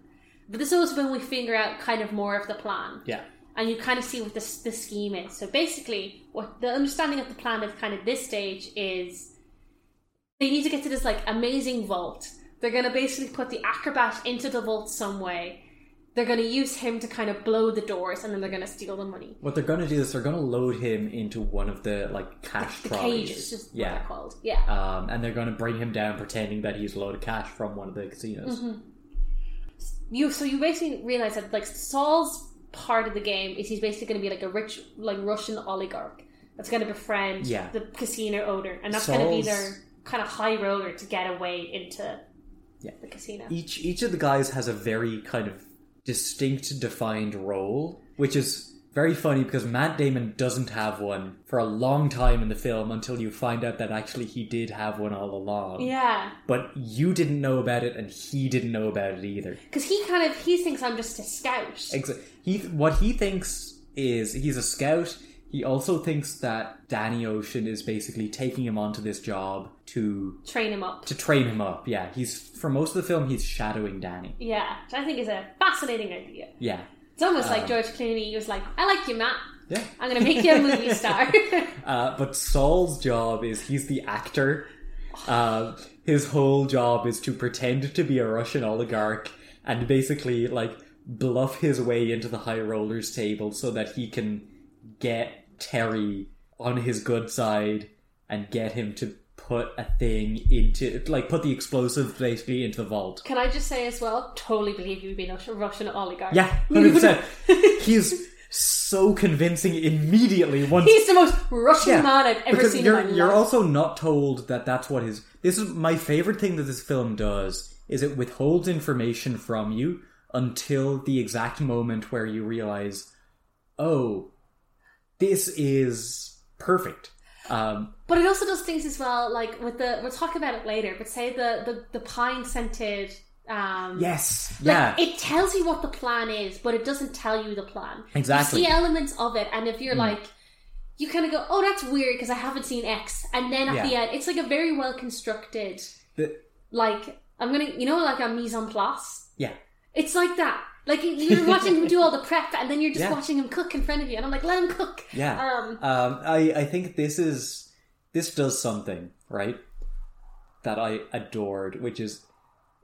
Speaker 6: But this is also when we figure out kind of more of the plan.
Speaker 7: Yeah.
Speaker 6: and you kind of see what the, the scheme is. So basically, what the understanding of the plan of kind of this stage is they need to get to this like amazing vault. They're going to basically put the acrobat into the vault some way. They're going to use him to kind of blow the doors, and then they're going to steal the money.
Speaker 7: What they're gonna do is they're gonna load him into one of the like cash
Speaker 6: The
Speaker 7: trolleys.
Speaker 6: cages, is what
Speaker 7: yeah.
Speaker 6: they're called. Yeah.
Speaker 7: Um, and they're gonna bring him down pretending that he's a load of cash from one of the casinos.
Speaker 6: you so you basically realize that like Saul's part of the game is he's basically going to be like a rich like Russian oligarch that's going to befriend
Speaker 7: Yeah.
Speaker 6: the casino owner, and that's going to be
Speaker 7: Saul's-
Speaker 6: their kind of high roller to get away into
Speaker 7: Yeah.
Speaker 6: the casino.
Speaker 7: Each each of the guys has a very kind of distinct defined role, which is very funny because Matt Damon doesn't have one for a long time in the film until you find out that actually he did have one all along.
Speaker 6: Yeah,
Speaker 7: but you didn't know about it and he didn't know about it either.
Speaker 6: because he kind of he thinks I'm just a scout.
Speaker 7: Ex- He what he thinks is he's a scout. He also thinks that Danny Ocean is basically taking him onto this job to
Speaker 6: Train him up.
Speaker 7: to train him up. Yeah, he's for most of the film he's shadowing Danny.
Speaker 6: Yeah, which I think is a fascinating idea.
Speaker 7: Yeah,
Speaker 6: It's almost
Speaker 7: Um,
Speaker 6: like George Clooney was like, "I like you, Matt.
Speaker 7: yeah.
Speaker 6: I'm going to make you a movie star."
Speaker 7: Uh, but Saul's job is he's the actor. Uh, his whole job is to pretend to be a Russian oligarch and basically like bluff his way into the high rollers table so that he can get Terry on his good side and get him to put a thing into like put the explosive basically into the vault.
Speaker 6: Can I just say as well? Totally believe you would be a Russian oligarch.
Speaker 7: Yeah, hundred percent. He's so convincing immediately once
Speaker 6: He's the most Russian
Speaker 7: Yeah,
Speaker 6: man I've ever
Speaker 7: because
Speaker 6: seen
Speaker 7: you're
Speaker 6: in my
Speaker 7: you're
Speaker 6: life.
Speaker 7: also not told that that's what his this is my favorite thing that this film does is it withholds information from you until the exact moment where you realize oh this is perfect um
Speaker 6: but it also does things as well, like with the we'll talk about it later. But say the the, the pine scented Um,
Speaker 7: Yes.
Speaker 6: like,
Speaker 7: Yeah.
Speaker 6: it tells you what the plan is, but it doesn't tell you the plan.
Speaker 7: Exactly. Hmm.
Speaker 6: You see elements of it, and if you're like, you kind of go, "Oh, that's weird," because I haven't seen X, and then at
Speaker 7: Yeah.
Speaker 6: the end, it's like a very well constructed,
Speaker 7: The-
Speaker 6: like I'm gonna, you know, like a mise en place.
Speaker 7: yeah.
Speaker 6: It's like that. Like you're watching him do all the prep, and then you're just
Speaker 7: Yeah.
Speaker 6: watching him cook in front of you, and I'm like, "Let him cook."
Speaker 7: Yeah.
Speaker 6: Um,
Speaker 7: Um, I, I think this is this does something right that I adored, which is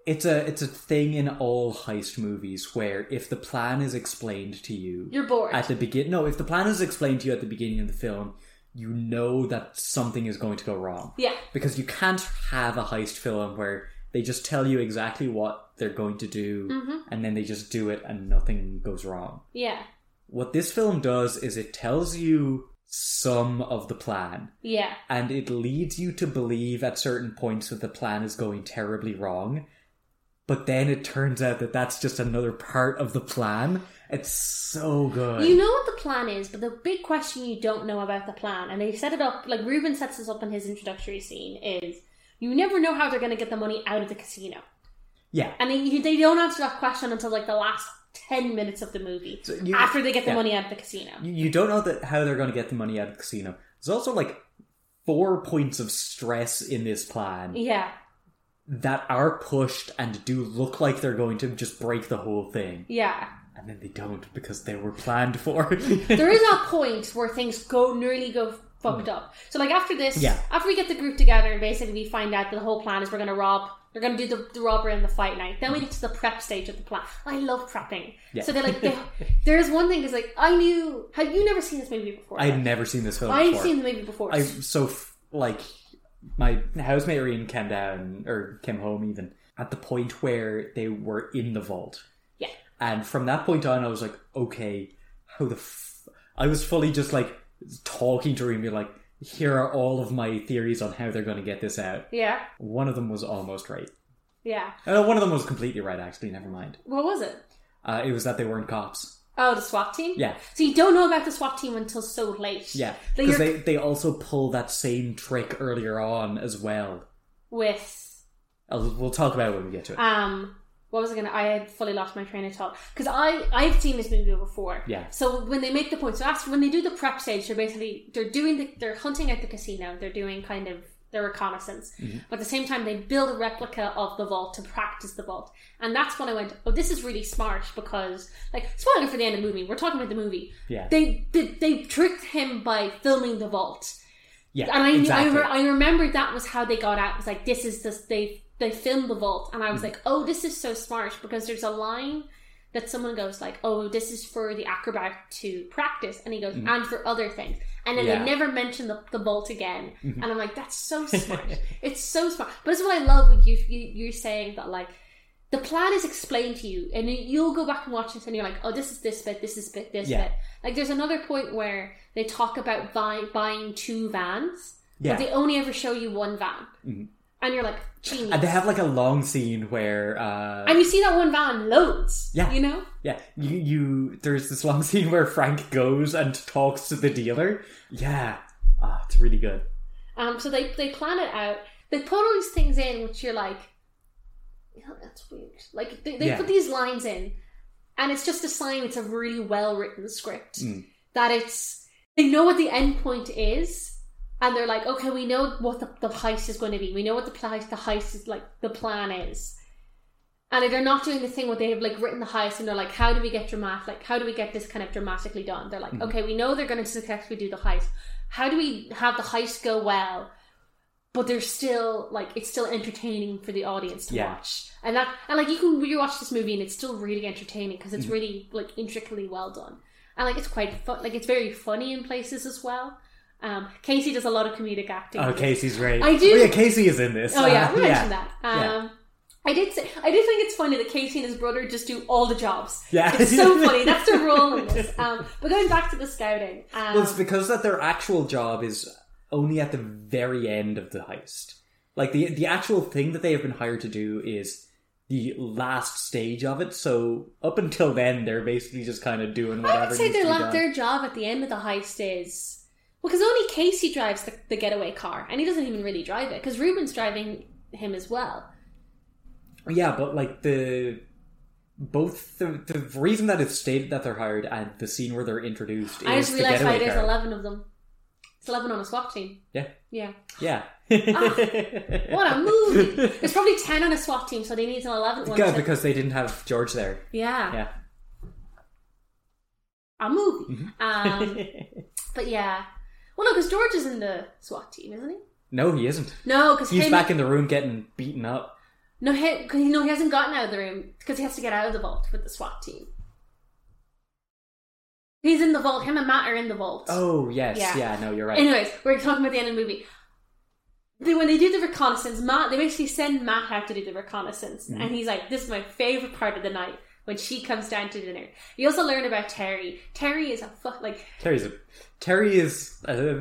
Speaker 7: it's a it's a thing in all heist movies where if the plan is explained to you
Speaker 6: you're bored.
Speaker 7: at the begin, no, if the plan is explained to you at the beginning of the film, you know that something is going to go wrong
Speaker 6: yeah.
Speaker 7: because you can't have a heist film where they just tell you exactly what they're going to do
Speaker 6: Mhm.
Speaker 7: and then they just do it and nothing goes wrong
Speaker 6: Yeah.
Speaker 7: what this film does is it tells you some of the plan
Speaker 6: Yeah.
Speaker 7: and it leads you to believe at certain points that the plan is going terribly wrong but then it turns out that that's just another part of the plan it's so good
Speaker 6: You know what the plan is, but the big question you don't know about the plan, and they set it up like Ruben sets this up in his introductory scene, is you never know how they're going to get the money out of the casino,
Speaker 7: yeah
Speaker 6: and they you, they don't answer that question until like the last ten minutes of the movie
Speaker 7: So you-
Speaker 6: after they get the
Speaker 7: yeah.
Speaker 6: money out of the casino.
Speaker 7: you, you don't know that how they're going to get the money out of the casino there's also like four points of stress in this plan
Speaker 6: Yeah,
Speaker 7: that are pushed and do look like they're going to just break the whole thing
Speaker 6: yeah.
Speaker 7: and then they don't because they were planned for
Speaker 6: there is a point where things go nearly go fucked up. So like after this,
Speaker 7: Yeah.
Speaker 6: after we get the group together and basically we find out that the whole plan is we're gonna rob. They're gonna do the, the robbery and the fight night. Then we get to the prep stage of the plan. I love prepping.
Speaker 7: Yeah.
Speaker 6: So they're like, they, there's one thing is like I knew. Have you never seen this movie before?
Speaker 7: I'd never seen this film
Speaker 6: I've
Speaker 7: before.
Speaker 6: seen the movie before.
Speaker 7: I so f- like my housemate Irene came down or came home even at the point where they were in the vault.
Speaker 6: Yeah.
Speaker 7: And from that point on, I was like, okay, how the f-? I was fully just like talking to Irene, being like, here are all of my theories on how they're going to get this out.
Speaker 6: yeah,
Speaker 7: One of them was almost right.
Speaker 6: yeah.
Speaker 7: Uh, one of them was completely right, actually. Never mind.
Speaker 6: What was it?
Speaker 7: Uh, it was that they weren't cops.
Speaker 6: Oh, the SWAT team.
Speaker 7: Yeah.
Speaker 6: So you don't know about the SWAT team until so late.
Speaker 7: Yeah,
Speaker 6: They
Speaker 7: because
Speaker 6: are-
Speaker 7: they, they also pull that same trick earlier on as well.
Speaker 6: With
Speaker 7: I'll, we'll talk about it when we get to it.
Speaker 6: Um, what was I gonna? I had fully lost my train of thought because I I've seen this movie before.
Speaker 7: Yeah.
Speaker 6: So when they make the point, so after when they do the prep stage, they're basically they're doing the, they're hunting at the casino. They're doing kind of their reconnaissance,
Speaker 7: Mm-hmm.
Speaker 6: but at the same time they build a replica of the vault to practice the vault. And that's when I went, oh, this is really smart because like spoiler for the end of the movie. We're talking about the movie.
Speaker 7: Yeah.
Speaker 6: They they, they tricked him by filming the vault.
Speaker 7: yeah,
Speaker 6: And I,
Speaker 7: exactly.
Speaker 6: I, re- I remember that was how they got out. It was like, this is this, they, they filmed the vault. And I
Speaker 7: Mm.
Speaker 6: was like, oh, this is so smart because there's a line that someone goes like, oh, this is for the acrobat to practice. And he goes, and for other things. And then
Speaker 7: Mm. Yeah. Mm-hmm.
Speaker 6: they never mention the, the vault again. And I'm like, that's so smart. it's so smart. But it's what I love when you, you, you're saying that like, the plan is explained to you, and you- you'll go back and watch it, and you're like, "Oh, this is this bit, this is bit, this
Speaker 7: Yeah.
Speaker 6: bit." Like, there's another point where they talk about buy, buying two vans,
Speaker 7: Yeah.
Speaker 6: but they only ever show you one van,
Speaker 7: Mhm.
Speaker 6: and you're like, "Genius!"
Speaker 7: and they have like a long scene where, uh,
Speaker 6: And you see that one van loads.
Speaker 7: Yeah.
Speaker 6: you know.
Speaker 7: yeah, you, you there's this long scene where Frank goes and talks to the dealer. Yeah, ah, it's really good.
Speaker 6: Um, so they they plan it out. They put all these things in, which you're like, yeah, that's weird. Like they, they
Speaker 7: Yeah.
Speaker 6: put these lines in, and it's just a sign it's a really well written script
Speaker 7: Mm.
Speaker 6: that it's they know what the end point is, and they're like, okay, we know what the, the heist is going to be. We know what the plan the heist is like. The plan is. And they're not doing the thing where they have like written the heist and they're like, how do we get dramatic? Like, how do we get this kind of dramatically done? They're like, okay, we know they're going to successfully do the heist. How do we have the heist go well? But they're still like it's still entertaining for the audience to
Speaker 7: Yeah.
Speaker 6: watch, and that and like you can rewatch this movie and it's still really entertaining because it's really like intricately well done, and like it's quite fun, like it's very funny in places as well. Um, Casey does a lot of comedic acting.
Speaker 7: Oh, Casey's great.
Speaker 6: I do-
Speaker 7: Oh, yeah, Casey is in this.
Speaker 6: Oh yeah,
Speaker 7: Uh,
Speaker 6: we mentioned that. Um,
Speaker 7: Yeah.
Speaker 6: I did. Say, I did think it's funny that Casey and his brother just do all the jobs.
Speaker 7: Yeah.
Speaker 6: it's so funny. That's the rule in this. Um, but going back to the scouting, um,
Speaker 7: Well, it's because that their actual job is only at the very end of the heist. Like the the actual thing that they have been hired to do is the last stage of it. So up until then, they're basically just kind of doing whatever.
Speaker 6: I would say
Speaker 7: needs
Speaker 6: their
Speaker 7: to be
Speaker 6: la-
Speaker 7: done.
Speaker 6: their job at the end of the heist is because only Casey drives the, the getaway car, and he doesn't even really drive it because Ruben's driving him as well.
Speaker 7: Yeah, but like the both the, the reason that it's stated that they're hired and the scene where they're introduced.
Speaker 6: I
Speaker 7: is
Speaker 6: just
Speaker 7: the
Speaker 6: realized why
Speaker 7: getaway
Speaker 6: there's
Speaker 7: car.
Speaker 6: eleven of them. It's eleven on a SWAT team.
Speaker 7: Yeah.
Speaker 6: Yeah.
Speaker 7: Yeah.
Speaker 6: Ah, What a movie! there's probably ten on a SWAT team, so they need an eleventh one.
Speaker 7: Yeah,
Speaker 6: to-
Speaker 7: because they didn't have George there.
Speaker 6: yeah.
Speaker 7: Yeah.
Speaker 6: a movie.
Speaker 7: Mm-hmm.
Speaker 6: Um, but yeah. Well, no, because George is in the SWAT team, isn't he?
Speaker 7: No, he isn't.
Speaker 6: No, because
Speaker 7: He's back in the room getting beaten up.
Speaker 6: No, he, cause, he- no, he hasn't gotten out of the room because he has to get out of the vault with the SWAT team. He's in the vault. Him and Matt are in the vault.
Speaker 7: Oh yes,
Speaker 6: Yeah.
Speaker 7: yeah. no, you're right.
Speaker 6: Anyways, we're talking about the end of the movie. They, when they do the reconnaissance, Matt they basically send Matt out to do the reconnaissance,
Speaker 7: Mm-hmm.
Speaker 6: and he's like, "This is my favorite part of the night." When she comes down to dinner, you also learn about Terry. Terry is a fuck like
Speaker 7: Terry's a Terry is a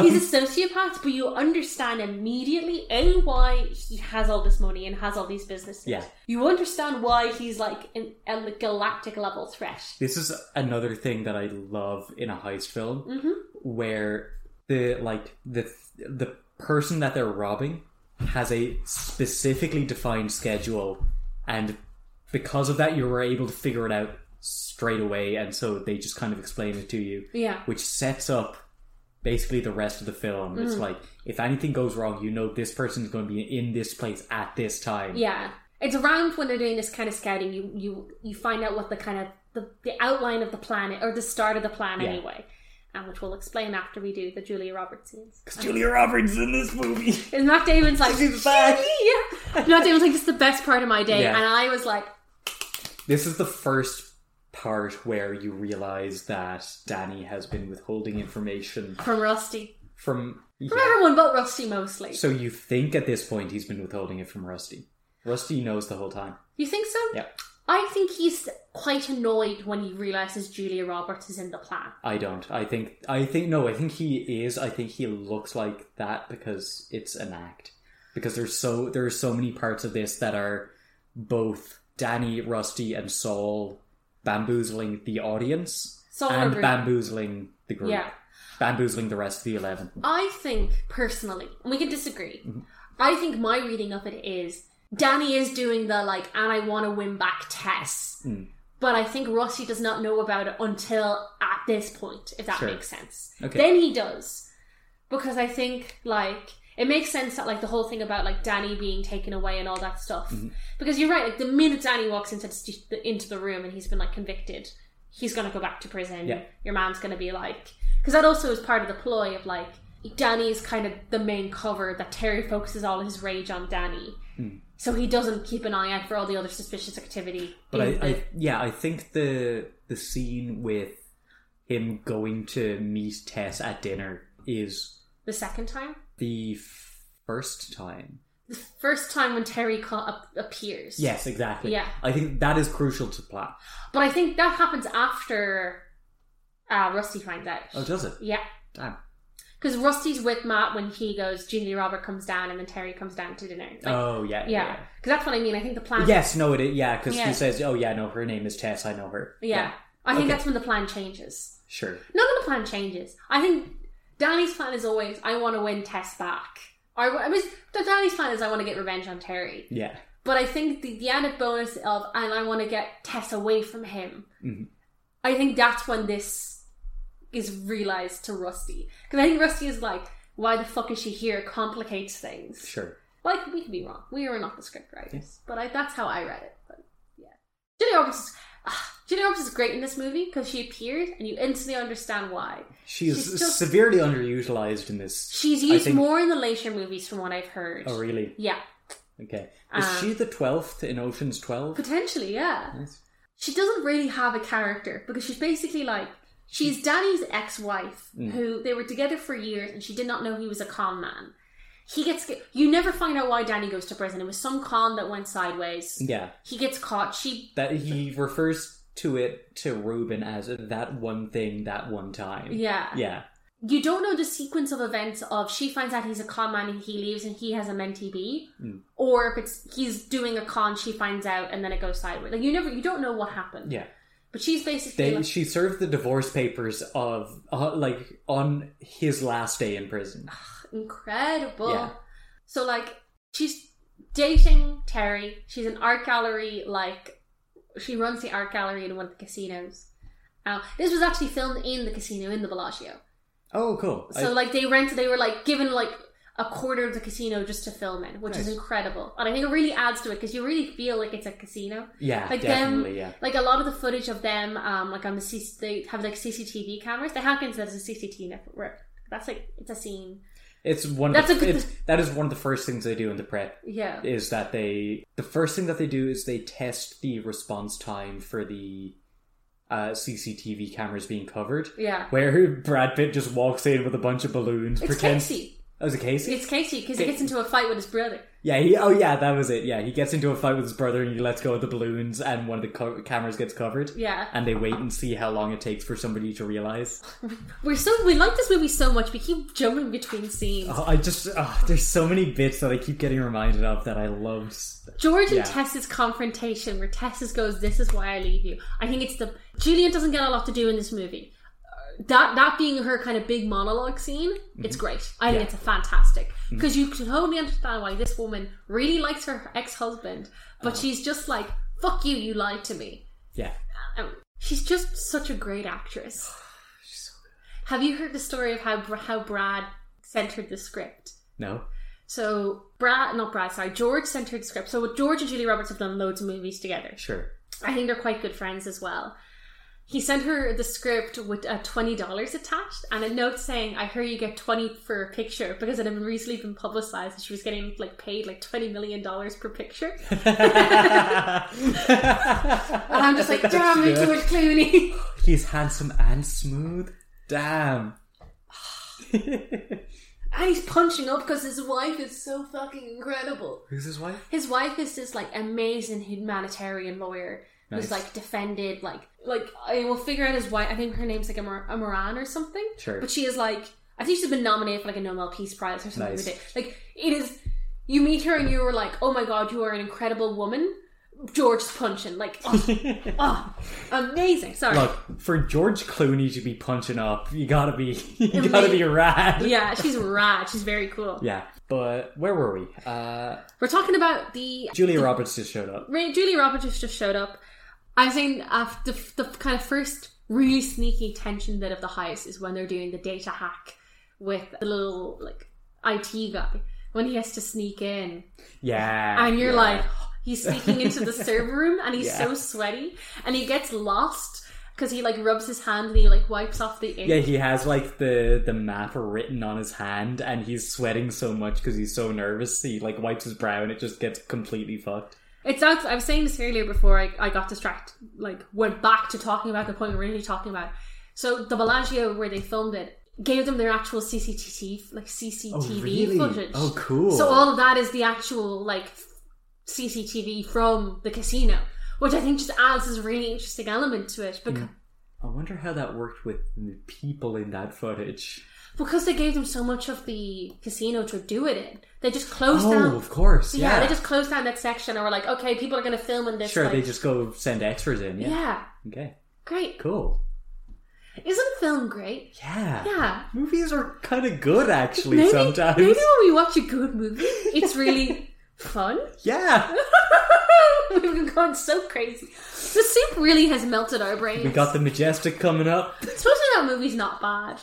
Speaker 6: He's a sociopath, but you understand immediately A, why he has all this money and has all these businesses.
Speaker 7: Yeah.
Speaker 6: You understand why he's like an, a galactic level threat.
Speaker 7: this is another thing that I love in a heist film,
Speaker 6: Mhm.
Speaker 7: where the like the the person that they're robbing has a specifically defined schedule, and because of that, you were able to figure it out straight away, and so they just kind of explain it to you.
Speaker 6: Yeah.
Speaker 7: which sets up basically the rest of the film. It's like if anything goes wrong, you know this person's going to be in this place at this time.
Speaker 6: Yeah. It's around when they're doing this kind of scouting, you you, you find out what the kind of the, the outline of the planet or the start of the plan
Speaker 7: Yeah.
Speaker 6: anyway. Um, which we'll explain after we do the Julia Roberts scenes.
Speaker 7: Because Julia Roberts in this movie.
Speaker 6: And Matt Damon's like,
Speaker 7: She's back.
Speaker 6: yeah. Matt Damon's like, this is the best part of my day.
Speaker 7: Yeah.
Speaker 6: And I was like,
Speaker 7: This is the first part where you realize that Danny has been withholding information
Speaker 6: from Rusty.
Speaker 7: from.
Speaker 6: From
Speaker 7: Yeah.
Speaker 6: everyone but Rusty mostly.
Speaker 7: So you think at this point he's been withholding it from Rusty. Rusty knows the whole time.
Speaker 6: You think so?
Speaker 7: Yeah.
Speaker 6: I think he's quite annoyed when he realizes Julia Roberts is in the plan.
Speaker 7: I don't. I think. I think no. I think he is. I think he looks like that because it's an act. Because there's so there are so many parts of this that are both Danny, Rusty, and Saul bamboozling the audience
Speaker 6: Saul
Speaker 7: and
Speaker 6: Goodman.
Speaker 7: bamboozling the group,
Speaker 6: Yeah.
Speaker 7: bamboozling the rest of the eleven.
Speaker 6: I think personally, and we can disagree. I think my reading of it is Danny is doing the like, and I want to win back Tess, but I think Rossi does not know about it until at this point, if that
Speaker 7: Sure.
Speaker 6: makes sense.
Speaker 7: Okay.
Speaker 6: Then he does, because I think like it makes sense that like the whole thing about like Danny being taken away and all that stuff.
Speaker 7: Mm-hmm.
Speaker 6: Because you're right, like the minute Danny walks into the, stu- the- into the room and he's been like convicted, he's gonna go back to prison.
Speaker 7: Yeah.
Speaker 6: Your mom's gonna be like, because that also is part of the ploy of like Danny's kind of the main cover that Terry focuses all his rage on Danny,
Speaker 7: Hmm.
Speaker 6: so he doesn't keep an eye out for all the other suspicious activity.
Speaker 7: But
Speaker 6: in
Speaker 7: I,
Speaker 6: the-
Speaker 7: I, yeah, I think the the scene with him going to meet Tess at dinner is
Speaker 6: the second time,
Speaker 7: the first time
Speaker 6: first time when Terry ca- ap- appears,
Speaker 7: Yes, exactly.
Speaker 6: Yeah.
Speaker 7: I think that is crucial to plot.
Speaker 6: But I think that happens after uh, Rusty finds out.
Speaker 7: Oh, does it?
Speaker 6: Yeah.
Speaker 7: Damn.
Speaker 6: Because Rusty's with Matt when he goes, Julia Robert comes down, and then Terry comes down to dinner. Like,
Speaker 7: oh, yeah.
Speaker 6: yeah. Because that's what I mean. I think the
Speaker 7: yeah.
Speaker 6: plan.
Speaker 7: Yes, no, it is. Yeah, because
Speaker 6: Yeah.
Speaker 7: he says, oh, yeah, no, her name is Tess. I know her.
Speaker 6: Yeah. I think
Speaker 7: Okay.
Speaker 6: that's when the plan changes.
Speaker 7: Sure.
Speaker 6: Not that the plan changes. I think Danny's plan is always, I want to win Tess back. Or, I mean, Danny's plan is, I want to get revenge on Terry.
Speaker 7: Yeah.
Speaker 6: But I think the, the added bonus of, and I want to get Tess away from him,
Speaker 7: Mhm.
Speaker 6: I think that's when this is realized to Rusty. Because I think Rusty is like, why the fuck is she here? It complicates things.
Speaker 7: Sure.
Speaker 6: Like, we could be wrong. We are not the script writers. But I, that's how I read it. But, yeah. Julia Roberts is, ah, Julia Roberts is great in this movie because she appeared and you instantly understand why.
Speaker 7: She is
Speaker 6: She's just-
Speaker 7: severely underutilized in this.
Speaker 6: She's
Speaker 7: I
Speaker 6: used
Speaker 7: think-
Speaker 6: more in the later movies from what I've heard.
Speaker 7: Oh, really?
Speaker 6: Yeah.
Speaker 7: Okay. Is
Speaker 6: Um,
Speaker 7: she the 12th in Ocean's 12?
Speaker 6: Potentially, yeah.
Speaker 7: Nice.
Speaker 6: she doesn't really have a character because she's basically like she's Danny's ex-wife
Speaker 7: Mm.
Speaker 6: who they were together for years and she did not know he was a con man. He gets you never find out why Danny goes to prison. It was some con that went sideways.
Speaker 7: Yeah.
Speaker 6: He gets caught. She
Speaker 7: That he refers to it to Ruben as that one thing that one time.
Speaker 6: yeah.
Speaker 7: Yeah.
Speaker 6: You don't know the sequence of events of she finds out he's a con man and he leaves and he has a mentee bee,
Speaker 7: Mm.
Speaker 6: or if it's he's doing a con, she finds out and then it goes sideways. Like you never, you don't know what happened.
Speaker 7: Yeah.
Speaker 6: But she's basically
Speaker 7: They,
Speaker 6: like,
Speaker 7: she served the divorce papers of uh, like on his last day in prison.
Speaker 6: incredible.
Speaker 7: Yeah.
Speaker 6: So like she's dating Terry. She's an art gallery, like, she runs the art gallery in one of the casinos. Uh, this was actually filmed in the casino in the Bellagio.
Speaker 7: Oh, cool. I-
Speaker 6: So, like, they rented, they were, like, given, like, a quarter of the casino just to film in, which is
Speaker 7: Nice.
Speaker 6: incredible. And I think it really adds to it because you really feel like it's a casino.
Speaker 7: yeah,
Speaker 6: like them-
Speaker 7: definitely. yeah.
Speaker 6: Like a lot of the footage of them, um, like on the C- they have like CCTV cameras. They hack into that as a CCTV network. That's like it's a scene.
Speaker 7: It's one. Of
Speaker 6: That's
Speaker 7: the,
Speaker 6: a good-
Speaker 7: it's, that is one of the first things they do in the prep
Speaker 6: Yeah,
Speaker 7: is that they the first thing that they do is they test the response time for the uh, CCTV cameras being covered.
Speaker 6: yeah.
Speaker 7: Where Brad Pitt just walks in with a bunch of balloons,
Speaker 6: It's
Speaker 7: pretends.
Speaker 6: Casey.
Speaker 7: Oh, is it Casey?
Speaker 6: It's Casey because he gets into a fight with his brother.
Speaker 7: Yeah. He, oh, yeah. That was it. Yeah. He gets into a fight with his brother, and he lets go of the balloons, and one of the co- cameras gets covered.
Speaker 6: Yeah,
Speaker 7: And they wait and see how long it takes for somebody to realize.
Speaker 6: we're so we like this movie so much. We keep jumping between scenes.
Speaker 7: Oh, I just oh, there's so many bits that I keep getting reminded of that I love.
Speaker 6: George and
Speaker 7: Yeah.
Speaker 6: Tess's confrontation, where Tess goes, "This is why I leave you." I think it's the Julian doesn't get a lot to do in this movie. Uh, That that being her kind of big monologue scene, it's great. I
Speaker 7: Mm-hmm. Yeah. Mm-hmm.
Speaker 6: think it's a fantastic because you can totally understand why this woman really likes her ex husband, but
Speaker 7: Uh-huh.
Speaker 6: she's just like, "Fuck you, you lied to me."
Speaker 7: Yeah.
Speaker 6: Um, she's just such a great actress. Have you heard the story of how Br- how Brad censored the script?
Speaker 7: No.
Speaker 6: So Brad, not Brad, sorry, George sent her the script. So what George and Julie Roberts have done loads of movies together.
Speaker 7: Sure.
Speaker 6: I think they're quite good friends as well. He sent her the script with uh, twenty dollars attached and a note saying, "I hear you get twenty for a picture because it had been recently been publicized that she was getting like paid like twenty million dollars per picture." And I'm just like, "Damn it, George Clooney!"
Speaker 7: He's handsome and smooth. Damn.
Speaker 6: and he's punching up because his wife is so fucking incredible.
Speaker 7: Who's his wife?
Speaker 6: His wife is this like amazing humanitarian lawyer
Speaker 7: Nice.
Speaker 6: who's like defended like like I will figure out his wife. I think her name's like a, Mor- a Moran or something.
Speaker 7: Sure.
Speaker 6: But she is like I think she's been nominated for like a Nobel Peace Prize or something.
Speaker 7: Nice.
Speaker 6: ridiculous. Like it is. You meet her and you were like, oh my god, you are an incredible woman. George's punching like, oh, oh, amazing. Sorry.
Speaker 7: Look, for George Clooney to be punching up, you gotta be, you gotta be rad.
Speaker 6: Yeah, she's rad. She's very cool.
Speaker 7: Yeah. But where were we? Uh,
Speaker 6: We're talking about the
Speaker 7: Julia Roberts just showed up.
Speaker 6: Ray, Julie Roberts just, just showed up. I was saying uh, the, the kind of first really sneaky tension bit of the house is when they're doing the data hack with the little like IT guy when he has to sneak in,
Speaker 7: Yeah.
Speaker 6: and you're
Speaker 7: Ah, yeah.
Speaker 6: like, he's sneaking into the server room, and he's
Speaker 7: Yeah.
Speaker 6: so sweaty, and he gets lost because he like rubs his hand and he like wipes off the ink.
Speaker 7: Yeah, he has like the the map written on his hand, and he's sweating so much because he's so nervous. He like wipes his brow, and it just gets completely fucked.
Speaker 6: It's out. I was saying this earlier before I, I got distracted. Like went back to talking about the point we were really talking about. So the Bellagio where they filmed it gave them their actual CCTV like CCTV footage.
Speaker 7: Oh, cool.
Speaker 6: So all of that is the actual like CCTV from the casino, which I think just adds this really interesting element to it because
Speaker 7: Mm. I wonder how that worked with the people in that footage.
Speaker 6: because they gave them so much of the casino to do it in. They just closed
Speaker 7: Oh,
Speaker 6: down.
Speaker 7: of course.
Speaker 6: So yeah,
Speaker 7: Yeah,
Speaker 6: they just closed down that section and were like, okay, people are going to film in this.
Speaker 7: sure.
Speaker 6: like-
Speaker 7: They just go send extras in. Yeah.
Speaker 6: yeah,
Speaker 7: Okay.
Speaker 6: great.
Speaker 7: Cool.
Speaker 6: Isn't film great?
Speaker 7: Yeah.
Speaker 6: Yeah.
Speaker 7: Movies are kind of good actually
Speaker 6: Maybe,
Speaker 7: sometimes.
Speaker 6: maybe when we watch a good movie, it's really fun.
Speaker 7: Yeah.
Speaker 6: We've been going so crazy. The soup really has melted our brains.
Speaker 7: We got the majestic coming up.
Speaker 6: Supposedly that movie's not bad.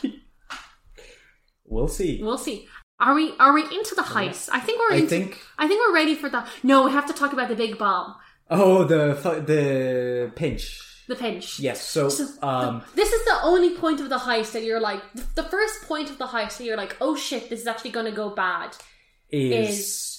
Speaker 7: We'll see.
Speaker 6: We'll see. Are we are we into the heist? I think we're
Speaker 7: I
Speaker 6: into,
Speaker 7: think.
Speaker 6: I think we're ready for the No, we have to talk about the big bomb.
Speaker 7: Oh, the fu- the pinch.
Speaker 6: The pinch.
Speaker 7: Yes. So,
Speaker 6: So,
Speaker 7: um,
Speaker 6: This is the only point of the heist that you're like the first point of the heist that you're like, oh shit, this is actually gonna go bad.
Speaker 7: is,
Speaker 6: is-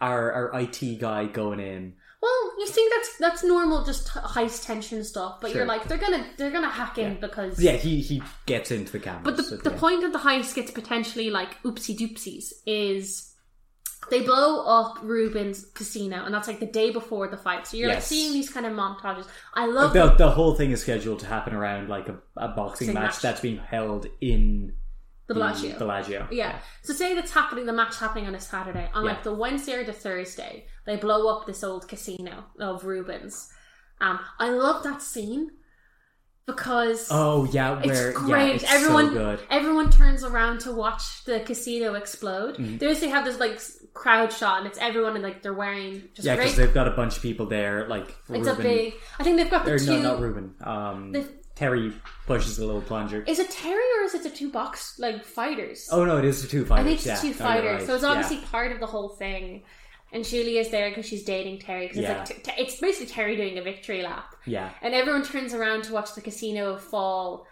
Speaker 7: our our IT guy going in?
Speaker 6: Well, you think that's that's normal, just t- heist tension stuff. But
Speaker 7: Sure.
Speaker 6: you're like, they're gonna they're gonna hack in
Speaker 7: Yeah.
Speaker 6: because
Speaker 7: Yeah, he he gets into the camera.
Speaker 6: But the, the point of the heist gets potentially like oopsie doopsies is they blow up Ruben's casino, and that's like the day before the fight. So you're like
Speaker 7: Yes.
Speaker 6: seeing these kind of montages. I love
Speaker 7: the, the whole thing is scheduled to happen around like a, a boxing
Speaker 6: Same
Speaker 7: match,
Speaker 6: match.
Speaker 7: that's being held in
Speaker 6: the Bellagio.
Speaker 7: Bellagio.
Speaker 6: yeah. So say that's happening, the match happening on a Saturday. On
Speaker 7: Yeah.
Speaker 6: like the Wednesday or the Thursday, they blow up this old casino of Ruben's. Um, I love that scene because
Speaker 7: Oh yeah,
Speaker 6: it's
Speaker 7: where
Speaker 6: great.
Speaker 7: yeah, it's
Speaker 6: everyone,
Speaker 7: so good.
Speaker 6: everyone turns around to watch the casino explode.
Speaker 7: Mm-hmm.
Speaker 6: They usually have this like s- crowd shot, and it's everyone and like they're wearing just
Speaker 7: Yeah,
Speaker 6: great.
Speaker 7: because they've got a bunch of people there, like
Speaker 6: It's
Speaker 7: Ruben,
Speaker 6: a big. I think they've got the
Speaker 7: or
Speaker 6: two.
Speaker 7: no, not Ruben. Um,
Speaker 6: The-
Speaker 7: Terry pushes the little plunger.
Speaker 6: Is it Terry or is it the two box like fighters?
Speaker 7: Oh no, it is the two
Speaker 6: I
Speaker 7: fighters.
Speaker 6: think it's
Speaker 7: yeah.
Speaker 6: the two
Speaker 7: No, you're
Speaker 6: fighters.
Speaker 7: right.
Speaker 6: So it's
Speaker 7: Yeah.
Speaker 6: obviously part of the whole thing. And Julia's there because she's dating Terry. Because
Speaker 7: Yeah.
Speaker 6: it's, like, t- t- it's basically Terry doing a victory lap.
Speaker 7: yeah.
Speaker 6: And everyone turns around to watch the casino fall.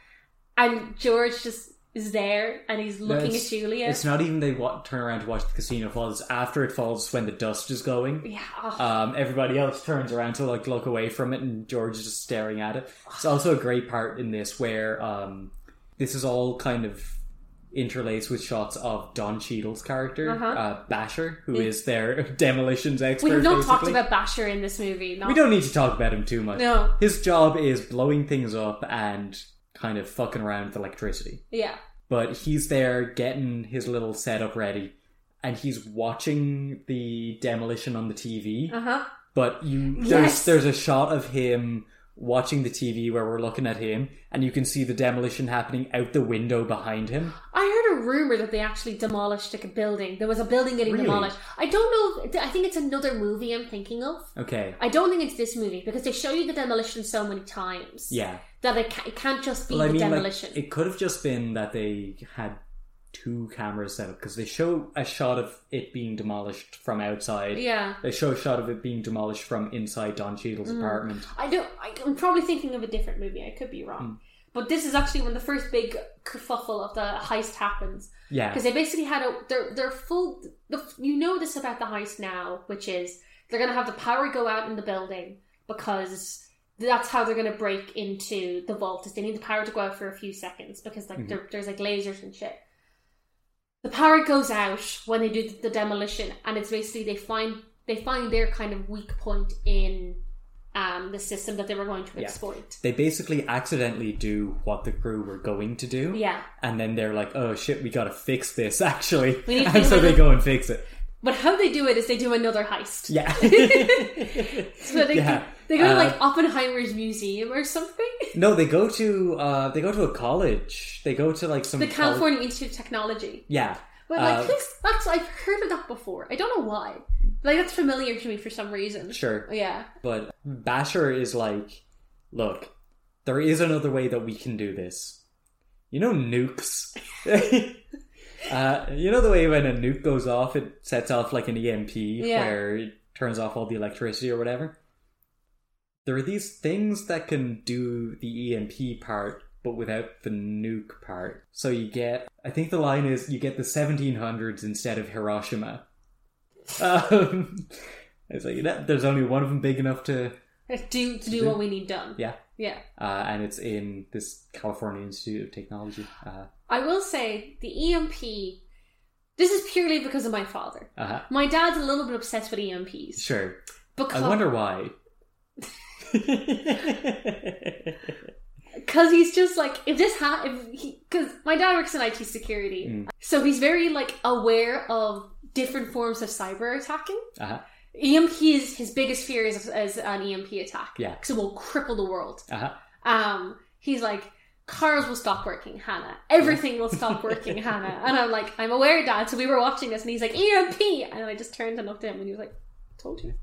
Speaker 6: And George just is there and he's
Speaker 7: No,
Speaker 6: looking at
Speaker 7: it's-
Speaker 6: Julia.
Speaker 7: It's not even they wa- turn around to watch the casino falls. After it falls, is when the dust is going.
Speaker 6: yeah. oh.
Speaker 7: Um, everybody else turns around to like look away from it, and George is just staring at it. It's also a great part in this where um, this is all kind of interlaced with shots of Don Cheadle's character,
Speaker 6: Uh-huh.
Speaker 7: uh Basher, who is their demolitions expert.
Speaker 6: we have not talked
Speaker 7: basically.
Speaker 6: about Basher in this movie. Not,
Speaker 7: We don't need to talk about him too much.
Speaker 6: No.
Speaker 7: His job is blowing things up and kind of fucking around with electricity
Speaker 6: Yeah.
Speaker 7: but he's there getting his little setup ready and he's watching the demolition on the TV
Speaker 6: Uh
Speaker 7: Uh-huh.
Speaker 6: huh.
Speaker 7: but you there's
Speaker 6: Yes.
Speaker 7: there's a shot of him watching the TV where we're looking at him and you can see the demolition happening out the window behind him
Speaker 6: I heard a rumor that they actually demolished like a building. There was a building getting
Speaker 7: Really?
Speaker 6: demolished. I don't know. if- I think it's another movie I'm thinking of.
Speaker 7: okay
Speaker 6: I don't think it's this movie because they show you the demolition so many times.
Speaker 7: yeah
Speaker 6: That it, ca- it can't just be
Speaker 7: well I
Speaker 6: the
Speaker 7: mean like,
Speaker 6: demolition.
Speaker 7: it could have just been that they had two cameras set up because they show a shot of it being demolished from outside
Speaker 6: yeah.
Speaker 7: they show a shot of it being demolished from inside Don
Speaker 6: Mm.
Speaker 7: Cheadle's apartment
Speaker 6: I don't. I, I'm probably thinking of a different movie. I could be
Speaker 7: Hmm.
Speaker 6: wrong. But this is actually when the first big kerfuffle of the heist happens
Speaker 7: yeah
Speaker 6: because they basically had a they're they're full. The, you know this about the heist now, which is they're gonna have the power go out in the building because that's how they're gonna break into the vault. Is they need the power to go out for a few seconds because like
Speaker 7: Mhm.
Speaker 6: there, there's like lasers and shit. The power goes out when they do the demolition, and it's basically they find they find their kind of weak point in um, the system that they were going to
Speaker 7: Yeah.
Speaker 6: exploit.
Speaker 7: they basically accidentally do what the crew were going to do.
Speaker 6: Yeah,
Speaker 7: And then they're like, oh shit, we gotta fix this actually.
Speaker 6: We need to
Speaker 7: and so
Speaker 6: do
Speaker 7: they
Speaker 6: it.
Speaker 7: go and fix it.
Speaker 6: but how they do it is they do another heist.
Speaker 7: Yeah.
Speaker 6: So they,
Speaker 7: Yeah.
Speaker 6: they go to
Speaker 7: Uh,
Speaker 6: like Oppenheimer's museum or something.
Speaker 7: no, they go to uh they go to a college. They go to like some
Speaker 6: The
Speaker 7: college-
Speaker 6: California Institute of Technology.
Speaker 7: Yeah.
Speaker 6: Well, like
Speaker 7: Uh,
Speaker 6: this, that's I've heard of that before. I don't know why. Like that's familiar to me for some reason.
Speaker 7: Sure.
Speaker 6: Yeah.
Speaker 7: But Basher is like, look, there is another way that we can do this. You know nukes. uh, you know the way when a nuke goes off, it sets off like an EMP
Speaker 6: Yeah.
Speaker 7: where it turns off all the electricity or whatever? There are these things that can do the EMP part, but without the nuke part. So you get, I think the line is, you get the 1700s instead of Hiroshima. Um, it's like that, there's only one of them big enough to,
Speaker 6: Do to do what we need done.
Speaker 7: yeah.
Speaker 6: Yeah.
Speaker 7: Uh, and it's in this California Institute of Technology. Uh,
Speaker 6: I will say the EMP. This is purely because of my father.
Speaker 7: uh,
Speaker 6: My dad's a little bit obsessed with EMPs
Speaker 7: sure.
Speaker 6: because
Speaker 7: I wonder why.
Speaker 6: Because he's just like, if this ha, if because my dad works in IT security,
Speaker 7: Mm.
Speaker 6: so he's very like aware of different forms of cyber attacking.
Speaker 7: Uh-huh.
Speaker 6: EMP is his biggest fear is, is an EMP attack.
Speaker 7: Yeah.
Speaker 6: because it will cripple the world.
Speaker 7: Uh-huh.
Speaker 6: Um, he's like, cars will stop working, Hannah. Everything will stop working, Hannah. And I'm like, I'm aware, Dad. So we were watching this, and he's like, EMP, and I just turned and looked at him, and he was like, told you.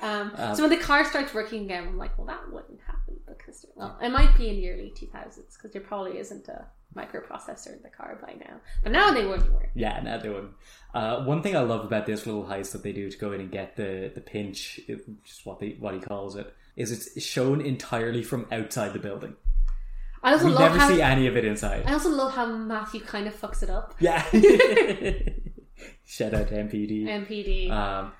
Speaker 6: Um,
Speaker 7: Um,
Speaker 6: so when the car starts working again, I'm like, well, that wouldn't happen because well, it might be in the early 2000s because there probably isn't a microprocessor in the car by now. But now they wouldn't work.
Speaker 7: yeah, no, they wouldn't. Uh, one thing I love about this little heist that they do to go in and get the, the pinch, it- which is what, they, what he calls it, is it's shown entirely from outside the building.
Speaker 6: I also
Speaker 7: We
Speaker 6: love
Speaker 7: never
Speaker 6: how
Speaker 7: see any of it inside.
Speaker 6: I also love how Matthew kind of fucks it up.
Speaker 7: Yeah. Shout out to MPD.
Speaker 6: MPD.
Speaker 7: Um,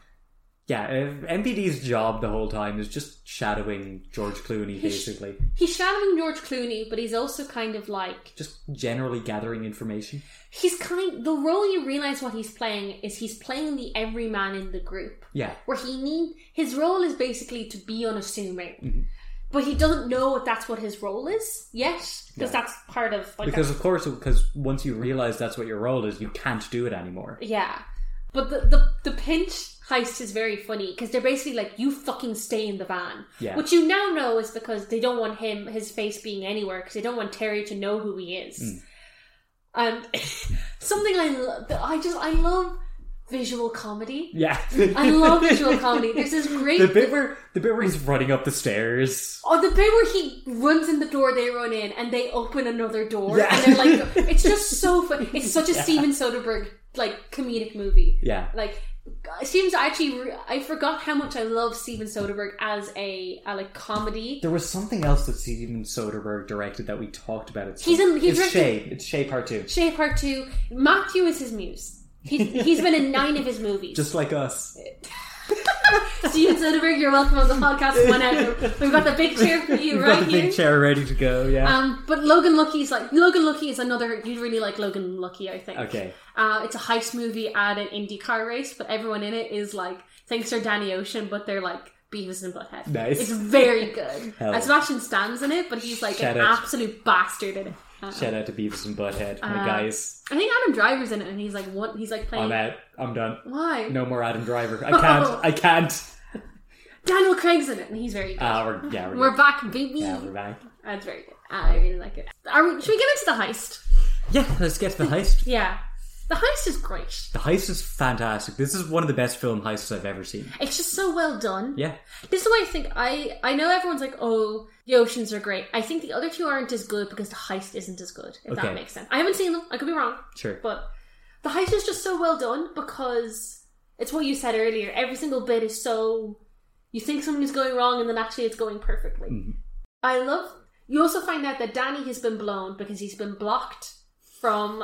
Speaker 7: yeah, if- MPD's job the whole time is just shadowing George Clooney,
Speaker 6: He's-
Speaker 7: basically.
Speaker 6: he's shadowing George Clooney, but he's also kind of like
Speaker 7: Just generally gathering information.
Speaker 6: he's kind. The role you realize what he's playing is he's playing the everyman in the group.
Speaker 7: Yeah,
Speaker 6: where he need his role is basically to be unassuming,
Speaker 7: Mm-hmm.
Speaker 6: but he doesn't know if that's what his role is yet because
Speaker 7: Yeah.
Speaker 6: that's part of like
Speaker 7: because of course, because once you realize that's what your role is, you can't do it anymore.
Speaker 6: yeah. But the, the, the pinch heist is very funny because they're basically like, you fucking stay in the van.
Speaker 7: Yeah.
Speaker 6: Which you now know is because they don't want him, his face being anywhere because they don't want Terry to know who he
Speaker 7: Mm.
Speaker 6: is. And something I love, I just, I love visual comedy.
Speaker 7: Yeah,
Speaker 6: I love visual comedy. There's this great
Speaker 7: the bit where the bit where he's running up the stairs.
Speaker 6: Oh, the bit where he runs in the door they run in and they open another door
Speaker 7: Yeah.
Speaker 6: and they're like, it's just so fun. It's such a Steven Soderbergh like comedic movie.
Speaker 7: Yeah,
Speaker 6: Like, seems I actually re- I forgot how much I love Steven Soderbergh as a, a like comedy.
Speaker 7: there was something else that Steven Soderbergh directed that we talked about. It's
Speaker 6: He's in- he
Speaker 7: it's
Speaker 6: directed-
Speaker 7: Shay. It's Shay Part Two.
Speaker 6: Shape Part Two. Matthew is his muse. He's, he's been in nine of his movies.
Speaker 7: Just like us.
Speaker 6: Steven Soderbergh, you're welcome on the podcast whenever. We've got the big chair for you
Speaker 7: We've
Speaker 6: right
Speaker 7: got the
Speaker 6: here.
Speaker 7: big chair ready to go. Yeah.
Speaker 6: Um, but Logan Lucky's like Logan Lucky is another you'd really like Logan Lucky, I think.
Speaker 7: okay.
Speaker 6: Uh, it's a heist movie at an Indy car race, but everyone in it is like thinks they're Danny Ocean, but they're like Beavis and Butthead.
Speaker 7: Nice.
Speaker 6: It's very good.
Speaker 7: Hell.
Speaker 6: Uh, Sebastian Stan's in it, but he's like
Speaker 7: Shout
Speaker 6: an
Speaker 7: out.
Speaker 6: absolute bastard in it. Uh,
Speaker 7: Shout out to Beavis and Butthead. My
Speaker 6: Uh,
Speaker 7: guys,
Speaker 6: I think Adam Driver's in it, and he's like one. He's like playing.
Speaker 7: I'm out. I'm done.
Speaker 6: Why?
Speaker 7: No more Adam Driver. I can't. I can't.
Speaker 6: Daniel Craig's in it, and he's very good.
Speaker 7: Ah, we're, yeah, we're,
Speaker 6: we're back, baby.
Speaker 7: yeah, we're back.
Speaker 6: That's very good. Ah, I really like it. Are we, should we get into the heist?
Speaker 7: Yeah, let's get to the heist.
Speaker 6: Yeah, the heist is great.
Speaker 7: The heist is fantastic. This is one of the best film heists I've ever seen.
Speaker 6: It's just so well done.
Speaker 7: Yeah,
Speaker 6: This is why I think I I know everyone's like, oh, the oceans are great. I think the other two aren't as good because the heist isn't as good. If
Speaker 7: Okay.
Speaker 6: that makes sense. I haven't seen them. I could be wrong,
Speaker 7: sure.
Speaker 6: but the heist is just so well done because it's what you said earlier. Every single bit is so you think something is going wrong and then actually it's going perfectly.
Speaker 7: Mm-hmm.
Speaker 6: I love. You also find out that Danny has been blown because he's been blocked from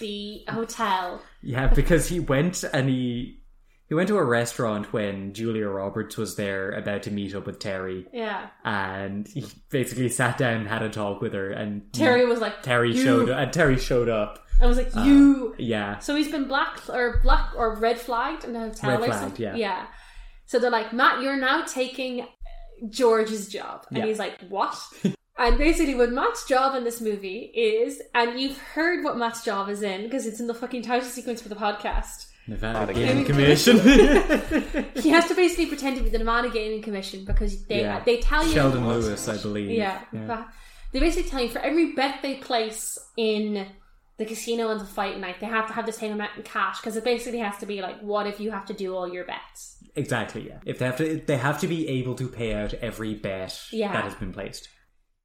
Speaker 6: the hotel.
Speaker 7: Yeah, because he went and he he went to a restaurant when Julia Roberts was there about to meet up with Terry,
Speaker 6: Yeah,
Speaker 7: and he basically sat down and had a talk with her, and
Speaker 6: Terry was like,
Speaker 7: Terry
Speaker 6: "You."
Speaker 7: showed Uh-huh. and Terry showed up.
Speaker 6: I was like, you.
Speaker 7: Yeah,
Speaker 6: So he's been black or black or red flagged in the hotel
Speaker 7: Red
Speaker 6: or
Speaker 7: flagged,
Speaker 6: something.
Speaker 7: yeah.
Speaker 6: So they're like, Matt, you're now taking George's job. And
Speaker 7: Yeah.
Speaker 6: he's like, What? and basically what Matt's job in this movie is, and you've heard what Matt's job is in, because it's in the fucking title sequence for the podcast.
Speaker 7: Nevada
Speaker 3: Gaming
Speaker 7: Gaming Commission.
Speaker 6: He has to basically pretend to be the Nevada Gaming Commission because they
Speaker 7: Yeah.
Speaker 6: they tell you
Speaker 7: Sheldon Lewis, I believe.
Speaker 6: Yeah. Fa- They basically tell you for every bet they place in the casino on the fight night, they have to have the same amount in cash because it basically has to be like, what if you have to do all your bets?
Speaker 7: exactly. Yeah, if they have to, they have to be able to pay out every bet
Speaker 6: Yeah.
Speaker 7: that has been placed.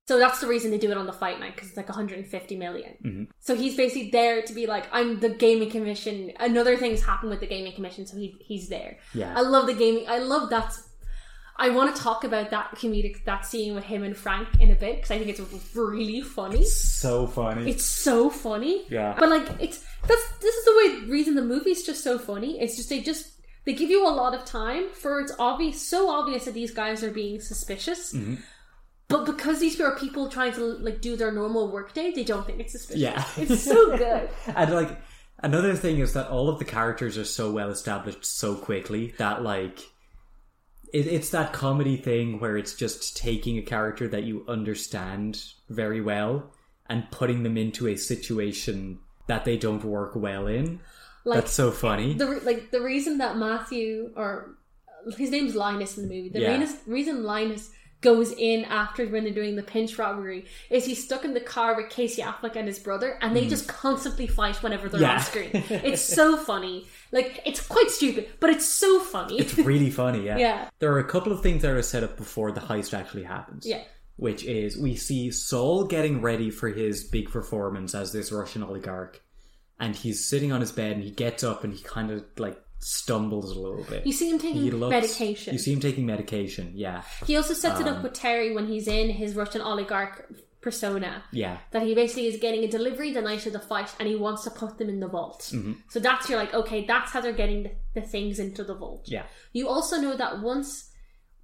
Speaker 6: So that's the reason they do it on the fight night because it's like 150 million. So he's basically there to be like, I'm the gaming commission. Another thing's happened with the gaming commission, so he, he's there.
Speaker 7: Yeah.
Speaker 6: I love the gaming. I love that. I want to talk about that comedic that scene with him and Frank in a bit because I think it's really funny.
Speaker 7: So funny.
Speaker 6: It's so funny.
Speaker 7: Yeah.
Speaker 6: But like it's that's this is the way reason the movie's just so funny. It's just they just they give you a lot of time for it's obvious so obvious that these guys are being suspicious.
Speaker 7: Mm-hmm.
Speaker 6: But because these are people trying to like do their normal work day, they don't think it's suspicious.
Speaker 7: Yeah.
Speaker 6: It's so good.
Speaker 7: And like another thing is that all of the characters are so well established so quickly that like it, it's that comedy thing where it's just taking a character that you understand very well and putting them into a situation that they don't work well in.
Speaker 6: Like
Speaker 7: That's so funny.
Speaker 6: the re- like the reason that Matthew or his name's Linus in the movie. The
Speaker 7: Yeah.
Speaker 6: Linus, reason Linus goes in after when they're doing the pinch robbery is he's stuck in the car with Casey Affleck and his brother, and they just constantly fight whenever they're
Speaker 7: Mm. Yeah.
Speaker 6: on screen. It's so funny. Like it's quite stupid, but it's so funny.
Speaker 7: it's really funny, yeah.
Speaker 6: yeah,
Speaker 7: There are a couple of things that are set up before the heist actually happens.
Speaker 6: yeah,
Speaker 7: which is we see Saul getting ready for his big performance as this Russian oligarch, and he's sitting on his bed and he gets up and he kind of like stumbles a little bit.
Speaker 6: you see him taking
Speaker 7: He looks-
Speaker 6: medication.
Speaker 7: You see Um, him taking medication. Yeah,
Speaker 6: he also sets it up with Terry when he's in his Russian oligarch persona.
Speaker 7: yeah,
Speaker 6: that he basically is getting a delivery the night of the fight and he wants to put them in the vault.
Speaker 7: Mm-hmm.
Speaker 6: So that's you're like, okay, that's how they're getting the, the things into the vault.
Speaker 7: yeah,
Speaker 6: You also know that once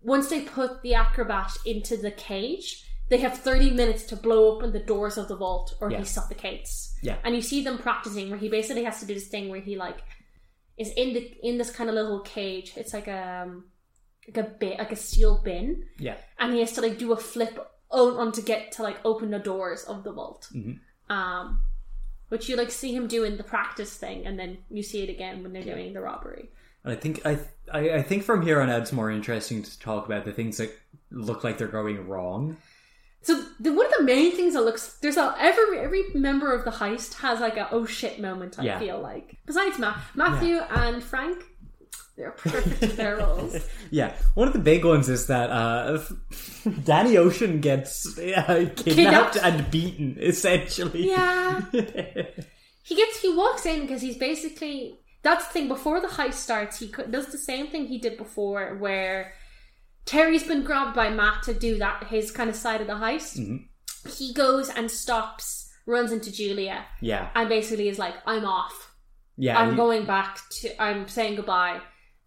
Speaker 6: once they put the acrobat into the cage, they have 30 minutes to blow open the doors of the vault or
Speaker 7: Yeah.
Speaker 6: he suffocates.
Speaker 7: Yeah.
Speaker 6: And you see them practicing where he basically has to do this thing where he like is in the in this kind of little cage. It's like a um, like a bit like a steel bin
Speaker 7: yeah.
Speaker 6: and he has to like do a flip on, on to get to like open the doors of the vault.
Speaker 7: Mhm.
Speaker 6: Um, which you like see him doing the practice thing, and then you see it again when they're doing the robbery.
Speaker 7: And I think I, I I think from here on out it's more interesting to talk about the things that look like they're going wrong.
Speaker 6: So the, one of the main things that looks there's a every every member of the heist has like a oh shit moment. I
Speaker 7: Yeah.
Speaker 6: feel like besides Matt, Matthew and Frank, they're perfect at their roles.
Speaker 7: Yeah, one of the big ones is that uh, Danny Ocean gets uh, kidnapped,
Speaker 6: Kidnapped.
Speaker 7: and beaten essentially.
Speaker 6: Yeah. he gets he walks in because he's basically that's the thing before the heist starts he co- does the same thing he did before where terry's been grabbed by matt to do that his kind of side of the heist
Speaker 7: Mm-hmm.
Speaker 6: he goes and stops runs into julia
Speaker 7: yeah,
Speaker 6: and basically is like i'm off
Speaker 7: yeah.
Speaker 6: i'm
Speaker 7: he-
Speaker 6: going back to i'm saying goodbye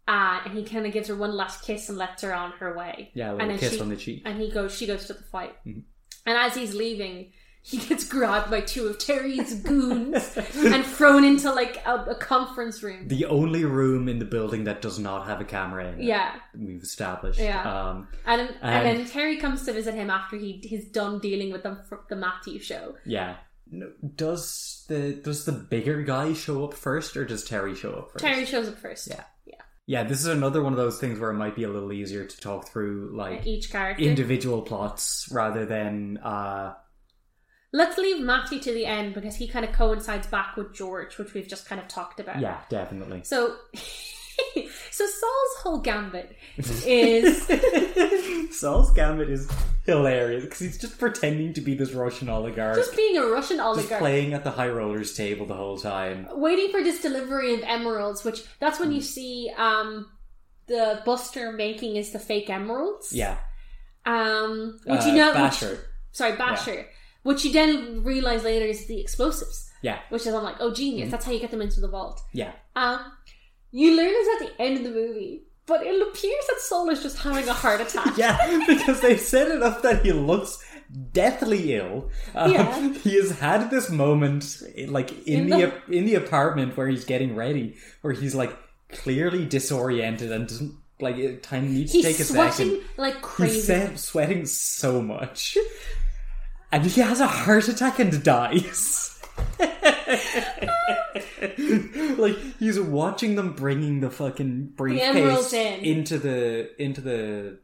Speaker 6: uh, and he kind of gives her one last kiss and lets her on her way
Speaker 7: Yeah, a
Speaker 6: and
Speaker 7: little
Speaker 6: then
Speaker 7: kiss
Speaker 6: she-
Speaker 7: on the cheek.
Speaker 6: and he goes she goes to the fight
Speaker 7: Mm-hmm.
Speaker 6: and as he's leaving he gets grabbed by two of terry's goons and thrown into like a, a conference room
Speaker 7: the only room in the building that does not have a camera in it,
Speaker 6: yeah
Speaker 7: we've established.
Speaker 6: Yeah.
Speaker 7: Um,
Speaker 6: and, and,
Speaker 7: And-
Speaker 6: then terry comes to visit him after he he's done dealing with the, the matthew show
Speaker 7: yeah. No, does the does the bigger guy show up first, or does Terry show up first?
Speaker 6: terry shows up first
Speaker 7: Yeah. Yeah, this is another one of those things where it might be a little easier to talk through, like
Speaker 6: each character
Speaker 7: individual plots rather than uh
Speaker 6: let's leave matthew to the end because he kind of coincides back with george which we've just kind of talked about
Speaker 7: yeah definitely
Speaker 6: so so saul's whole gambit is
Speaker 7: Saul's gambit is hilarious because he's just pretending to be this Russian oligarch,
Speaker 6: just being a russian
Speaker 7: just
Speaker 6: oligarch
Speaker 7: playing at the high rollers table the whole time.
Speaker 6: waiting for this delivery of emeralds, which that's when
Speaker 7: Mm.
Speaker 6: you see um the Buster making is the fake emeralds.
Speaker 7: Yeah,
Speaker 6: Um which you
Speaker 7: Uh,
Speaker 6: know which-
Speaker 7: Basher.
Speaker 6: sorry, Basher. Which you then realize later is the explosives.
Speaker 7: Yeah. Mm-hmm.
Speaker 6: Which is I'm like, oh genius, that's how you get them into the vault.
Speaker 7: Yeah,
Speaker 6: Um you learn this at the end of the movie, but it appears that Sol is just having a heart attack.
Speaker 7: yeah, because they set it up that he looks deathly ill. Um,
Speaker 6: Yeah.
Speaker 7: He has had this moment, like in,
Speaker 6: In
Speaker 7: the,
Speaker 6: the-
Speaker 7: ap- in the apartment where he's getting ready, where he's like clearly disoriented and doesn't like time needs
Speaker 6: He's
Speaker 7: to take a
Speaker 6: sweating
Speaker 7: second.
Speaker 6: like crazy.
Speaker 7: He's se- sweating so much, and he has a heart attack and dies. like he's watching them bringing the fucking briefcase
Speaker 6: emeralds in.
Speaker 7: into the into the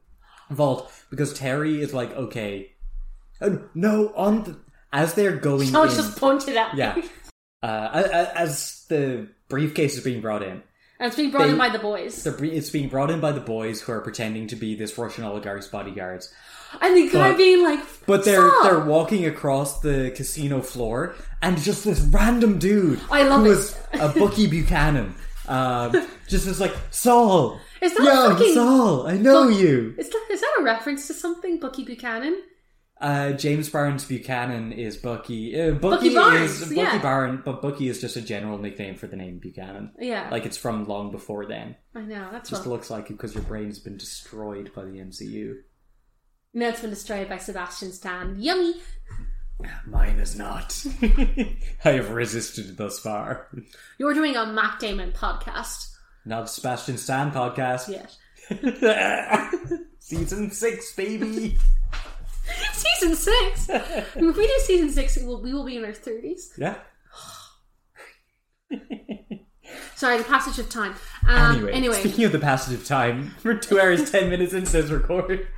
Speaker 7: vault because Terry is like, okay, oh, no, on the, as they're going
Speaker 6: Oh,
Speaker 7: in,
Speaker 6: it's just pointed at me.
Speaker 7: yeah, uh, a- a- as the briefcase is being brought in,
Speaker 6: And it's being brought in
Speaker 7: They-
Speaker 6: by the boys.
Speaker 7: the br- it's being brought in by the boys who are pretending to be this Russian oligarch's bodyguards.
Speaker 6: and the guy
Speaker 7: But-
Speaker 6: being like
Speaker 7: But they're
Speaker 6: "Saul!"
Speaker 7: they're walking across the casino floor, and just this random dude
Speaker 6: I love
Speaker 7: who
Speaker 6: it.
Speaker 7: was a Bucky Buchanan, um, just is like Saul.
Speaker 6: Is that
Speaker 7: Yo,
Speaker 6: fucking-
Speaker 7: Saul? I know
Speaker 6: Bu-
Speaker 7: you.
Speaker 6: Is that, is that a reference to something, Bucky Buchanan?
Speaker 7: Uh, James Barnes Buchanan is Bucky. Uh,
Speaker 6: Bucky
Speaker 7: Bucky,
Speaker 6: Barnes,
Speaker 7: is Bucky
Speaker 6: yeah.
Speaker 7: Barron, but Bucky is just a general nickname for the name Buchanan.
Speaker 6: Yeah.
Speaker 7: like it's from long before then.
Speaker 6: I know, that's
Speaker 7: Just
Speaker 6: what.
Speaker 7: looks like it because your brain's been destroyed by the MCU.
Speaker 6: Now it's been destroyed by Sebastian Stan. Yummy!
Speaker 7: Mine is not. I have resisted thus far.
Speaker 6: You're doing a Matt Damon podcast
Speaker 7: Not Sebastian Stan podcast.
Speaker 6: yet.
Speaker 7: Season six, baby.
Speaker 6: season six! if we do season six, we will, we will be in our 30s.
Speaker 7: yeah.
Speaker 6: Sorry, the passage of time. Um,
Speaker 7: Anyway,
Speaker 6: anyway,
Speaker 7: speaking of the passage of time, we're two hours ten minutes into this record.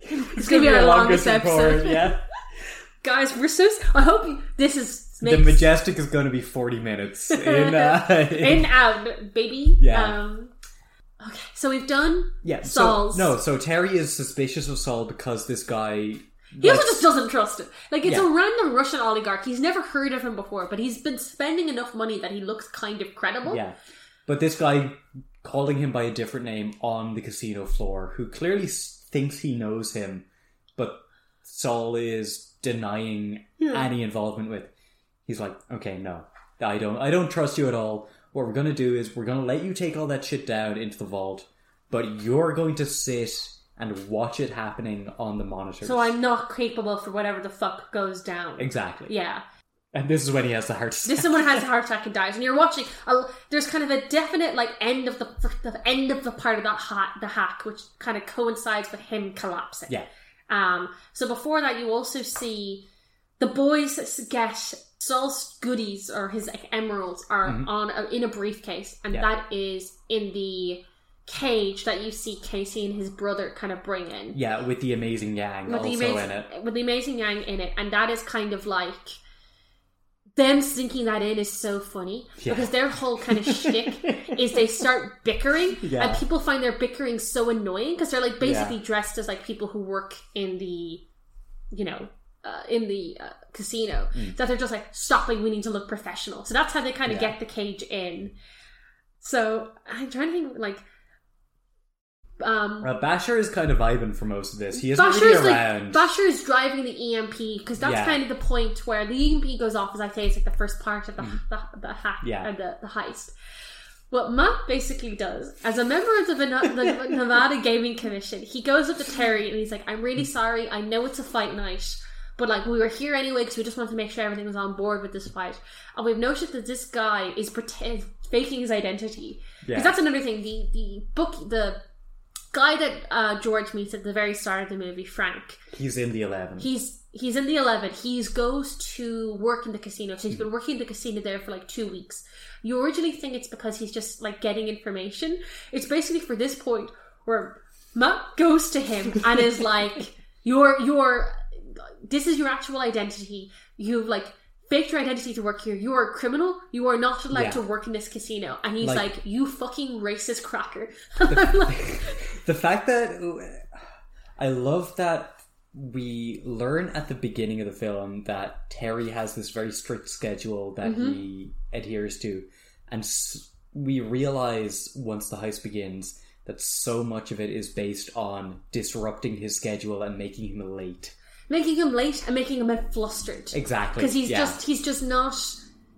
Speaker 6: it's going to be our longest episode.
Speaker 7: yeah.
Speaker 6: Guys, we're so. s- I hope you, this is.
Speaker 7: the
Speaker 6: Makes,
Speaker 7: majestic is going to be forty minutes. In, uh,
Speaker 6: in out, baby.
Speaker 7: Yeah.
Speaker 6: Um, okay, so we've done.
Speaker 7: yeah, so-
Speaker 6: Saul's.
Speaker 7: no, so Terry is suspicious of Saul because this guy.
Speaker 6: He also just doesn't trust him. Like it's a
Speaker 7: Yeah.
Speaker 6: random Russian oligarch. He's never heard of him before, but he's been spending enough money that he looks kind of credible.
Speaker 7: Yeah. But this guy calling him by a different name on the casino floor, who clearly s- thinks he knows him, but Saul is denying any involvement with. He's like, okay, no, I don't, I don't trust you at all. What we're gonna do is we're gonna let you take all that shit down into the vault, but you're going to sit and watch it happening on the monitors.
Speaker 6: So I'm not capable for whatever the fuck goes down.
Speaker 7: exactly.
Speaker 6: Yeah.
Speaker 7: And this is when he has the heart.
Speaker 6: This someone has a heart attack and dies, and you're watching. A, there's kind of a definite like end of the, the end of the part of that ha- the hack, which kind of coincides with him collapsing.
Speaker 7: Yeah.
Speaker 6: Um. So before that, you also see the boys get Saul's goodies or his like, emeralds are on a, in a briefcase, and
Speaker 7: Mm-hmm. Yeah.
Speaker 6: that is in the cage that you see Casey and his brother kind of bring in
Speaker 7: Yeah, with the amazing Yang
Speaker 6: with
Speaker 7: also
Speaker 6: the amazing
Speaker 7: in it.
Speaker 6: with the amazing Yang in it, and that is kind of like them sinking that in is so funny
Speaker 7: Yeah.
Speaker 6: because their whole kind of shtick is they start bickering,
Speaker 7: Yeah.
Speaker 6: and people find their bickering so annoying because they're like basically
Speaker 7: Yeah.
Speaker 6: dressed as like people who work in the, you know. Uh, in the uh, casino, that they're just like stopping. We need to look professional. So that's how they kind of
Speaker 7: Mm. Yeah.
Speaker 6: get the cage in. So I'm trying to think, like, um,
Speaker 7: Uh, Basher is kind of vibing for most of this. He isn't
Speaker 6: Basher
Speaker 7: really
Speaker 6: is
Speaker 7: around.
Speaker 6: like Basher is driving the E EMP because that's
Speaker 7: Yeah.
Speaker 6: kind of the point where the EMP goes off. As I say, it's like the first part of the the, the hack
Speaker 7: Mm-hmm. Yeah.
Speaker 6: or the, the heist. What Matt basically does, as a member of the, Vena- the Nevada Gaming Commission, he goes up to Terry and he's like, "I'm really
Speaker 7: Mm-hmm.
Speaker 6: sorry. I know it's a fight night." But like we were here anyway because we just wanted to make sure everything was on board with this fight, and we've noticed that this guy is pretend faking his identity because
Speaker 7: Yeah.
Speaker 6: that's another thing. The the book the guy that uh, George meets at the very start of the movie, Frank.
Speaker 7: He's in the eleven.
Speaker 6: He's he's in the eleven. He's goes to work in the casino. So he's been working in the casino there for like two weeks. You originally think it's because he's just like getting information. It's basically for this point where Matt goes to him and is like, "Your your this is your actual identity. You've like." Faked your identity to work here. You are a criminal. You are not allowed
Speaker 7: Yeah.
Speaker 6: to work in this casino. And he's
Speaker 7: Like-
Speaker 6: like, "You fucking racist cracker." And I'm like,
Speaker 7: the fact that I love that we learn at the beginning of the film that Terry has this very strict schedule that he
Speaker 6: Mm-hmm.
Speaker 7: adheres to, and s- we realize once the heist begins that so much of it is based on disrupting his schedule and making him late.
Speaker 6: making him late and making him a bit flustered
Speaker 7: Exactly,
Speaker 6: because he's
Speaker 7: yeah.
Speaker 6: just he's just not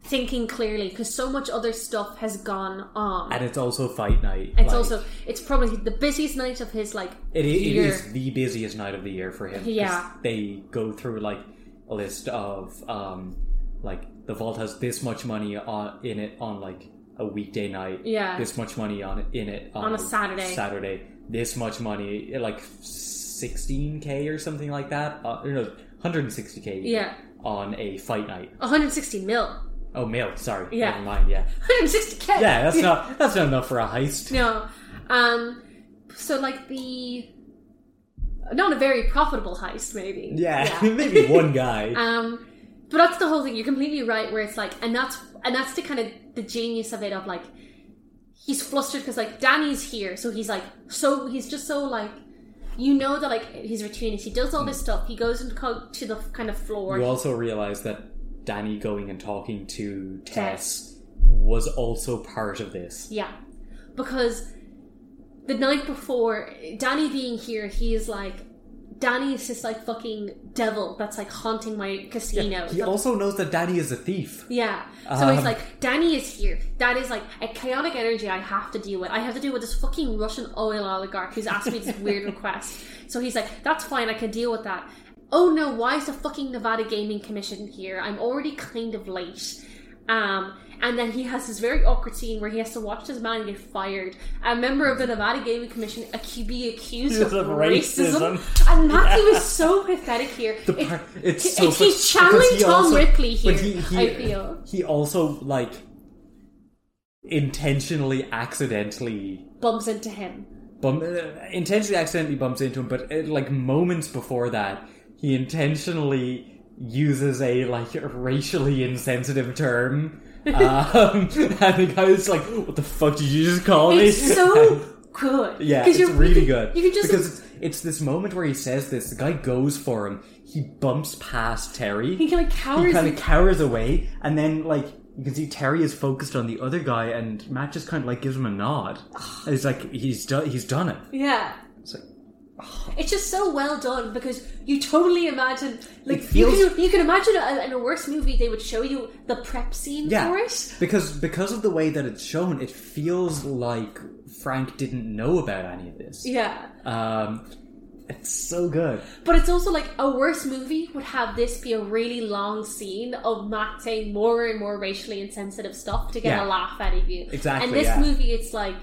Speaker 6: thinking clearly because so much other stuff has gone on.
Speaker 7: and it's also fight night.
Speaker 6: it's
Speaker 7: like,
Speaker 6: also it's probably the busiest night of his like
Speaker 7: It, i- it
Speaker 6: year.
Speaker 7: is the busiest night of the year for him. 'cause
Speaker 6: Yeah.
Speaker 7: They go through like a list of um like the vault has this much money on in it on like a weekday night.
Speaker 6: Yeah.
Speaker 7: This much money on in it on,
Speaker 6: On a Saturday.
Speaker 7: Saturday. This much money like 16k or something like that. Uh, no, 160k.
Speaker 6: Yeah.
Speaker 7: On a fight night.
Speaker 6: 160 mil,
Speaker 7: Oh, mail. Sorry.
Speaker 6: Yeah.
Speaker 7: Never mind. Yeah.
Speaker 6: 160k.
Speaker 7: Yeah. That's not that's not enough for a heist.
Speaker 6: no. Um, so like the not a very profitable heist, maybe.
Speaker 7: Yeah. Maybe one guy.
Speaker 6: Um, but that's the whole thing. You're completely right. Where it's like, and that's and that's the kind of the genius of it. Of like, he's flustered because like Danny's here, so he's like, so he's just so like, you know that like his routine is he does all this stuff. He goes and co- to the kind of floor.
Speaker 7: You also realize that Danny going and talking to
Speaker 6: Tess.
Speaker 7: Tess was also part of this.
Speaker 6: Yeah, because the night before Danny being here, he is like. Danny is this like fucking devil that's like haunting my casino.
Speaker 7: He also knows that Danny is a thief.
Speaker 6: Yeah. So he's
Speaker 7: Um,
Speaker 6: like, Danny is here. That is like a chaotic energy I have to deal with. I have to deal with this fucking Russian oil oligarch who's asked me this weird request. So he's like, that's fine, I can deal with that. Oh no, why is the fucking Nevada Gaming Commission here? I'm already kind of late. Um, and then he has this very awkward scene where he has to watch this man get fired. A member of the Nevada Gaming Commission ac- be accused of,
Speaker 7: Of
Speaker 6: racism.
Speaker 7: racism.
Speaker 6: And Matthew is so pathetic here.
Speaker 7: The
Speaker 6: It-
Speaker 7: part, it's
Speaker 6: he-
Speaker 7: so
Speaker 6: he's
Speaker 7: funny,
Speaker 6: channeling
Speaker 7: because he
Speaker 6: Tom
Speaker 7: also-
Speaker 6: Ripley
Speaker 7: but
Speaker 6: here, I feel.
Speaker 7: he also like intentionally, accidentally,
Speaker 6: bumps into him.
Speaker 7: bum, uh, intentionally, accidentally bumps into him. But uh, like moments before that, he intentionally uses a like racially insensitive term. um, and the guy's like, "What the fuck did you just call me?"
Speaker 6: It's so good.
Speaker 7: Oh, Yeah,
Speaker 6: 'Cause
Speaker 7: it's
Speaker 6: you're-
Speaker 7: really good.
Speaker 6: You can just
Speaker 7: because it's, it's this moment where he says this. The guy goes for him. He bumps past Terry.
Speaker 6: he kind of
Speaker 7: He
Speaker 6: cowers.
Speaker 7: kind of cowers away, and then like you can see Terry is focused on the other guy, and Matt just kind of like gives him a nod. And He's like, he's done. He's done it.
Speaker 6: yeah.
Speaker 7: It's like,
Speaker 6: It's just so well done because you totally imagine, like
Speaker 7: It feels-
Speaker 6: you, can, you can imagine a, in a worse movie they would show you the prep scene
Speaker 7: yeah,
Speaker 6: for it.
Speaker 7: because because of the way that it's shown, it feels like Frank didn't know about any of this.
Speaker 6: Yeah,
Speaker 7: Um, it's so good.
Speaker 6: but it's also like a worse movie would have this be a really long scene of Matt saying more and more racially insensitive stuff to get a
Speaker 7: Yeah.
Speaker 6: laugh out of you.
Speaker 7: Exactly,
Speaker 6: And this
Speaker 7: yeah.
Speaker 6: movie, it's like.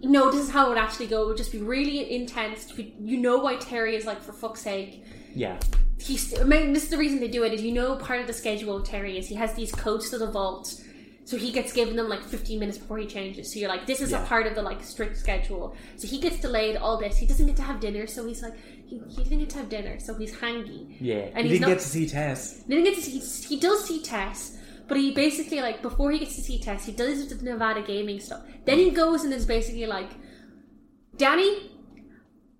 Speaker 6: No, this is how it would actually go. It would just be really intense. You know why Terry is like, for fuck's sake,
Speaker 7: Yeah,
Speaker 6: he's. I mean, this is the reason they do it. Is you know part of the schedule of Terry is he has these codes to the vault, so he gets given them like 15 minutes before he changes. So you're like, this is a
Speaker 7: Yeah.
Speaker 6: part of the like strict schedule. So he gets delayed all this. He doesn't get to have dinner, so he's like, he, he didn't get to have dinner, so he's hangy.
Speaker 7: Yeah,
Speaker 6: and
Speaker 7: he
Speaker 6: he's
Speaker 7: didn't
Speaker 6: not.
Speaker 7: get to see Tess.
Speaker 6: Then he gets to see, he does see Tess, but he basically like before he gets to see Tess, he does the Nevada gaming stuff. Then he goes and is basically like, Danny,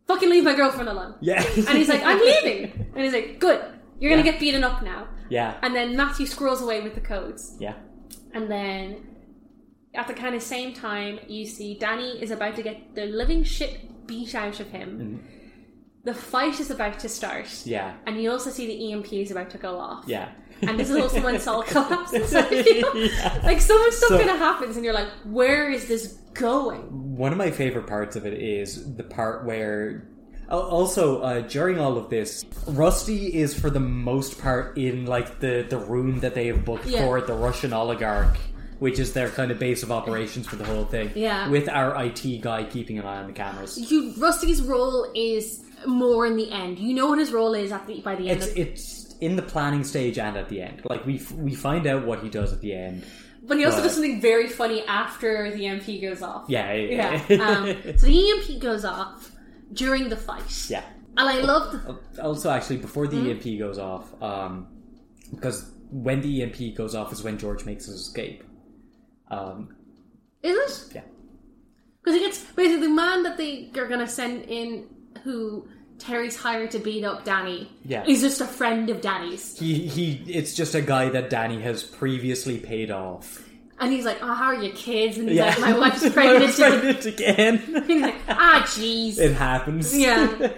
Speaker 6: fucking leave my girlfriend alone.
Speaker 7: Yeah,
Speaker 6: And he's like, I'm leaving. And he's like, good, you're gonna
Speaker 7: Yeah.
Speaker 6: get beaten up now.
Speaker 7: yeah,
Speaker 6: And then Matthew squirrels away with the codes.
Speaker 7: yeah,
Speaker 6: And then at the kind of same time, you see Danny is about to get the living shit beat out of him.
Speaker 7: Mm-hmm.
Speaker 6: The fight is about to start.
Speaker 7: yeah,
Speaker 6: And you also see the EMP is about to go off.
Speaker 7: yeah.
Speaker 6: And this is also when Saul collapses. I feel. Like so much stuff
Speaker 7: So-
Speaker 6: kind of happens, and you're like, where is this going?
Speaker 7: One of my favorite parts of it is the part where. al- Also, uh, during all of this, Rusty is for the most part in like the, the room that they have booked
Speaker 6: Yeah.
Speaker 7: for the Russian oligarch, which is their kind of base of operations for the whole thing.
Speaker 6: Yeah.
Speaker 7: with our IT guy keeping an eye on the cameras.
Speaker 6: You Rusty's role is more in the end. You know what his role is at the, by the end.
Speaker 7: It's
Speaker 6: of,
Speaker 7: it's in the planning stage and at the end. Like we f- we find out what he does at the end.
Speaker 6: But he also
Speaker 7: Right.
Speaker 6: does something very funny after the MP goes off.
Speaker 7: Yeah,
Speaker 6: Yeah.
Speaker 7: yeah,
Speaker 6: um, so the EMP goes off during the fight.
Speaker 7: Yeah.
Speaker 6: And I love the.
Speaker 7: Also, actually, before
Speaker 6: Hmm?
Speaker 7: the EMP goes off, um, because when the EMP goes off is when George makes his escape. Um,
Speaker 6: Is it?
Speaker 7: Yeah.
Speaker 6: Because it gets. Basically, the man that they are going to send in who Terry's hired to beat up Danny
Speaker 7: Yeah.
Speaker 6: is just a friend of Danny's.
Speaker 7: he he. It's just a guy that Danny has previously paid off.
Speaker 6: And he's like, oh, how are your kids? And he's
Speaker 7: Yeah.
Speaker 6: like, my wife's
Speaker 7: My
Speaker 6: pregnant.
Speaker 7: wife's pregnant again.
Speaker 6: he's like, ah, jeez.
Speaker 7: it happens.
Speaker 6: Yeah.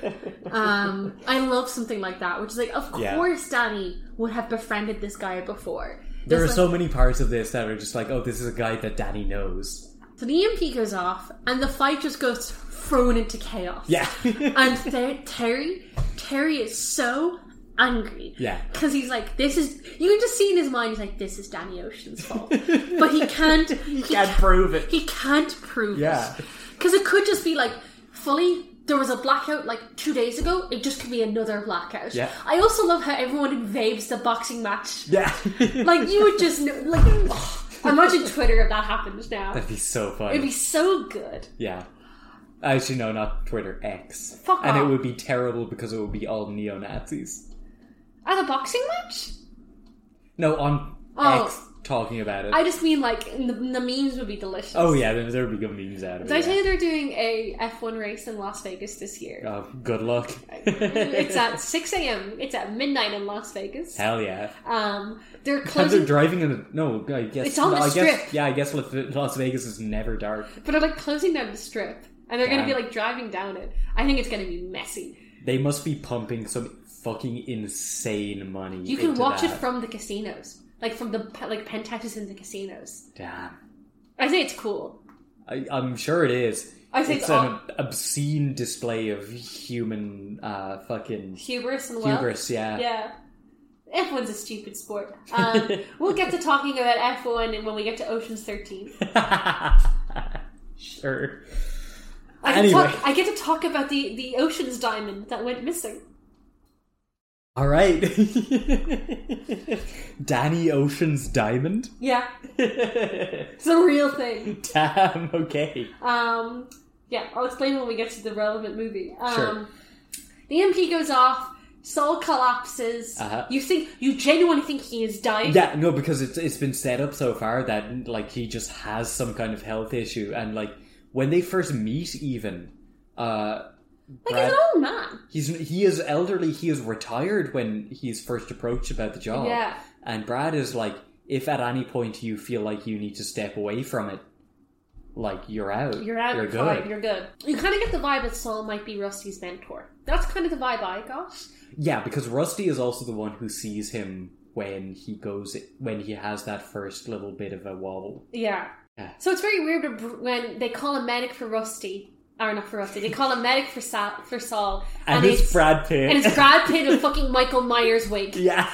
Speaker 6: um, I love something like that, which is like, of
Speaker 7: Yeah.
Speaker 6: course, Danny would have befriended this guy before.
Speaker 7: There are
Speaker 6: It's
Speaker 7: so many parts of this that are just like, oh, this is a guy that Danny knows.
Speaker 6: like- so the EMP goes off, and the fight just goes thrown into chaos.
Speaker 7: Yeah.
Speaker 6: and Ter- Terry, Terry is so angry.
Speaker 7: Yeah.
Speaker 6: because he's like, this is you can just see in his mind, he's like, this is Danny Ocean's fault, but he can't, he
Speaker 7: Can't prove it.
Speaker 6: he can't prove
Speaker 7: Yeah.
Speaker 6: it. Because it could just be like fully. There was a blackout like two days ago. It just could be another blackout.
Speaker 7: Yeah.
Speaker 6: I also love how everyone invades the boxing match.
Speaker 7: Yeah.
Speaker 6: Like you would just know, like imagine Twitter if that happened now.
Speaker 7: That'd be so funny.
Speaker 6: It'd be so good.
Speaker 7: Yeah. Actually, no, not Twitter, X.
Speaker 6: Fuck
Speaker 7: and
Speaker 6: off.
Speaker 7: it would be terrible because it would be all neo Nazis.
Speaker 6: At a boxing match,
Speaker 7: No, on
Speaker 6: Oh.
Speaker 7: X talking about it.
Speaker 6: I just mean like the, the memes would be delicious.
Speaker 7: oh, yeah, there, there would be good memes out of
Speaker 6: Did I
Speaker 7: it.
Speaker 6: tell you they're doing a F1 race in Las Vegas this year?
Speaker 7: Oh, good luck.
Speaker 6: It's at 6 a.m. It's at midnight in Las Vegas.
Speaker 7: Hell yeah.
Speaker 6: Um, they're
Speaker 7: And they're
Speaker 6: closing
Speaker 7: driving in a. No, I guess.
Speaker 6: It's on the
Speaker 7: I
Speaker 6: strip.
Speaker 7: Guess, yeah, I guess Las- Las Vegas is never dark.
Speaker 6: But they're like closing down the strip, and they're going to be
Speaker 7: Damn.
Speaker 6: like driving down it. I think it's going to be messy.
Speaker 7: They must be pumping some fucking insane money.
Speaker 6: You can
Speaker 7: into
Speaker 6: watch it
Speaker 7: that.
Speaker 6: from the casinos, like from the pe- like penthouses in the casinos.
Speaker 7: Damn.
Speaker 6: I say it's cool.
Speaker 7: I, I'm sure it is.
Speaker 6: I think
Speaker 7: it's
Speaker 6: all-
Speaker 7: an obscene display of human uh, fucking
Speaker 6: Hubris and wealth.
Speaker 7: hubris, yeah.
Speaker 6: Yeah. F1's a stupid sport. Um, we'll get to talking about F1 and when we get to Ocean's 13.
Speaker 7: sure.
Speaker 6: I, can
Speaker 7: Anyway.
Speaker 6: talk, I get to talk about the, the Ocean's diamond that went missing.
Speaker 7: All right. Danny Ocean's diamond.
Speaker 6: Yeah. It's a real thing.
Speaker 7: Damn. Okay.
Speaker 6: Um, yeah, I'll explain when we get to the relevant movie. Um,
Speaker 7: Sure.
Speaker 6: The MP goes off. Saul collapses.
Speaker 7: Uh-huh.
Speaker 6: You think you genuinely think he is dying?
Speaker 7: Yeah. No, because it's it's been set up so far that like he just has some kind of health issue, and like when they first meet, even uh,
Speaker 6: like
Speaker 7: Brad-
Speaker 6: he's an old man.
Speaker 7: he's he is elderly. He is retired when he's first approached about the job.
Speaker 6: Yeah.
Speaker 7: And Brad is like, if at any point you feel like you need to step away from it, like you're out.
Speaker 6: You're out.
Speaker 7: You're
Speaker 6: You're
Speaker 7: good.
Speaker 6: fine. You're good. You kind of get the vibe that Saul might be Rusty's mentor. That's kind of the vibe I got.
Speaker 7: Yeah, because Rusty is also the one who sees him when he goes when he has that first little bit of a wobble.
Speaker 6: Yeah.
Speaker 7: Yeah.
Speaker 6: So it's very weird to- when they call a medic for Rusty, or not for Rusty. They call a medic for Sa- for Saul,
Speaker 7: And, it's, Brad Pitt.
Speaker 6: and it's Brad Pitt with fucking Michael Myers wig.
Speaker 7: yeah.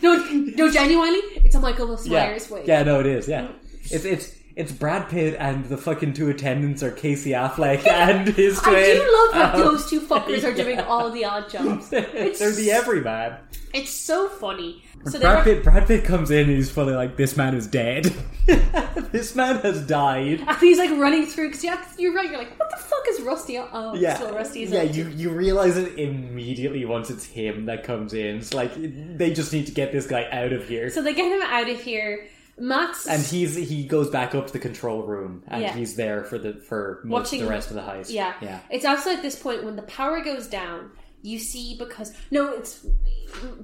Speaker 6: No, no, genuinely, it's a Michael Myers
Speaker 7: yeah.
Speaker 6: wig.
Speaker 7: Yeah, no, it is. Yeah. It's it's It's Brad Pitt and the fucking two attendants are Casey Affleck and his twin.
Speaker 6: I do love that
Speaker 7: Um,
Speaker 6: those two fuckers are doing all the odd jobs. It's,
Speaker 7: They're the everyman.
Speaker 6: it's so funny. So they
Speaker 7: Brad
Speaker 6: were,
Speaker 7: Pitt, Brad Pitt comes in and he's fully like, "This man is dead. this man has died."
Speaker 6: and he's like running through because you you're right. You're like, what the fuck is Rusty? on- Oh,
Speaker 7: Yeah,
Speaker 6: yeah, still Rusty. is
Speaker 7: yeah.
Speaker 6: on.
Speaker 7: You you realize it immediately once it's him that comes in. It's like they just need to get this guy out of here.
Speaker 6: So they get him out of here. Matt's
Speaker 7: and he's he goes back up to the control room and
Speaker 6: Yeah.
Speaker 7: he's there for the for most of
Speaker 6: Watching-
Speaker 7: the rest of the heist.
Speaker 6: Yeah.
Speaker 7: yeah.
Speaker 6: It's also at this point when the power goes down, you see because no, it's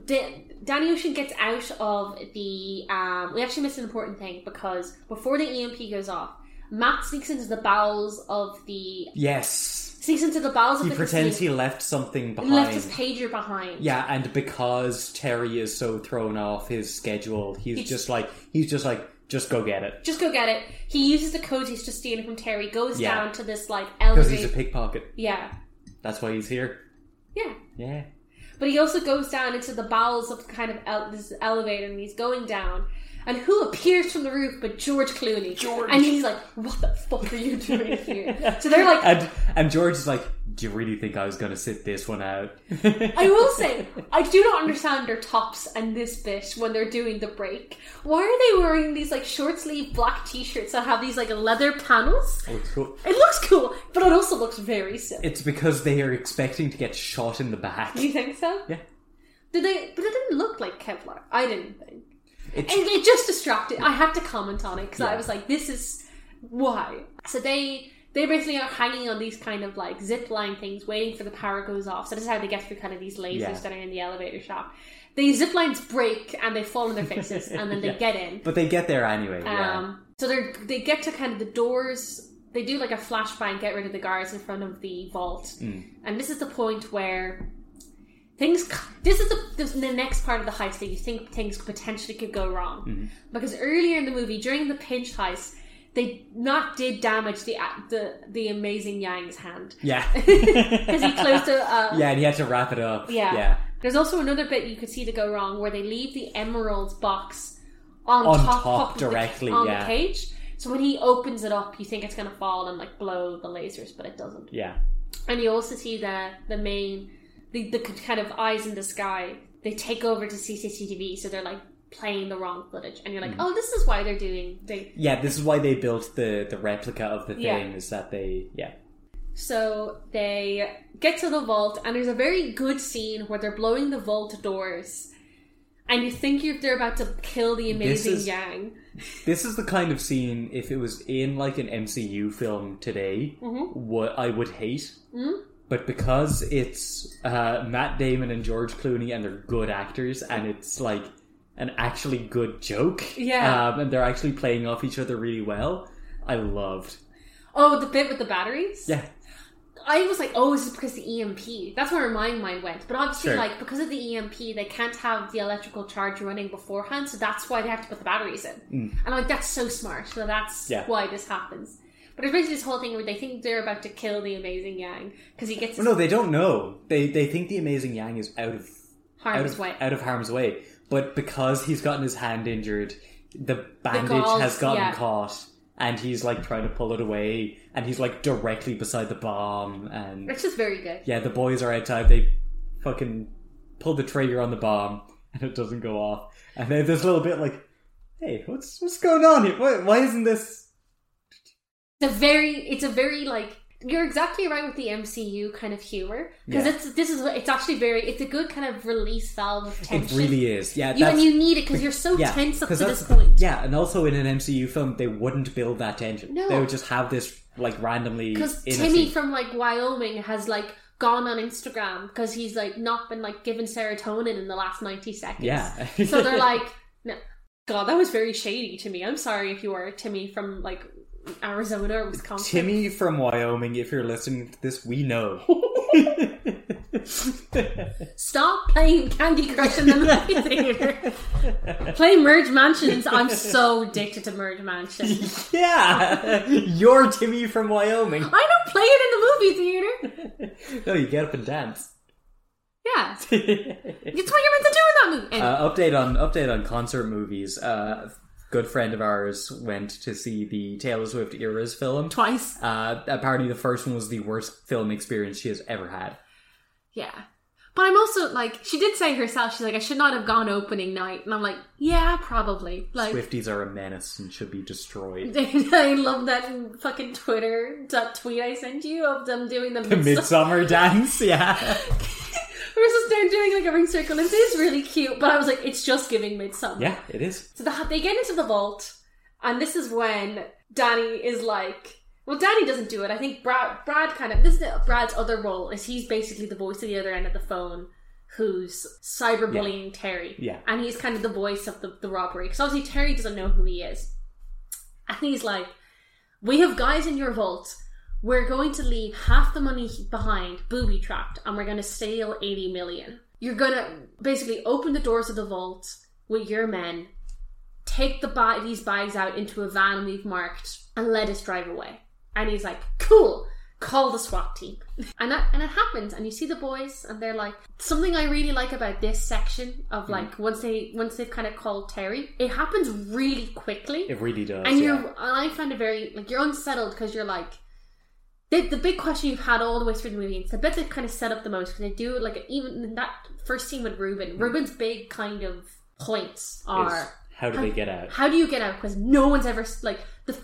Speaker 6: D- Danny Ocean gets out of the. Um, we actually missed an important thing because before the EMP goes off, Matt sneaks into the bowels of the
Speaker 7: Yes,
Speaker 6: sneaks into the bowels
Speaker 7: he
Speaker 6: of the
Speaker 7: pretends
Speaker 6: casino
Speaker 7: he left something
Speaker 6: and
Speaker 7: behind.
Speaker 6: left his pager behind.
Speaker 7: Yeah, and because Terry is so thrown off his schedule, he's,
Speaker 6: He's-
Speaker 7: just like he's just like just go get it
Speaker 6: Just go get it. He uses the code he's just stealing from Terry. Goes
Speaker 7: Yeah.
Speaker 6: down to this like
Speaker 7: because he's a
Speaker 6: elevator.
Speaker 7: pickpocket.
Speaker 6: yeah,
Speaker 7: That's why he's here.
Speaker 6: yeah.
Speaker 7: Yeah,
Speaker 6: But he also goes down into the bowels of kind of el- this elevator, and he's going down. And who appears from the roof but George Clooney? George, and he's like, "What the fuck are you doing here?" So they're like,
Speaker 7: and and George is like, do you really think I was gonna sit this one out?
Speaker 6: "I will say, I do not understand their tops and this bit when they're doing the break. Why are they wearing these like short sleeve black t shirts that have these like leather panels? It looks cool, but it also looks very silly.
Speaker 7: It's because they are expecting to get shot in the back.
Speaker 6: Do you think so?
Speaker 7: Yeah.
Speaker 6: Did they? But it didn't look like Kevlar. I didn't think. It,
Speaker 7: It's-
Speaker 6: it just distracted. I had to comment on it because I
Speaker 7: Yeah.
Speaker 6: was like, "This is why." So they they basically are hanging on these kind of like zip line things, waiting for the power goes off. So this is how they get through kind of these lasers
Speaker 7: Yeah.
Speaker 6: that are in the elevator shaft. The zip lines break and they fall on their faces, and then they
Speaker 7: Yeah.
Speaker 6: get in.
Speaker 7: But they get there anyway. yeah.
Speaker 6: Um, so they are they get to kind of the doors. They do like a flashbang, get rid of the guards in front of the vault, and this is the point where things. c- This is the, this, the next part of the heist that you think things potentially could go wrong, because earlier in the movie, during the pinch heist, they not did damage the the the amazing Yang's hand
Speaker 7: Yeah.
Speaker 6: because he closed uh, a. a
Speaker 7: Yeah, and he had to wrap it up.
Speaker 6: Yeah.
Speaker 7: Yeah.
Speaker 6: There's also another bit you could see to go wrong where they leave the emerald box on,
Speaker 7: On
Speaker 6: top,
Speaker 7: top
Speaker 6: of the-
Speaker 7: directly,
Speaker 6: on
Speaker 7: yeah.
Speaker 6: the cage. So when he opens it up, you think it's gonna fall and like blow the lasers, but it doesn't.
Speaker 7: Yeah.
Speaker 6: And you also see the the main the, the kind of eyes in the sky. They take over to CCTV, so they're like playing the wrong footage, and
Speaker 7: Mm.
Speaker 6: you're like, oh, this is why they're doing. They
Speaker 7: Yeah, this is why they built the, the replica of the thing,
Speaker 6: Yeah.
Speaker 7: is that they, yeah.
Speaker 6: So they get to the vault, and there's a very good scene where they're blowing the vault doors, and you think you're, they're about to kill the amazing
Speaker 7: is-
Speaker 6: Yang.
Speaker 7: This is the kind of scene, if it was in like an MCU film today, what I would hate. But because it's uh, Matt Damon and George Clooney and they're good actors and it's like an actually good joke,
Speaker 6: Yeah.
Speaker 7: um, and they're actually playing off each other really well, I loved.
Speaker 6: Oh, the bit with the batteries?
Speaker 7: Yeah.
Speaker 6: I was like, oh, is it because the EMP? That's where my mind went. But obviously,
Speaker 7: Sure.
Speaker 6: like, because of the EMP, they can't have the electrical charge running beforehand, so that's why they have to put the batteries in. And I'm like, that's so smart. So that's
Speaker 7: Mm. Yeah.
Speaker 6: why this happens. But there's basically this whole thing where they think they're about to kill the amazing Yang because he gets
Speaker 7: Well, no, they don't know. They they think the Amazing Yang is out of out
Speaker 6: harm's
Speaker 7: of
Speaker 6: way.
Speaker 7: out of harm's way, but because he's gotten his hand injured, the bandage
Speaker 6: gauze,
Speaker 7: has gotten
Speaker 6: yeah.
Speaker 7: caught, and he's like trying to pull it away, and he's like directly beside the bomb, and
Speaker 6: Which is very good.
Speaker 7: yeah, the boys are outside. They fucking pull the trigger on the bomb, and it doesn't go off. And then this little bit like, hey, what's what's going on here? Why, why isn't this?
Speaker 6: It's a very, it's a very like you're exactly right with the MCU kind of humor because
Speaker 7: Yeah.
Speaker 6: it's this is it's actually very it's a good kind of release valve of
Speaker 7: It
Speaker 6: tension.
Speaker 7: really is. Yeah,
Speaker 6: You,
Speaker 7: that's,
Speaker 6: and you need it because you're so
Speaker 7: yeah,
Speaker 6: tense up to
Speaker 7: 'cause
Speaker 6: this
Speaker 7: that's-
Speaker 6: point.
Speaker 7: Yeah, and also in an MCU film, they wouldn't build that tension.
Speaker 6: No.
Speaker 7: They would just have this like randomly.
Speaker 6: Because
Speaker 7: in a
Speaker 6: Timmy
Speaker 7: scene.
Speaker 6: from like Wyoming has like gone on Instagram because he's like not been like given serotonin in the last ninety seconds.
Speaker 7: yeah.
Speaker 6: so they're like, no, God, that was very shady to me. I'm sorry if you are Timmy from like Arizona or Wisconsin.
Speaker 7: Timmy from Wyoming. If you're listening to this, we know.
Speaker 6: Stop playing Candy Crush in the movie theater. Play Merge Mansions. I'm so addicted to Merge Mansion.
Speaker 7: yeah, you're Timmy from Wyoming.
Speaker 6: I don't play it in the movie theater.
Speaker 7: No, you get up and dance.
Speaker 6: Yeah,
Speaker 7: uh,
Speaker 6: it's what you're meant to do in that movie. Anyway,
Speaker 7: update on update on concert movies. Uh, good friend of ours went to see the Taylor Swift Eras film.
Speaker 9: Twice.
Speaker 7: Uh, apparently, the first one was the worst film experience she has ever had.
Speaker 9: Yeah. But I'm also like, she did say herself, she's like, I should not have gone opening night. And I'm like, yeah, probably. Like,
Speaker 7: Swifties are a menace and should be destroyed.
Speaker 6: I love that fucking Twitter that tweet I sent you of them doing the,
Speaker 7: The Midsummer Dance, yeah.
Speaker 6: We were just there doing like a ring circle, and it is really cute. But I was like, it's just giving midsummer.
Speaker 7: Yeah, it is.
Speaker 6: So the, they get into the vault, and this is when Danny is like, well, Danny doesn't do it. I think Brad, Brad kind of this is the- Brad's other role is he's basically the voice at the other end of the phone who's cyberbullying Terry.
Speaker 7: Yeah.
Speaker 6: and he's kind of the voice of the, the robbery because obviously Terry doesn't know who he is, and he's like, we have guys in your vault. We're going to leave half the money behind, booby trapped, and we're going to steal 80 million. You're going to basically open the doors of the vault with your men, take the ba- these bags out into a van we've marked, and let us drive away. And he's like, cool, call the SWAT team. And, that, and it happens, and you see the boys, and they're like, something I really like about this section of like, once, they, once they've kind of called Terry, it happens really quickly
Speaker 7: It really does.
Speaker 6: and
Speaker 7: yeah.
Speaker 6: you're and I find it very like you're unsettled because you're like the, the big question you've had all the way through the movie. It's I bet they kind of set up the most because they do like even in that first scene with
Speaker 7: Mm.
Speaker 6: Ruben. Ruben's big kind of points
Speaker 7: Is
Speaker 6: are
Speaker 7: how do they get out?
Speaker 6: how do you get out because no one's ever s- like the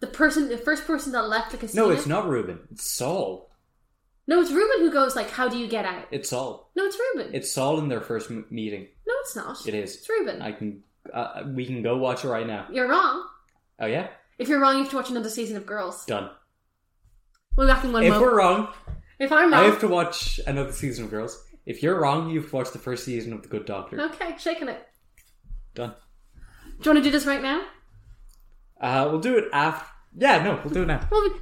Speaker 6: the person the first person that left the casino.
Speaker 7: No, it's not Ruben. It's Saul.
Speaker 6: No, it's Ruben who goes like, "How do you get out?"
Speaker 7: It's Saul.
Speaker 6: No, it's Ruben.
Speaker 7: It's Saul in their first m- meeting.
Speaker 6: no, it's not.
Speaker 7: It is.
Speaker 6: It's Ruben.
Speaker 7: I can. Uh, we can go watch it right now.
Speaker 6: you're wrong.
Speaker 7: Oh yeah,
Speaker 6: If you're wrong, you have to watch another season of Girls.
Speaker 7: done.
Speaker 6: We'll be back in one
Speaker 7: If
Speaker 6: moment.
Speaker 7: we're wrong,
Speaker 6: If I'm
Speaker 7: I
Speaker 6: wrong,
Speaker 7: have to watch another season of Girls. If you're wrong, you've watched the first season of The Good Doctor.
Speaker 6: okay, shaking it.
Speaker 7: Done.
Speaker 6: Do you want to do this right now?
Speaker 7: Uh, we'll do it after. Yeah, no, we'll do it now.
Speaker 6: Well, we-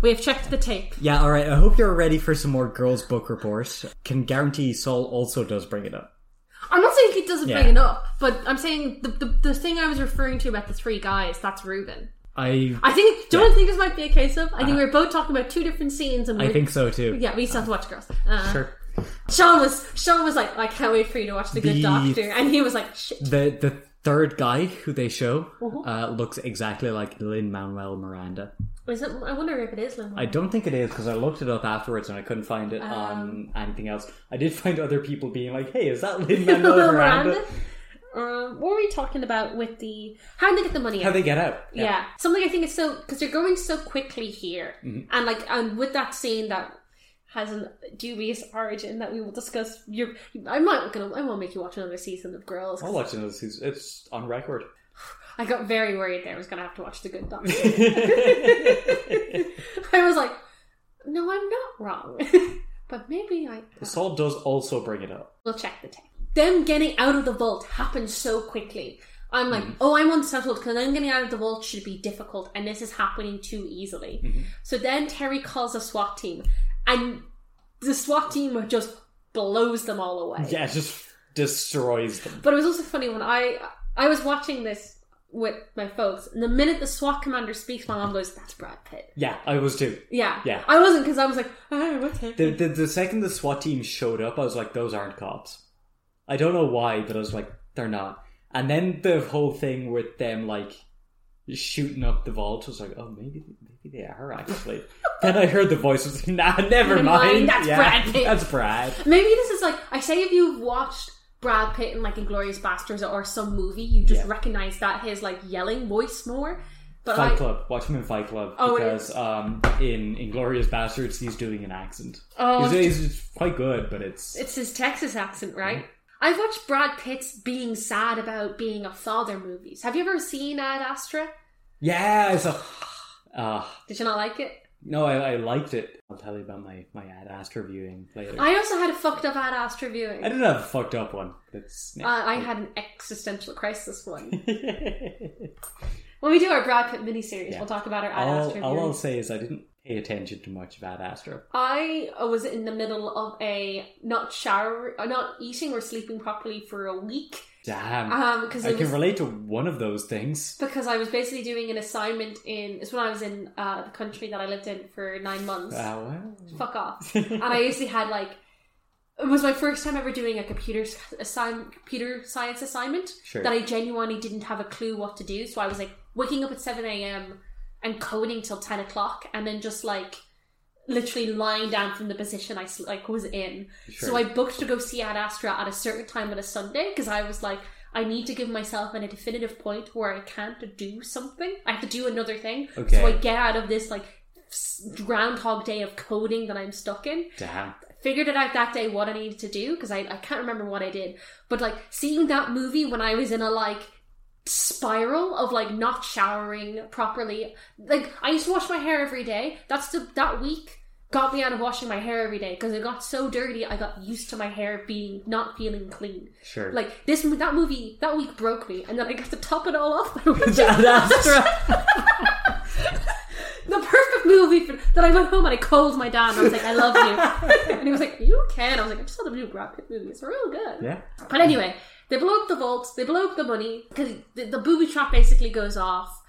Speaker 6: we have checked the tape.
Speaker 7: Yeah, all right. I hope you're ready for some more girls' book report. Can guarantee Saul also does bring it up.
Speaker 6: I'm not saying he doesn't
Speaker 7: Yeah.
Speaker 6: bring it up, but I'm saying the, the the thing I was referring to about the three guys, that's Reuben.
Speaker 7: I
Speaker 6: I think, do you want to think this might be a case of? I think we were both talking about two different scenes and
Speaker 7: Uh-huh. I
Speaker 6: we're-
Speaker 7: think so too.
Speaker 6: Yeah, we still have to watch Girls. Uh,
Speaker 7: Sure.
Speaker 6: Sean was Sean was like, I can't wait for you to watch The Good
Speaker 7: The-
Speaker 6: Doctor, and he was like, shit.
Speaker 7: The the third guy who they show uh, looks exactly like Lin Manuel Miranda.
Speaker 6: Is it, I wonder if it is Lin.
Speaker 7: I don't think it is because I looked it up afterwards and I couldn't find it on anything else. I did find other people being like, "Hey, is that Lin Manuel
Speaker 6: Miranda?
Speaker 7: Miranda?"
Speaker 6: Um, what were we talking about with the how did they get the money?
Speaker 7: How
Speaker 6: out?
Speaker 7: they get out?
Speaker 6: yeah. something i think is so because they're going so quickly here and like and with that scene that has a dubious origin that we will discuss your i'm not gonna i won't make you watch another season of girls
Speaker 7: I'll watch another season. It's on record.
Speaker 6: i got very worried there i was gonna have to watch the good doctor i was like no i'm not wrong but maybe i
Speaker 7: Saul does also bring it up.
Speaker 6: we'll check the tape them getting out of the vault happened so quickly i'm like
Speaker 7: Mm-hmm.
Speaker 6: oh i'm unsettled because them getting out of the vault should be difficult and this is happening too easily
Speaker 7: Mm-hmm.
Speaker 6: So then Terry calls a SWAT team, and the SWAT team just blows them all away.
Speaker 7: Yeah, it just destroys them.
Speaker 6: But it was also funny when I I was watching this with my folks, and the minute the SWAT commander speaks, my mom goes, "That's Brad Pitt."
Speaker 7: Yeah, I was too.
Speaker 6: Yeah,
Speaker 7: Yeah.
Speaker 6: I wasn't because I was like, "Oh, what's
Speaker 7: The,
Speaker 6: happening?"
Speaker 7: the the second the SWAT team showed up, I was like, "Those aren't cops." I don't know why, but I was like, "They're not." And then the whole thing with them like shooting up the vault was like, "Oh, maybe maybe they are actually." then I heard the voice was, "Nah, never
Speaker 6: Never
Speaker 7: mind.
Speaker 6: mind, that's
Speaker 7: yeah,
Speaker 6: Brad Pitt."
Speaker 7: That's Brad."
Speaker 6: Maybe this is like I say, if you've watched Brad Pitt in like Inglorious Bastards or some movie, you just
Speaker 7: Yeah.
Speaker 6: recognize that his like yelling voice more. But
Speaker 7: Fight
Speaker 6: I,
Speaker 7: Club. Watch him in Fight Club
Speaker 6: Oh, it
Speaker 7: because
Speaker 6: is.
Speaker 7: um, in Inglorious Bastards, he's doing an accent.
Speaker 6: Oh,
Speaker 7: he's, he's quite good, but it's
Speaker 6: It's his Texas accent, right?
Speaker 7: Mm-hmm.
Speaker 6: I've watched Brad Pitt's being sad about being a father movies. Have you ever seen Ad Astra?
Speaker 7: yeah. It's a uh,
Speaker 6: Did you not like it?
Speaker 7: no. I, I liked it. I'll tell you about my my ad Astra viewing later.
Speaker 6: I also had a fucked up Ad Astra viewing.
Speaker 7: I
Speaker 6: Uh,
Speaker 7: did have a fucked up one. That's
Speaker 6: I had an existential crisis one. when we do our Brad Pitt miniseries,
Speaker 7: Yeah.
Speaker 6: we'll talk about our Ad Astra
Speaker 7: all, all
Speaker 6: viewing.
Speaker 7: I'll say is I didn't pay attention to much about Astro.
Speaker 6: I was in the middle of a not shower, uh, not eating or sleeping properly for a week
Speaker 7: Damn,
Speaker 6: um, 'cause
Speaker 7: Hmm. I
Speaker 6: it
Speaker 7: can
Speaker 6: was-
Speaker 7: relate to one of those things.
Speaker 6: because I was basically doing an assignment in. It's when I was in uh, the country that I lived in for nine months.
Speaker 7: Uh, well,
Speaker 6: fuck off. and I usually had like it was my first time ever doing a computer s- assign, computer science assignment
Speaker 7: Sure.
Speaker 6: that I genuinely didn't have a clue what to do. So I was like waking up at seven a.m. and coding till ten o'clock, and then just like literally lying down from the position I s- like was in. So I booked to go see Ad Astra at a certain time on a Sunday because I was like, I need to give myself a definitive point where I can't do something. I have to do another thing.
Speaker 7: Okay.
Speaker 6: So I get out of this like s- groundhog day of coding that I'm stuck in
Speaker 7: Damn.
Speaker 6: figured it out that day what I needed to do because I, I can't remember what I did. But like seeing that movie when I was in a like spiral of like not showering properly. Like I used to wash my hair every day. That's the that week got me out of washing my hair every day because it got so dirty. I got used to my hair being not feeling clean.
Speaker 7: Sure.
Speaker 6: Like this that movie that week broke me, and then I got to top it all off by watching
Speaker 7: Ad Astra.
Speaker 6: the perfect movie for, that I went home and I called my dad and I was like, I love you. and he was like, Are you okay? And I was like, I just saw the new Brad Pitt movie. It's real good.
Speaker 7: yeah.
Speaker 6: But anyway, they blow up the vault, they blow up the money, because the, the booby trap basically goes off.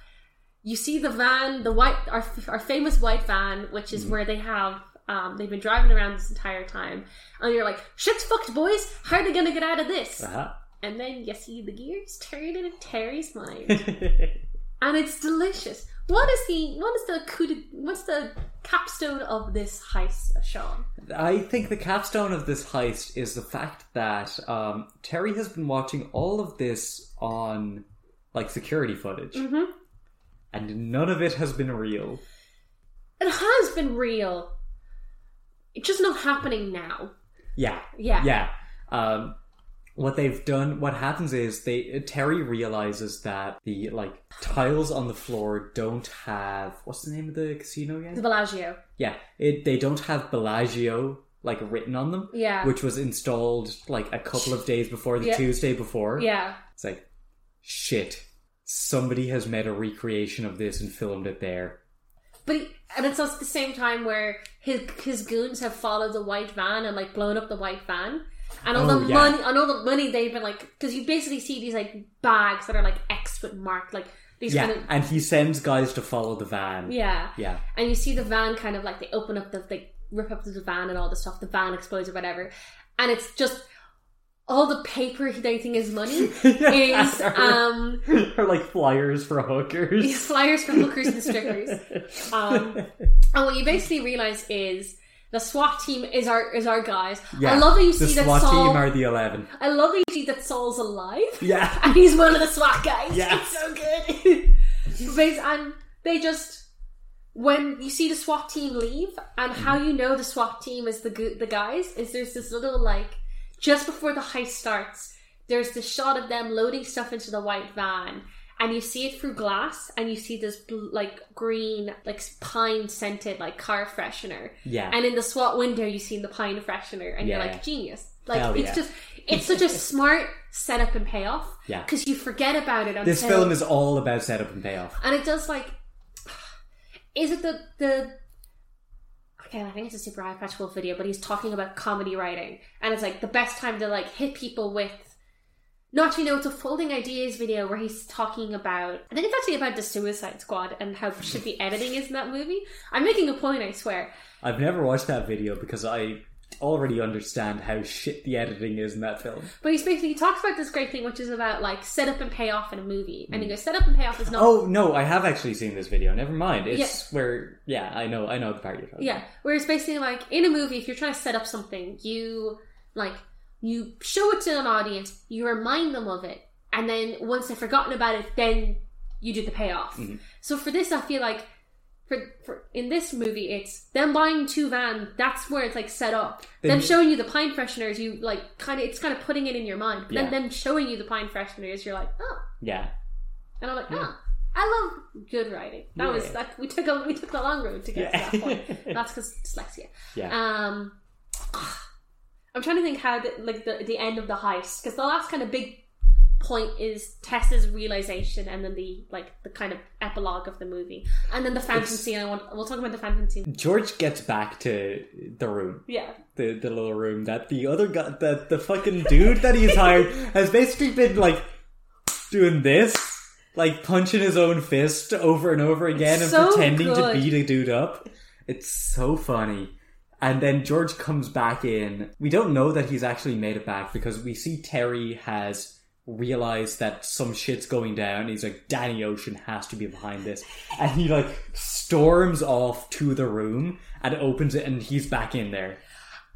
Speaker 6: You see the van, the white, our, our famous white van, which is where they have, um, they've been driving around this entire time. And you're like, shit's fucked, boys. How are they going to get out of this?
Speaker 7: Uh-huh.
Speaker 6: And then you see the gears turning in Terry's mind and it's delicious. What is the what is the coup de, what's the capstone of this heist, Sean?
Speaker 7: I think the capstone of this heist is the fact that um, Terry has been watching all of this on like security footage,
Speaker 6: Mhm.
Speaker 7: and none of it has been real.
Speaker 6: It has been real. It's just not happening now.
Speaker 7: Yeah,
Speaker 6: Yeah.
Speaker 7: yeah. Um, what they've done, what happens is they Terry realizes that the like tiles on the floor don't have what's the name of the casino
Speaker 6: The
Speaker 7: again?
Speaker 6: Bellagio.
Speaker 7: Yeah, it, they don't have Bellagio like written on them.
Speaker 6: Yeah.
Speaker 7: Which was installed like a couple of days before the
Speaker 6: Yeah.
Speaker 7: Tuesday before.
Speaker 6: yeah.
Speaker 7: It's like, shit. Somebody has made a recreation of this and filmed it there.
Speaker 6: But he, and it's also at the same time where his his goons have followed the white van and like blown up the white van. And all
Speaker 7: Oh,
Speaker 6: the
Speaker 7: yeah.
Speaker 6: money, and all the money they've been like, because you basically see these like bags that are like X with marked, like these
Speaker 7: yeah,
Speaker 6: kind of
Speaker 7: and he sends guys to follow the van.
Speaker 6: yeah.
Speaker 7: Yeah.
Speaker 6: and you see the van kind of like they open up the they rip up the van and all the stuff the van explodes or whatever and it's just all the paper they think is money is um
Speaker 7: or like flyers for hookers.
Speaker 6: these flyers for hookers and strippers um and what you basically realize is the SWAT team is our is our guys
Speaker 7: Yeah.
Speaker 6: I love that you
Speaker 7: the
Speaker 6: see that
Speaker 7: SWAT
Speaker 6: Saul
Speaker 7: team are the eleven.
Speaker 6: I love that you see that Saul's alive
Speaker 7: Yeah.
Speaker 6: and he's one of the SWAT guys.
Speaker 7: Yes.
Speaker 6: It's so good. But- and they just when you see the SWAT team leave, and how you know the SWAT team is the gu- the guys is there's this little like just before the heist starts, there's the shot of them loading stuff into the white van. And you see it through glass, and you see this bl- like green, like pine scented, like car freshener.
Speaker 7: Yeah.
Speaker 6: And in the SWAT window, you see the pine freshener, and
Speaker 7: Yeah.
Speaker 6: you're like, genius. Like
Speaker 7: Hell
Speaker 6: it's
Speaker 7: yeah.
Speaker 6: just, it's such a smart setup and payoff.
Speaker 7: Yeah.
Speaker 6: Because you forget about it. Until,
Speaker 7: this film is all about setup and payoff.
Speaker 6: and it does like, is it the the? Again, I think it's a super high patchful video, but he's talking about comedy writing, and it's like the best time to like hit people with. No, actually, no. It's a folding ideas video where he's talking about. I think it's actually about the Suicide Squad and how shitty editing is in that movie. I'm making a point, I swear.
Speaker 7: I've never watched that video because I already understand how shit the editing is in that film.
Speaker 6: But he's basically he talks about this great thing, which is about like setup and payoff in a movie, and he goes, "Setup and payoff is not."
Speaker 7: Mm. Oh no, I have actually seen this video. Never mind. It's where yeah, I know, I know the part you're talking.
Speaker 6: Yeah.
Speaker 7: about.
Speaker 6: Whereas basically, like in a movie, if you're trying to set up something, you like you show it to an audience, you remind them of it, and then once they've forgotten about it, then you do the payoff.
Speaker 7: Mm-hmm.
Speaker 6: So for this, I feel like for, for in this movie, it's them buying two van. That's where it's like set up.
Speaker 7: They-
Speaker 6: them showing you the pine fresheners. You like kind of it's kind of putting it in your mind. But
Speaker 7: Yeah.
Speaker 6: Then them showing you the pine fresheners. You're like, oh,
Speaker 7: Yeah.
Speaker 6: and I'm like, ah, I love good writing. That was
Speaker 7: Yeah.
Speaker 6: that we took a we took the long road to get
Speaker 7: Yeah.
Speaker 6: to that point. That's because dyslexia.
Speaker 7: Yeah.
Speaker 6: Um, I'm trying to think how the, like the the end of the heist because the last kind of big point is Tessa's realization and then the like the kind of epilogue of the movie and then the phantom
Speaker 7: It's-
Speaker 6: scene. I want we'll talk about the phantom scene.
Speaker 7: George gets back to the room,
Speaker 6: Yeah,
Speaker 7: the, the little room that the other guy, that the fucking dude that he's hired has basically been like doing this, like punching his own fist over and over again and
Speaker 6: so
Speaker 7: pretending
Speaker 6: good.
Speaker 7: to beat a dude up. It's so funny. And then George comes back in. We don't know that he's actually made it back because we see Terry has realized that some shit's going down. He's like, Danny Ocean has to be behind this. And he like storms off to the room and opens it and he's back in there.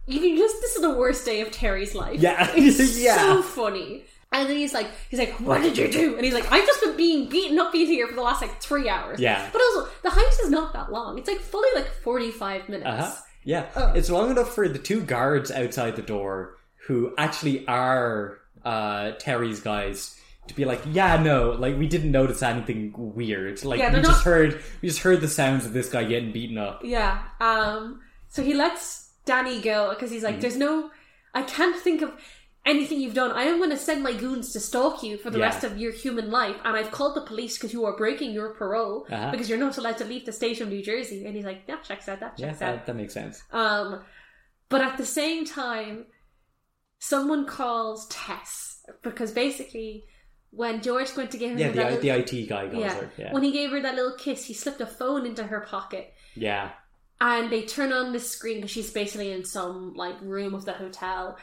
Speaker 6: You can just this is the worst day of Terry's life.
Speaker 7: Yeah.
Speaker 6: It's
Speaker 7: Yeah.
Speaker 6: so funny. And then he's like, he's like, what did you do? And he's like, I've just been being beaten up in here for the last like three hours.
Speaker 7: Yeah.
Speaker 6: But also, the heist is not that long. It's like fully like forty five minutes.
Speaker 7: Uh-huh. Yeah.
Speaker 6: Oh.
Speaker 7: It's long enough for the two guards outside the door who actually are uh, Terry's guys to be like, yeah, no, like we didn't notice anything weird. Like
Speaker 6: Yeah,
Speaker 7: we
Speaker 6: they're not-
Speaker 7: just heard we just heard the sounds of this guy getting beaten up.
Speaker 6: Yeah. Um. So he lets Danny go because he's
Speaker 7: Mm.
Speaker 6: like, "There's no, I can't think of anything you've done. I am going to send my goons to stalk you for the
Speaker 7: Yeah.
Speaker 6: rest of your human life, and I've called the police because you are breaking your parole
Speaker 7: Uh-huh.
Speaker 6: because you're not allowed to leave the state of New Jersey." And he's like, "That checks out. That
Speaker 7: Yeah,
Speaker 6: checks out."
Speaker 7: that, that makes sense.
Speaker 6: Um, but at the same time, someone calls Tess because basically, when George went to give him
Speaker 7: Yeah,
Speaker 6: that
Speaker 7: the,
Speaker 6: little-
Speaker 7: the IT guy calls
Speaker 6: yeah,
Speaker 7: her. Yeah.
Speaker 6: when he gave her that little kiss, he slipped a phone into her pocket
Speaker 7: yeah.
Speaker 6: and they turn on the screen because she's basically in some like room of the hotel,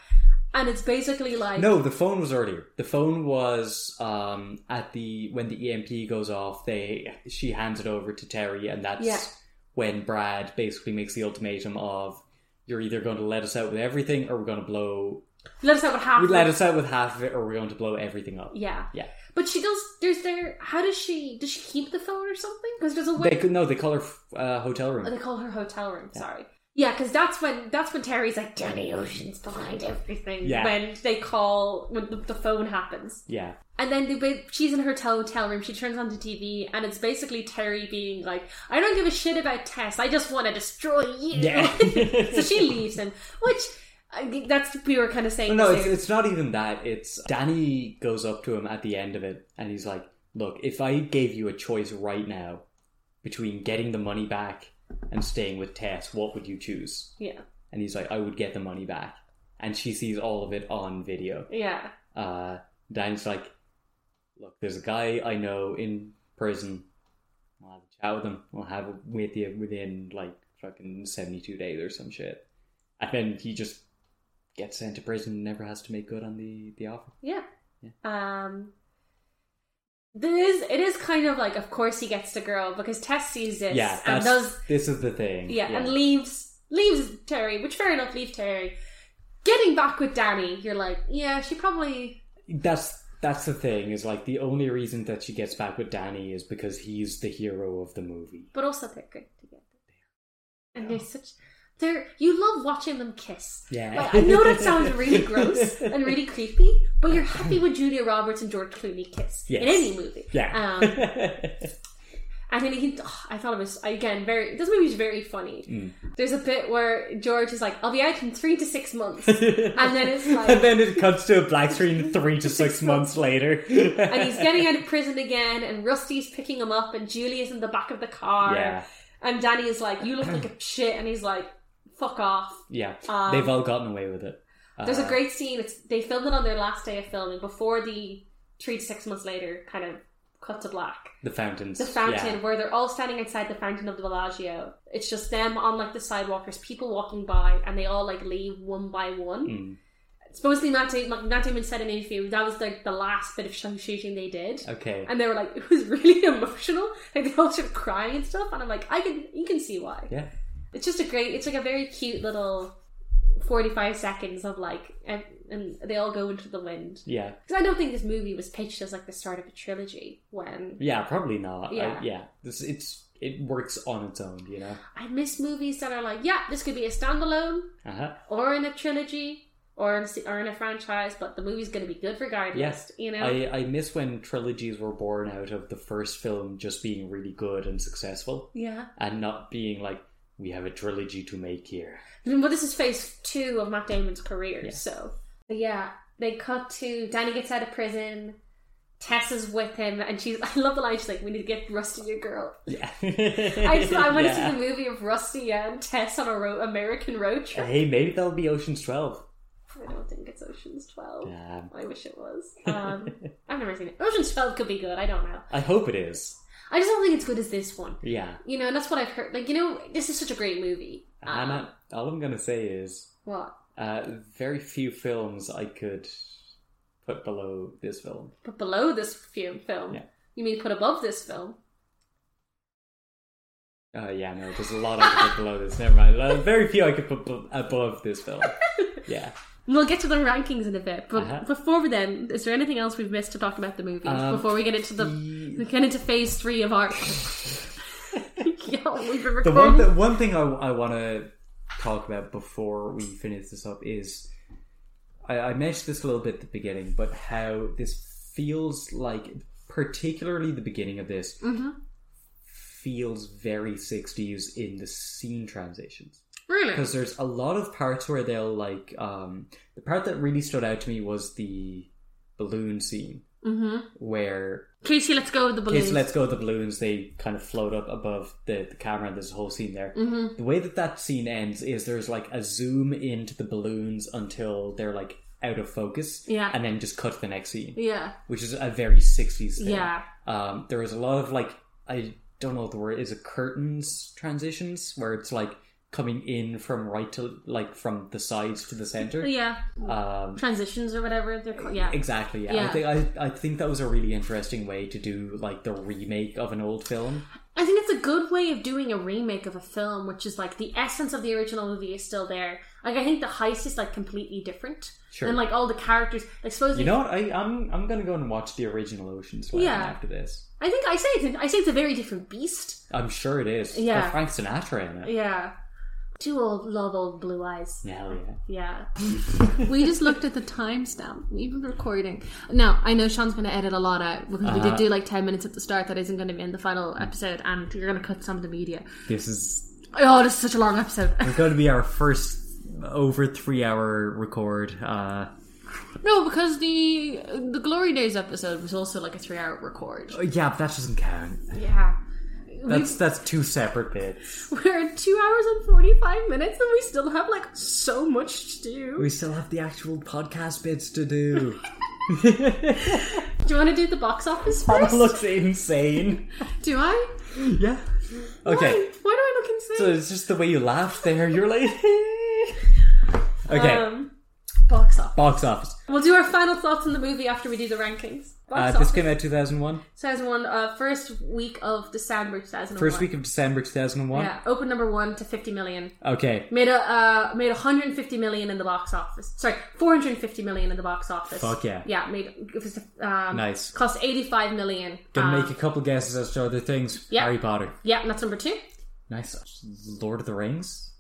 Speaker 6: and it's basically like
Speaker 7: No, the phone was earlier. The phone was um, at the when the EMP goes off. They she hands it over to Terry, and that's
Speaker 6: Yeah.
Speaker 7: when Brad basically makes the ultimatum of you're either going to let us out with everything, or we're going to blow.
Speaker 6: let us have what
Speaker 7: We
Speaker 6: happened.
Speaker 7: let us out with half of it, or we're going to blow everything up.
Speaker 6: yeah,
Speaker 7: Yeah.
Speaker 6: But she does. There's there. How does she? Does she keep the phone or something? Because there's a way
Speaker 7: They could no. They call her uh, hotel room.
Speaker 6: Oh, they call her hotel room. Sorry. Yeah, because that's when that's when Terry's like Danny Ocean's behind everything.
Speaker 7: Yeah.
Speaker 6: When they call when the, the phone happens,
Speaker 7: Yeah,
Speaker 6: and then they, ba- she's in her hotel room. She turns on the TV, and it's basically Terry being like, "I don't give a shit about Tess. I just want to destroy you."
Speaker 7: yeah.
Speaker 6: so she leaves him, which I think that's we were kind of saying.
Speaker 7: No,
Speaker 6: the
Speaker 7: it's,
Speaker 6: same.
Speaker 7: it's not even that. It's Danny goes up to him at the end of it and he's like, Look, if I gave you a choice right now between getting the money back and staying with Tess, what would you choose?
Speaker 6: yeah,
Speaker 7: And he's like, I would get the money back. And she sees all of it on video.
Speaker 6: yeah,
Speaker 7: Uh, Danny's like, Look, there's a guy I know in prison. I'll have a chat with him. I'll have it with you within like fucking 72 days or some shit. And then he just gets sent to prison and never has to make good on the, the offer.
Speaker 6: yeah. Um, this it is kind of like, of course he gets the girl because Tess sees this
Speaker 7: yeah,
Speaker 6: and
Speaker 7: that's,
Speaker 6: does
Speaker 7: this is the thing.
Speaker 6: yeah, and leaves leaves Terry, which fair enough, leave Terry. Getting back with Danny, you're like, yeah, she probably
Speaker 7: that's that's the thing is like the only reason that she gets back with Danny is because he's the hero of the movie.
Speaker 6: but also they're great together. And they're such they're you love watching them kiss.
Speaker 7: Yeah.
Speaker 6: Like, I know that sounds really gross and really creepy, but you're happy when Julia Roberts and George Clooney kiss in
Speaker 7: Yes.
Speaker 6: any movie.
Speaker 7: Yeah.
Speaker 6: Um, I mean, he, oh, I thought it was again very. This movie's very funny.
Speaker 7: Mm.
Speaker 6: There's a bit where George is like, "I'll be out in three to six months," and then it's like,
Speaker 7: and then it cuts to a black screen three to six months later.
Speaker 6: and he's getting out of prison again, and Rusty's picking him up, and Julia's in the back of the car,
Speaker 7: Yeah.
Speaker 6: and Danny is like, "You look like a shit," and he's like, "Fuck off."
Speaker 7: Yeah.
Speaker 6: Um,
Speaker 7: They've all gotten away with it. Uh,
Speaker 6: There's a great scene. It's they filmed it on their last day of filming before the three to six months later kind of cut to black.
Speaker 7: The fountains.
Speaker 6: The fountain where they're all standing outside the fountain of the Bellagio. It's just them on like the sidewalk. There's people walking by, and they all like leave one by one.
Speaker 7: Yeah. Mm.
Speaker 6: Supposedly, Matt Damon, like, Matt Damon said in an interview that was like the last bit of sh- shooting they did.
Speaker 7: Okay.
Speaker 6: and they were like, it was really emotional. Like they all started crying and stuff, and I'm like, I can, you can see why.
Speaker 7: Yeah.
Speaker 6: It's just a great. It's like a very cute little forty-five seconds of like, and, and they all go into the wind.
Speaker 7: Yeah.
Speaker 6: Because I don't think this movie was pitched as like the start of a trilogy. When
Speaker 7: Yeah, probably not. I-
Speaker 6: Yeah.
Speaker 7: yeah. This it's it works on its own, you know.
Speaker 6: I miss movies that are like, yeah, this could be a standalone
Speaker 7: Uh-huh.
Speaker 6: or in a trilogy or in, se- or in a franchise, but the movie's going to be good regardless.
Speaker 7: Yes.
Speaker 6: you know.
Speaker 7: I, I miss when trilogies were born out of the first film just being really good and successful
Speaker 6: yeah.
Speaker 7: and not being like, we have a trilogy to make here.
Speaker 6: Well, this is phase two of Matt Damon's career,
Speaker 7: Yeah.
Speaker 6: so. But yeah, they cut to Danny gets out of prison. Tess is with him, and she's. I love the line. She's like, "We need to get Rusty a girl."
Speaker 7: Yeah.
Speaker 6: I just. I want to
Speaker 7: Yeah.
Speaker 6: see the movie of Rusty and Tess on a ro- American road trip.
Speaker 7: Hey, maybe that'll be Ocean's 12.
Speaker 6: I don't think it's Ocean's Twelve.
Speaker 7: Damn.
Speaker 6: I wish it was. Um, I've never seen it. Ocean's Twelve could be good. I don't know.
Speaker 7: I hope it is.
Speaker 6: I just don't think it's good as this one.
Speaker 7: Yeah.
Speaker 6: You know, and that's what I've heard. Like, you know, this is such a great movie, Um,
Speaker 7: Anna, all I'm going to say is
Speaker 6: What?
Speaker 7: uh, very few films I could put below this film.
Speaker 6: Put below this fi- film.
Speaker 7: Yeah.
Speaker 6: You mean put above this film?
Speaker 7: Uh, yeah, no, there's a lot I could put below this. Never mind. Uh, very few I could put bu- above this film. Yeah.
Speaker 6: We'll get to the rankings in a bit, but
Speaker 7: Uh-huh.
Speaker 6: before then, is there anything else we've missed to talk about the movies
Speaker 7: Um,
Speaker 6: before we get into the
Speaker 7: the-
Speaker 6: we get into phase three of our? yeah, we've been
Speaker 7: The
Speaker 6: recording.
Speaker 7: one, th- one thing I, want to talk about before we finish this up is I, I mentioned this a little bit at the beginning, but how this feels like, particularly the beginning of this, feels very 60s in the scene transitions.
Speaker 6: really?
Speaker 7: because there's a lot of parts where they'll like um the part that really stood out to me was the balloon scene
Speaker 6: Mm-hmm.
Speaker 7: where
Speaker 6: Casey, let's go with the balloons.
Speaker 7: kids let's go the balloons they kind of float up above the, the camera and there's a whole scene there
Speaker 6: hmm
Speaker 7: the way that that scene ends is there's like a zoom into the balloons until they're like out of focus
Speaker 6: Yeah.
Speaker 7: and then just cut to the next scene
Speaker 6: Yeah.
Speaker 7: which is a very 60s thing
Speaker 6: Yeah.
Speaker 7: um, there was a lot of like I don't know what the word is it curtains transitions where it's like coming in from right to like from the sides to the center.
Speaker 6: Yeah.
Speaker 7: Um,
Speaker 6: Transitions or whatever they're called. Yeah.
Speaker 7: exactly. Yeah.
Speaker 6: Yeah.
Speaker 7: I think I, I think that was a really interesting way to do like the remake of an old film.
Speaker 6: I think it's a good way of doing a remake of a film, which is like the essence of the original movie is still there. Like I think the heist is like completely different,
Speaker 7: Sure.
Speaker 6: and like all the characters, like suppose
Speaker 7: you know what? I, I'm I'm gonna go and watch the original Ocean's Eleven
Speaker 6: Yeah.
Speaker 7: after this.
Speaker 6: I think I say it's I say it's a very different beast.
Speaker 7: I'm sure it is.
Speaker 6: Yeah.
Speaker 7: Got Frank Sinatra in it.
Speaker 6: Yeah, two old love old blue eyes.
Speaker 7: Hell yeah.
Speaker 6: Yeah,
Speaker 9: we just looked at the timestamp. We've been recording. Now, I know Sean's going to edit a lot out because we did
Speaker 7: Uh-huh.
Speaker 9: do like 10 minutes at the start that isn't going to be in the final episode and you're going to cut some of the media.
Speaker 7: This is
Speaker 9: Oh, this is such a long episode.
Speaker 7: gonna be our first over three hour record. Uh
Speaker 9: no, because the the Glory Days episode was also like a three hour record.
Speaker 7: oh, yeah, but that doesn't count.
Speaker 6: yeah.
Speaker 7: That's that's two separate bits.
Speaker 9: We're at two hours and 45 minutes and we still have like so much to do.
Speaker 7: We still have the actual podcast bits to do.
Speaker 6: Do you want to do the box office first?
Speaker 7: looks insane.
Speaker 9: Do I?
Speaker 7: Yeah. Okay.
Speaker 9: Why do I look insane?
Speaker 7: So it's just the way you laugh there. You're like, okay.
Speaker 6: Um, box office.
Speaker 7: box office.
Speaker 6: We'll do our final thoughts on the movie after we do the rankings.
Speaker 7: Uh,
Speaker 6: Box
Speaker 7: this
Speaker 6: office.
Speaker 7: came out 2001.
Speaker 6: Says one uh, first week of December 2001.
Speaker 7: First week of December 2001.
Speaker 6: Yeah, open number one to 50 million.
Speaker 7: Okay.
Speaker 6: Made a uh, made 150 million in the box office. Sorry, 450 million in the box office.
Speaker 7: Fuck yeah.
Speaker 6: Yeah, made it was um,
Speaker 7: Nice.
Speaker 6: Cost 85 million.
Speaker 7: Gonna
Speaker 6: Um,
Speaker 7: make a couple guesses as to other things.
Speaker 6: yeah.
Speaker 7: Harry Potter.
Speaker 6: Yeah, and that's number two.
Speaker 7: Nice. Lord of the Rings.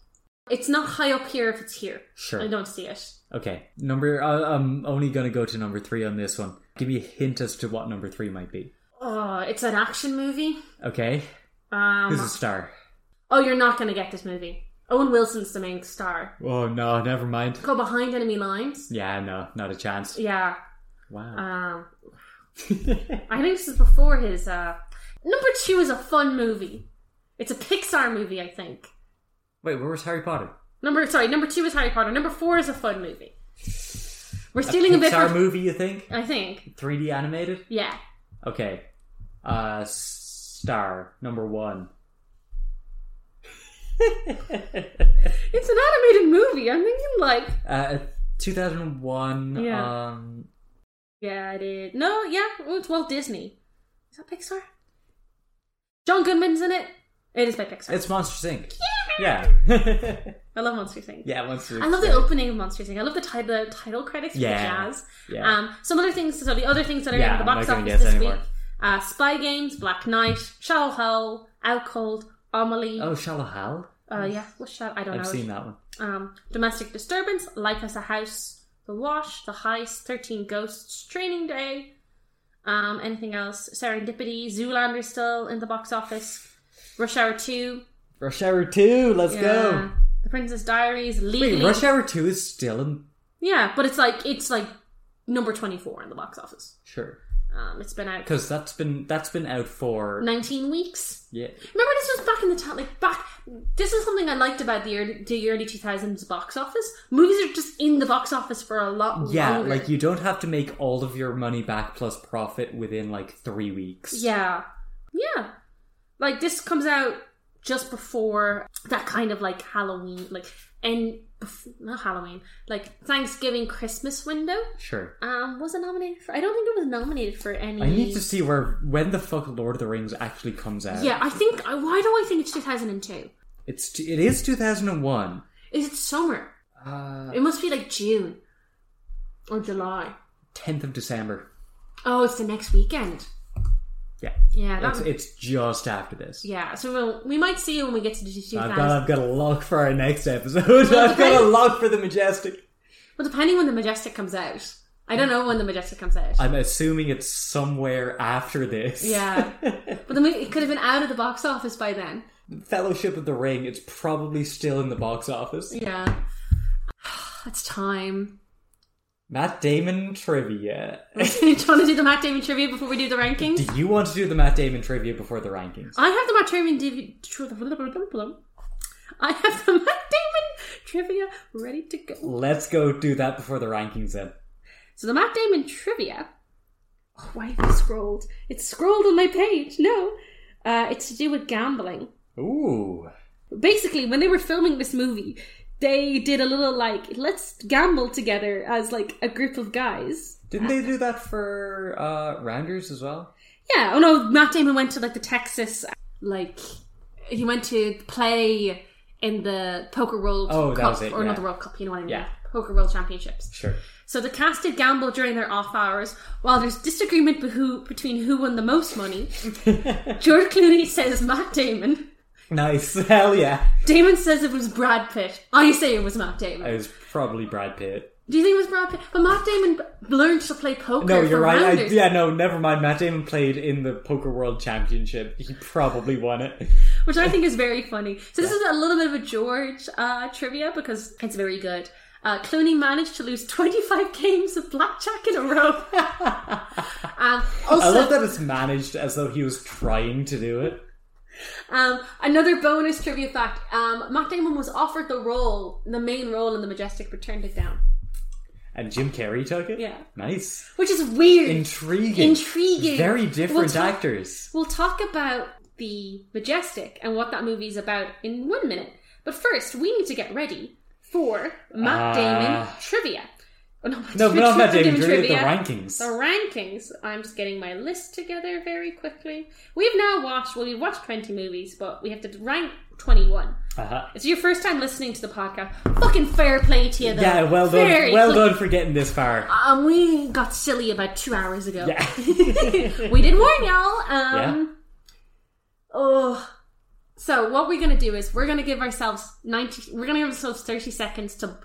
Speaker 6: It's not high up here if it's here.
Speaker 7: Sure.
Speaker 6: I don't see it.
Speaker 7: Okay. Number. Uh, I'm only gonna go to number three on this one. Give me a hint as to what number three might be.
Speaker 6: Oh, it's an action movie.
Speaker 7: Okay.
Speaker 6: Um,
Speaker 7: Who's a star?
Speaker 6: oh, you're not gonna get this movie. Owen Wilson's the main star.
Speaker 7: Oh no, never mind.
Speaker 6: Go behind enemy lines.
Speaker 7: Yeah, no, not a chance.
Speaker 6: Yeah.
Speaker 7: Wow.
Speaker 6: Um, I think this is before his. Uh, number two is a fun movie. It's a Pixar movie, I think.
Speaker 7: Wait, where was Harry Potter?
Speaker 6: Number sorry, number two is Harry Potter. Number four is a fun movie. We're stealing a, bit.
Speaker 7: Pixar
Speaker 6: from-
Speaker 7: movie, you think?
Speaker 6: I think.
Speaker 7: 3D animated?
Speaker 6: Yeah.
Speaker 7: Okay. Uh, star number one.
Speaker 6: It's an animated movie. I'm thinking like.
Speaker 7: Uh, 2001.
Speaker 6: Yeah.
Speaker 7: Um,
Speaker 6: Yeah, it is. No, yeah, well, it's Walt Disney. Is that Pixar? John Goodman's in it. It is by Pixar.
Speaker 7: it's Monsters Inc. Yeah. Yeah.
Speaker 6: I love Monster Inc.
Speaker 7: Monsters. Inc.
Speaker 6: I love the opening of Monsters Inc. I love the, ti- the title credits for
Speaker 7: Yeah.
Speaker 6: the jazz.
Speaker 7: Yeah.
Speaker 6: Um, some other things. So the other things that are
Speaker 7: Yeah,
Speaker 6: in the
Speaker 7: I'm
Speaker 6: box
Speaker 7: not gonna
Speaker 6: office
Speaker 7: guess
Speaker 6: this
Speaker 7: anymore.
Speaker 6: week: uh, Spy Games, Black Knight, Shallow Hole, Out Cold, Amelie.
Speaker 7: oh, Shallow Hal.
Speaker 6: Uh, yeah, what's that? I don't
Speaker 7: I've
Speaker 6: know.
Speaker 7: seen that one.
Speaker 6: Um, Domestic Disturbance, Life as a House, The Wash, The Heist, Thirteen Ghosts, Training Day. Um, anything else? Serendipity, Zoolander still in the box office. Rush Hour Two.
Speaker 7: Rush Hour Two. Let's
Speaker 6: yeah,
Speaker 7: go.
Speaker 6: The Princess Diaries. Legally.
Speaker 7: Wait, Rush Hour Two is still in.
Speaker 6: Yeah, but it's like it's like number twenty four in the box office.
Speaker 7: Sure.
Speaker 6: Um, it's been out
Speaker 7: Because that's been that's been out for
Speaker 6: nineteen weeks.
Speaker 7: yeah.
Speaker 6: Remember, this was back in the time, like back. This is something I liked about the early, the early two thousands box office. Movies are just in the box office for a lot.
Speaker 7: Yeah,
Speaker 6: longer.
Speaker 7: like you don't have to make all of your money back plus profit within like three weeks.
Speaker 6: Yeah, yeah. Like this comes out just before that kind of like Halloween, like and not Halloween, like Thanksgiving, Christmas window.
Speaker 7: Sure.
Speaker 6: Um, was it nominated for? I don't think it was nominated for any.
Speaker 7: I need to see where when the fuck Lord of the Rings actually comes out.
Speaker 6: Yeah, I think. I- Why do I think it's 2002?
Speaker 7: It's t- it is 2001.
Speaker 6: Is it summer?
Speaker 7: Uh,
Speaker 6: It must be like June or July.
Speaker 7: 10th of December.
Speaker 6: Oh, it's the next weekend.
Speaker 7: Yeah.
Speaker 6: Yeah, that,
Speaker 7: It's, it's just after this.
Speaker 6: yeah. So we'll, we might see it when we get to the 2000.
Speaker 7: I've got I've got a lock for our next episode. I've got a lock for the majestic.
Speaker 6: Well, depending when the Majestic comes out. I don't know when the Majestic comes out.
Speaker 7: I'm assuming it's somewhere after this.
Speaker 6: Yeah. but then we, it could have been out of the box office by then.
Speaker 7: Fellowship of the Ring. It's probably still in the box office.
Speaker 6: Yeah. It's time.
Speaker 7: Matt Damon trivia.
Speaker 6: do you want to do the Matt Damon trivia before we do the rankings?
Speaker 7: Do you want to do the Matt Damon trivia before the rankings?
Speaker 6: I have the Matt Damon trivia. I have the Matt Damon trivia ready to go.
Speaker 7: Let's go do that before the rankings then.
Speaker 6: So the Matt Damon trivia. Oh, why have I scrolled? It's scrolled on my page. No, uh, it's to do with gambling.
Speaker 7: Ooh.
Speaker 6: Basically, when they were filming this movie, they did a little like let's gamble together as like a group of guys.
Speaker 7: Didn't they do that for uh, Rounders as well?
Speaker 6: Yeah. Oh no, Matt Damon went to like the Texas like
Speaker 9: He went to play in the Poker World
Speaker 7: Oh,
Speaker 9: Cup,
Speaker 7: that was it,
Speaker 9: or
Speaker 7: yeah.
Speaker 9: not the World Cup, you know what I mean?
Speaker 7: Yeah.
Speaker 9: Poker World Championships.
Speaker 7: Sure.
Speaker 6: So the cast did gamble during their off hours. While there's disagreement be- who- between who won the most money, George Clooney says Matt Damon.
Speaker 7: Nice. Hell yeah.
Speaker 6: Damon says it was Brad Pitt. I say it was Matt
Speaker 7: It
Speaker 6: Damon.
Speaker 7: was probably Brad Pitt.
Speaker 6: Do you think it was Brad Pitt? But Matt Damon b- learned to play poker.
Speaker 7: No, you're
Speaker 6: from
Speaker 7: right. I,
Speaker 6: Rounders.
Speaker 7: yeah, no, never mind. Matt Damon played in the Poker World Championship. He probably won it.
Speaker 6: which I think is very funny. So this is a little bit of a George uh, trivia because it's very good. Uh, Clooney managed to lose 25 games of blackjack in a row. um, also,
Speaker 7: I love that it's managed as though he was trying to do it.
Speaker 6: Um, another bonus trivia fact: um, Matt Damon was offered the role, the main role in The Majestic, but turned it down.
Speaker 7: And Jim Carrey took it?
Speaker 6: Yeah.
Speaker 7: Nice.
Speaker 6: Which is weird.
Speaker 7: Intriguing.
Speaker 6: Intriguing.
Speaker 7: Very different
Speaker 6: We'll talk-
Speaker 7: actors.
Speaker 6: we'll talk about The Majestic and what that movie's about in one minute. But first, we need to get ready for Matt Damon
Speaker 7: Ah.
Speaker 6: trivia. Oh, no, Matt
Speaker 7: No, but
Speaker 6: Damon,
Speaker 7: not Matt
Speaker 6: Damon
Speaker 7: Damon. Trivia. The
Speaker 6: trivia.
Speaker 7: rankings.
Speaker 6: The rankings. I'm just getting my list together very quickly. We've now watched, well, we've watched 20 movies, but we have to rank 21.
Speaker 7: Uh-huh.
Speaker 6: It's your first time listening to the podcast. Fucking fair play to you, though.
Speaker 7: Yeah, well done.
Speaker 6: Very
Speaker 7: well
Speaker 6: fucking-
Speaker 7: done for getting this far.
Speaker 6: Um, we got silly about two hours ago.
Speaker 7: Yeah.
Speaker 6: we did warn y'all. Um, Oh. So what we're gonna do is we're gonna give ourselves ninety. We're gonna give ourselves thirty seconds to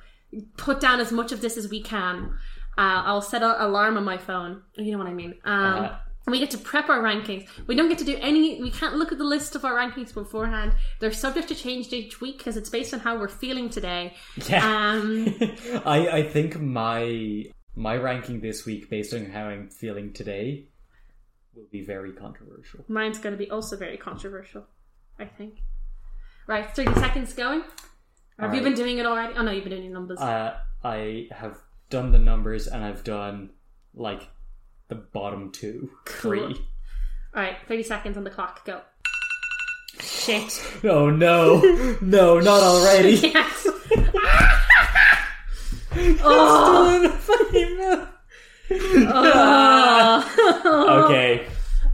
Speaker 6: put down as much of this as we can. Uh, I'll set an alarm on my phone. You know what I mean. Um,
Speaker 7: Uh-huh.
Speaker 6: We get to prep our rankings. We don't get to do any. We can't look at the list of our rankings beforehand. They're subject to change each week because it's based on how we're feeling today.
Speaker 7: yeah.
Speaker 6: Um,
Speaker 7: I I think my my ranking this week based on how I'm feeling today will be very controversial.
Speaker 6: Mine's going to be also very controversial, I think. Right, 30 seconds going. Have you
Speaker 7: Alright.
Speaker 6: been doing it already? Oh no, you've been doing the numbers.
Speaker 7: Uh, I have done the numbers and I've done like the bottom two, three.
Speaker 6: Alright, 30 seconds on the clock, go. Shit.
Speaker 7: Oh no, no, not already.
Speaker 6: Yes.
Speaker 7: Still in the fucking middle.
Speaker 6: Oh.
Speaker 7: Okay,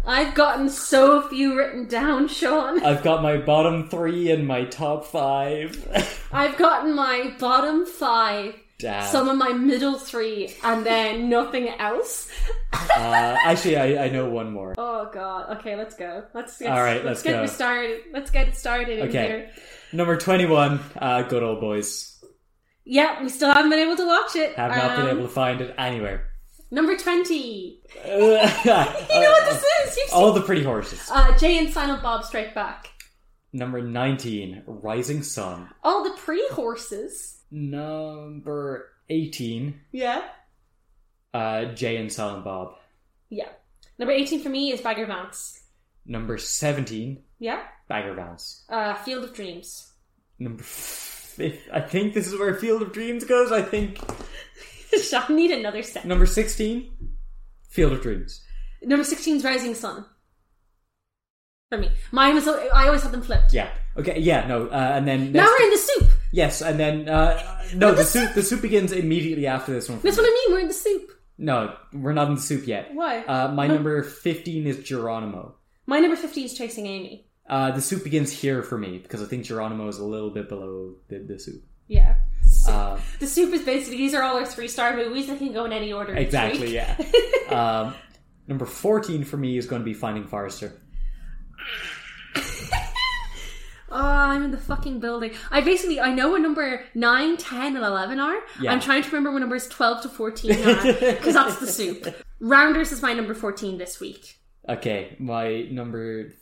Speaker 6: I've gotten so few written down, Sean.
Speaker 7: I've got my bottom three and my top five.
Speaker 6: I've gotten my bottom five,
Speaker 7: Damn.
Speaker 6: some of my middle three, and then nothing else.
Speaker 7: Uh, actually, I, I know one more.
Speaker 6: Oh god. Okay, let's go. Let's, let's
Speaker 7: All right,
Speaker 6: let's,
Speaker 7: let's
Speaker 6: get
Speaker 7: go.
Speaker 6: it started. Let's get it started in
Speaker 7: Okay.
Speaker 6: here.
Speaker 7: Number 21, uh, Good Old Boys.
Speaker 6: Yeah, we still haven't been able to watch it.
Speaker 7: Have not
Speaker 6: Um,
Speaker 7: been able to find it anywhere.
Speaker 6: Number twenty.
Speaker 7: you know
Speaker 6: You know what this is? You've seen
Speaker 7: All the Pretty Horses.
Speaker 6: uh, Jay and Silent Bob Strike Back.
Speaker 7: Number 19, Rising Sun.
Speaker 6: All the pre horses.
Speaker 7: Number 18,
Speaker 6: Yeah.
Speaker 7: uh, Jay and Silent Bob.
Speaker 6: Yeah. Number eighteen for me is Bagger Vance.
Speaker 7: Number 17,
Speaker 6: Yeah.
Speaker 7: Bagger Bounce.
Speaker 6: Uh, Field of Dreams.
Speaker 7: Number fif- I think this is where Field of Dreams goes, I think.
Speaker 6: I need another set.
Speaker 7: Number 16, Field of Dreams.
Speaker 6: Number sixteen is Rising Sun. For me, mine was. I always had them flipped.
Speaker 7: Yeah. Okay, yeah, no, uh, and then
Speaker 10: Now
Speaker 7: next-
Speaker 10: we're in the soup.
Speaker 7: yes, and then uh, no, the soup the soup begins immediately after this one.
Speaker 10: That's what I mean. We're in the soup.
Speaker 7: No, we're not in the soup yet.
Speaker 10: Why?
Speaker 7: Uh, my number fifteen is Geronimo.
Speaker 10: My number 50 is Chasing Amy.
Speaker 7: Uh, the soup begins here for me because I think Geronimo is a little bit below the, the soup.
Speaker 10: Yeah. Soup.
Speaker 7: Uh,
Speaker 10: the soup is basically, these are all our three star movies that can go in any order. each
Speaker 7: exactly,
Speaker 10: week.
Speaker 7: yeah. um, number fourteen for me is going to be Finding Forrester.
Speaker 6: Oh, I'm in the fucking building. I basically I know what number 9, 10, and 11 are.
Speaker 7: Yeah.
Speaker 6: I'm trying to remember what numbers 12 to 14 are because that's the soup. Rounders is my number 14 this week.
Speaker 7: Okay, my number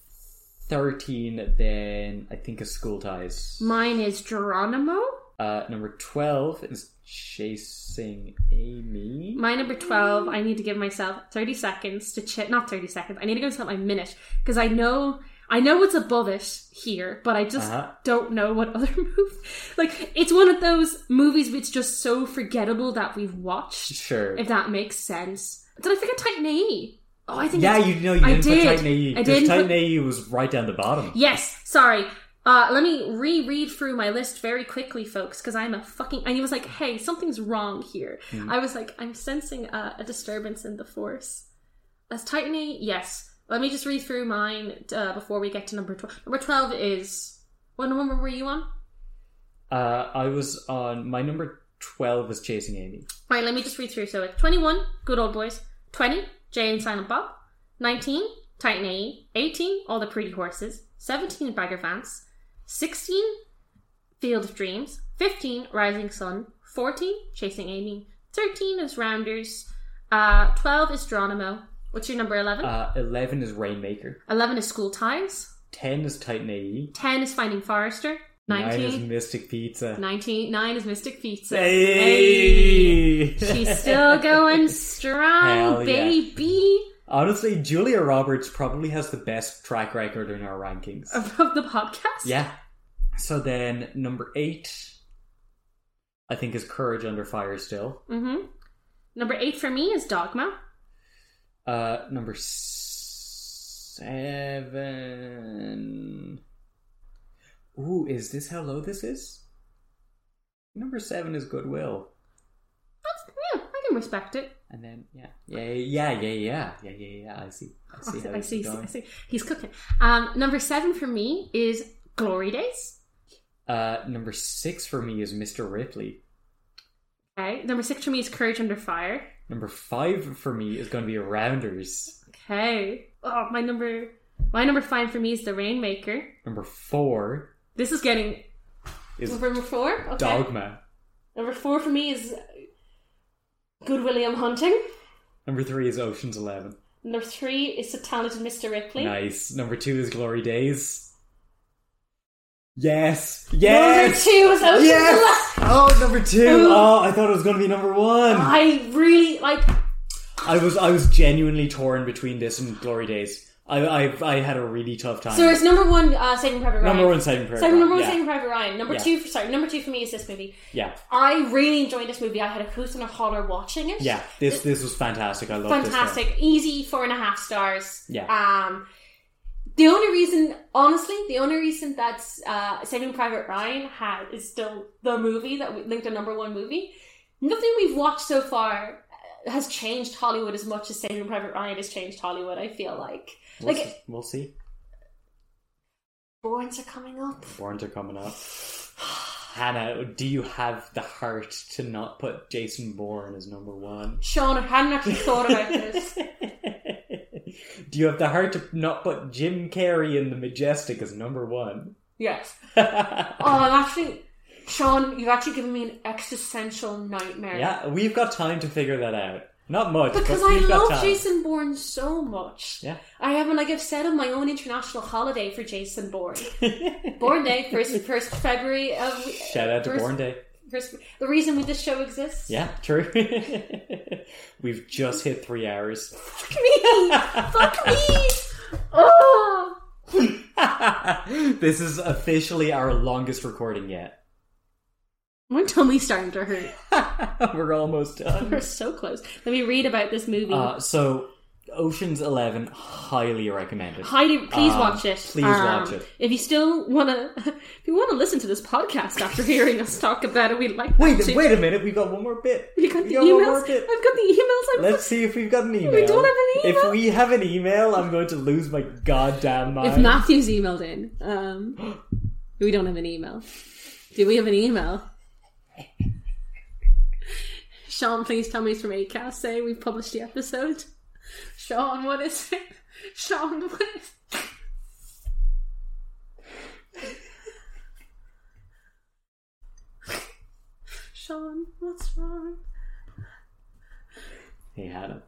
Speaker 7: thirteen then I think is School Ties.
Speaker 6: Mine is Geronimo.
Speaker 7: Uh, number twelve is Chasing Amy.
Speaker 6: My number 12, I need to give myself 30 seconds to chit. Not 30 seconds. I need to go myself a minute because I know. I know what's above it here, but I just
Speaker 7: Uh-huh.
Speaker 6: don't know what other movie. Like, it's one of those movies which just so forgettable that we've watched.
Speaker 7: Sure.
Speaker 6: if that makes sense. Did I forget Titan AE? Oh, I think
Speaker 7: yeah,
Speaker 6: it's-
Speaker 7: you know you
Speaker 6: I
Speaker 7: didn't put
Speaker 6: did.
Speaker 7: Titan AE
Speaker 6: I
Speaker 7: because
Speaker 6: didn't put-
Speaker 7: Titan AE was right down the bottom.
Speaker 6: Yes, sorry. Uh, let me reread through my list very quickly, folks, because I'm a fucking. And he was like, "Hey, something's wrong here." I was like, "I'm sensing uh, a disturbance in the force." That's Titan AE. Yes. Let me just read through mine uh, before we get to number twelve. Number twelve is what number were you on?
Speaker 7: Uh, I was on my number twelve is Chasing Amy.
Speaker 6: All right, let me just read through. So it's 21, Good Old Boys. 20, Jay and Silent Bob. 19, Titan AE. 18, All the Pretty Horses. 17, Bagger Vance. 16, Field of Dreams. 15, Rising Sun. 14, Chasing Amy. 13 is Rounders. Uh, 12 is Geronimo. What's your number 11?
Speaker 7: Uh, Eleven is Rainmaker.
Speaker 6: 11 is School Ties.
Speaker 7: Ten is Titan AE.
Speaker 6: 10 is Finding Forrester.
Speaker 7: Nine is
Speaker 6: 19,
Speaker 7: Mystic Pizza.
Speaker 6: 19 9 is Mystic Pizza. Hey.
Speaker 7: Hey!
Speaker 6: She's still going strong,
Speaker 7: Hell yeah.
Speaker 6: baby.
Speaker 7: Honestly, Julia Roberts probably has the best track record in our rankings.
Speaker 6: Of, of the podcast?
Speaker 7: Yeah. So then number eight, I think is Courage Under Fire still.
Speaker 6: Mm-hmm. Number eight for me is Dogma.
Speaker 7: Uh, number seven. Ooh, is this how low this is? Number seven is Goodwill,
Speaker 6: That's, yeah, I can respect it.
Speaker 7: and then yeah, yeah, yeah, yeah, yeah, yeah, yeah. yeah. I see. I see. how
Speaker 6: I
Speaker 7: this is
Speaker 6: see, I
Speaker 7: going.
Speaker 6: see. He's cooking. Um, number seven for me is Glory Days.
Speaker 7: Uh, number six for me is Mr. Ripley.
Speaker 6: Okay. Number six for me is Courage Under Fire.
Speaker 7: Number five for me is going to be Rounders.
Speaker 6: Okay. Oh, my number my number five for me is The Rainmaker.
Speaker 7: Number four
Speaker 6: This is getting
Speaker 7: is
Speaker 6: number four. Okay.
Speaker 7: Dogma.
Speaker 6: Number four for me is Good William Hunting.
Speaker 7: Number three is Ocean's Eleven.
Speaker 6: Number three is The Talented Mr. Ripley.
Speaker 7: Nice. Number two is Glory Days. Yes. Yes.
Speaker 6: Number two is Ocean's
Speaker 7: Yes. Oh, number two.
Speaker 6: Ooh.
Speaker 7: Oh, I thought it was going to be number one.
Speaker 6: I really like.
Speaker 7: I was I was genuinely torn between this and Glory Days. I I, I had a really tough time.
Speaker 6: So it's number one, uh, Saving Private Ryan.
Speaker 7: number one Saving Private.
Speaker 6: Saving number one,
Speaker 7: yeah.
Speaker 6: Saving Private Ryan. Number
Speaker 7: Yeah.
Speaker 6: two, for, sorry, number two for me is this movie.
Speaker 7: Yeah.
Speaker 6: I really enjoyed this movie. I had a hoot and a holler watching it.
Speaker 7: Yeah. This this was fantastic. I love this. film.
Speaker 6: fantastic, easy four and a half stars.
Speaker 7: Yeah.
Speaker 6: Um, the only reason, honestly, the only reason that uh, Saving Private Ryan had is still the movie that we linked a number one movie. Nothing we've watched so far uh, has changed Hollywood as much as Saving Private Ryan has changed Hollywood. I feel like
Speaker 7: We'll,
Speaker 6: like
Speaker 7: see, we'll see.
Speaker 6: Borns are coming up.
Speaker 7: Warrants are coming up. Hannah, do you have the heart to not put Jason Bourne as number one?
Speaker 6: Sean, I hadn't actually thought about this.
Speaker 7: Do you have the heart to not put Jim Carrey in The Majestic as number one?
Speaker 6: Yes.
Speaker 7: yeah,
Speaker 6: Oh, I'm actually. Sean, you've actually given me an existential nightmare.
Speaker 7: we've got time to figure that out. Not much,
Speaker 6: Because
Speaker 7: but
Speaker 6: I
Speaker 7: we've got
Speaker 6: love
Speaker 7: time.
Speaker 6: Jason Bourne so much.
Speaker 7: Yeah.
Speaker 6: I have, like I've set up my own international holiday for Jason Bourne. Bourne Day, first, first February of.
Speaker 7: Shout out to
Speaker 6: first-
Speaker 7: Born Day.
Speaker 6: First, the reason we this show exists.
Speaker 7: Yeah, true. we've just hit three hours.
Speaker 6: Fuck me! Fuck me! Oh!
Speaker 7: this is officially our longest recording yet.
Speaker 6: My tummy's starting to hurt.
Speaker 7: We're almost done.
Speaker 6: We're so close. Let me read about this movie.
Speaker 7: Uh, so Ocean's Eleven, highly recommended.
Speaker 6: Heidi, please
Speaker 7: Um,
Speaker 6: watch it.
Speaker 7: please watch it.
Speaker 6: If you still wanna, if you wanna listen to this podcast after hearing us talk about it, we'd like.
Speaker 7: Wait,
Speaker 6: to.
Speaker 7: wait a minute. We got one more bit.
Speaker 6: You got
Speaker 7: We
Speaker 6: the
Speaker 7: got one
Speaker 6: emails.
Speaker 7: more
Speaker 6: I've got
Speaker 7: bit.
Speaker 6: the emails. I'm
Speaker 7: Let's see if we've got an email.
Speaker 6: don't have an email.
Speaker 7: If we have an email, I'm going to lose my goddamn mind.
Speaker 11: If Matthew's emailed in, um, we don't have an email. Do we have an email? Sean, please tell me it's from ACAST. Say we've published the episode. Sean, what is it? Sean, what is
Speaker 6: Sean, what's wrong?
Speaker 7: he had it.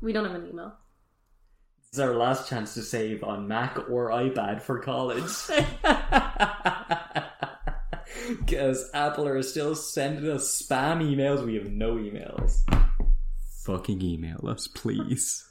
Speaker 6: We don't have an email.
Speaker 7: This is our last chance to save on Mac or iPad for college. Because Apple are still sending us spam emails. We have no emails. Fucking email us, please.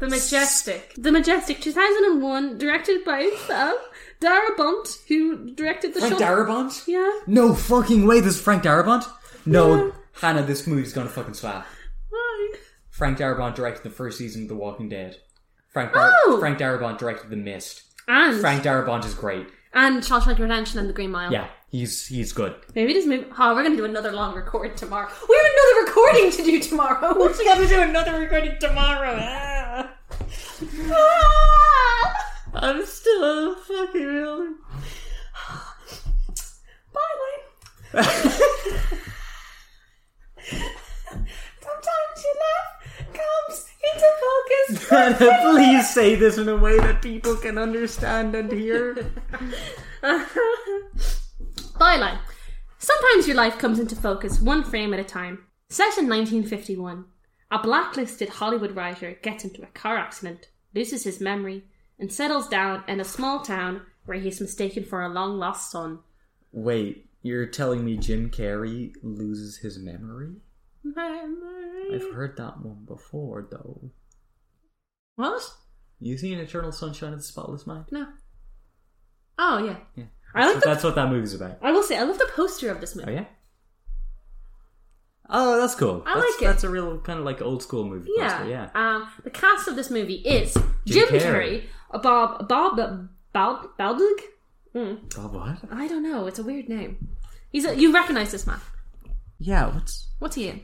Speaker 6: The Majestic. The Majestic, 2001, directed by um, Dara Bunt, who directed the
Speaker 7: Frank
Speaker 6: Shot-
Speaker 7: Darabont?
Speaker 6: Yeah.
Speaker 7: No fucking way, this is Frank Darabont? No, Hannah, this movie's gonna fucking slap.
Speaker 6: Why?
Speaker 7: Frank Darabont directed the first season of The Walking Dead. Frank, Dar-
Speaker 6: Oh!
Speaker 7: Frank Darabont directed The Mist.
Speaker 6: And
Speaker 7: Frank Darabont is great.
Speaker 6: and Shawshank Redemption and The Green Mile.
Speaker 7: Yeah, he's he's good.
Speaker 6: Maybe this movie. Oh, we're gonna do another long record tomorrow. We have another recording to do tomorrow. We're gonna do another recording tomorrow. Ah. Ah. I'm still fucking ill. Bye, Lane. Sometimes your love comes into focus.
Speaker 7: Please say this in a way that people can understand and hear.
Speaker 6: Byline. Sometimes your life comes into focus one frame at a time. Set in 1951, a blacklisted Hollywood writer gets into a car accident, loses his memory, and settles down in a small town where he is mistaken for a long lost son.
Speaker 7: Wait, you're telling me Jim Carrey loses his memory? I've heard that one before, though.
Speaker 6: What?
Speaker 7: You seen Eternal Sunshine of the Spotless Mind?
Speaker 6: No. Oh, yeah.
Speaker 7: Yeah.
Speaker 6: I like
Speaker 7: So
Speaker 6: the-
Speaker 7: that's what that movie's about.
Speaker 6: I will say, I love the poster of this movie.
Speaker 7: Oh yeah. Oh, that's cool.
Speaker 6: I
Speaker 7: that's,
Speaker 6: like it.
Speaker 7: That's a real kind of like old school movie.
Speaker 6: Yeah.
Speaker 7: poster, yeah.
Speaker 6: Um, the cast of this movie is Jim,
Speaker 7: Jim
Speaker 6: Carrey,
Speaker 7: Carrey.
Speaker 6: Bob Bob Bob Baldig.
Speaker 7: oh what?
Speaker 6: I don't know. It's a weird name. He's a, you recognize this man?
Speaker 7: Yeah. What's
Speaker 6: What's he in?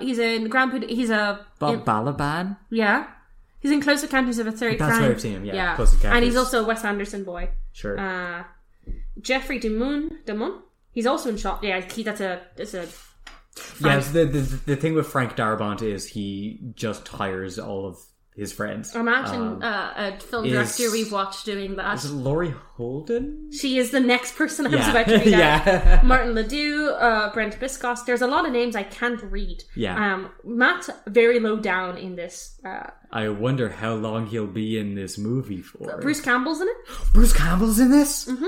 Speaker 6: He's in Grandpa. He's a
Speaker 7: Bob
Speaker 6: in-
Speaker 7: Balaban?
Speaker 6: yeah. He's in Close Encounters of a Third
Speaker 7: That's
Speaker 6: Kind.
Speaker 7: where I've seen him, yeah, Close Encounters.
Speaker 6: and he's also a Wes Anderson boy.
Speaker 7: Sure.
Speaker 6: Uh, Jeffrey Demun Demun. He's also in Shot. Yeah, he, that's a that's a
Speaker 7: yes. The, the the thing with Frank Darabont is he just hires all of his friends.
Speaker 6: imagine
Speaker 7: Um,
Speaker 6: uh, a film
Speaker 7: is-
Speaker 6: director we've watched doing that.
Speaker 7: is it Laurie Holden?
Speaker 6: She is the next person I was
Speaker 7: Yeah.
Speaker 6: about to read out.
Speaker 7: yeah.
Speaker 6: Martin Ledoux, uh, Brent Biscos. There's a lot of names I can't read.
Speaker 7: Yeah.
Speaker 6: Um, Matt's very low down in this. Uh,
Speaker 7: I wonder how long he'll be in this movie for.
Speaker 6: Uh, Bruce Campbell's in it.
Speaker 7: Bruce Campbell's in this? Mm-hmm.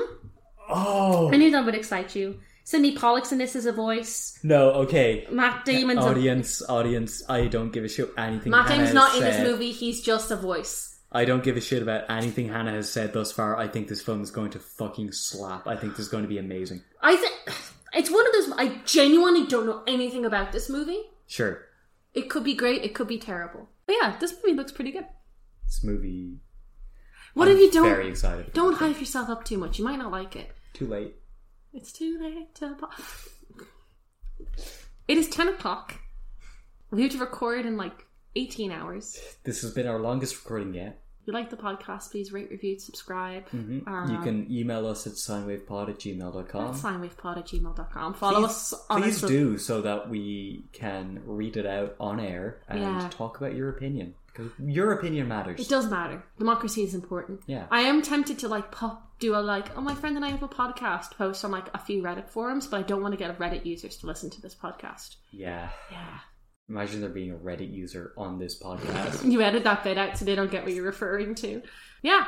Speaker 7: Oh
Speaker 6: I knew that would excite you. Cindy Pollock's in this as a voice.
Speaker 7: no! Okay,
Speaker 6: Matt Damon's a-
Speaker 7: audience, audience. oh, I don't give a shit anything.
Speaker 6: Matt
Speaker 7: Hannah
Speaker 6: Damon's
Speaker 7: has
Speaker 6: not in this
Speaker 7: said.
Speaker 6: movie. He's just a voice.
Speaker 7: I don't give a shit about anything Hannah has said thus far. I think this film is going to fucking slap. I think this is going to be amazing.
Speaker 6: I think it's one of those. I genuinely don't know anything about this movie.
Speaker 7: Sure,
Speaker 6: It could be great. It could be terrible. But yeah, this movie looks pretty good.
Speaker 7: this movie.
Speaker 6: What
Speaker 7: I'm
Speaker 6: if you don't?
Speaker 7: Very excited. for
Speaker 6: Don't
Speaker 7: this.
Speaker 6: hype yourself up too much. You might not like it.
Speaker 7: Too late.
Speaker 6: It's too late to. apo- It is 10 o'clock. We have to record in like 18 hours.
Speaker 7: This has been our longest recording yet.
Speaker 6: If you like the podcast, please rate, review, subscribe.
Speaker 7: Mhm.
Speaker 6: Um,
Speaker 7: you can email us at signwavepod at
Speaker 6: At
Speaker 7: gmail.com.
Speaker 6: signwavepod at gmail.com. Follow us on
Speaker 7: please
Speaker 6: our so-
Speaker 7: do so that we can read it out on air and
Speaker 6: Yeah.
Speaker 7: talk about your opinion because your opinion matters.
Speaker 6: It does matter. Democracy is important.
Speaker 7: Yeah.
Speaker 6: I am tempted to like pop, do a like, oh, my friend and I have a podcast post on like a few Reddit forums, but I don't want to get Reddit users to listen to this podcast.
Speaker 7: Yeah.
Speaker 6: Yeah.
Speaker 7: Imagine there being a Reddit user on this podcast.
Speaker 6: You edit that bit out so they don't get what you're referring to. Yeah.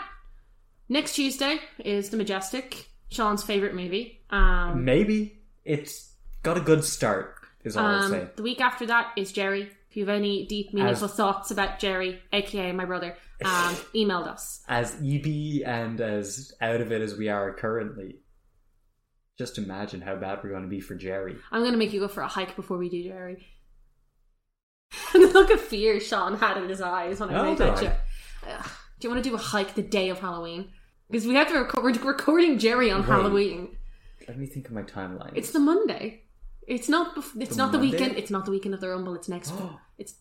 Speaker 6: Next Tuesday is The Majestic, Sean's favourite movie.
Speaker 7: Mm,
Speaker 6: Um,
Speaker 7: Maybe it's got a good start. Is all I'll
Speaker 6: um,
Speaker 7: say.
Speaker 6: the week after that is Jerry. If you have any deep, meaningful thoughts about Jerry, aka my brother, um, emailed us.
Speaker 7: As EB and as out of it as we are currently, just imagine how bad we're going to be for Jerry.
Speaker 6: I'm going to make you go for a hike before we do Jerry. And the look of fear Sean had in his eyes when I
Speaker 7: Oh,
Speaker 6: made
Speaker 7: did I?
Speaker 6: that joke. Ugh. Do you want to do a hike the day of Halloween? Because we have to record. We're recording Jerry on
Speaker 7: Wait.
Speaker 6: Halloween.
Speaker 7: Let me think of my timeline.
Speaker 6: It's the Monday. It's not. Bef- it's
Speaker 7: The
Speaker 6: not the
Speaker 7: Monday?
Speaker 6: weekend. It's not the weekend of the Rumble. It's next. week. it's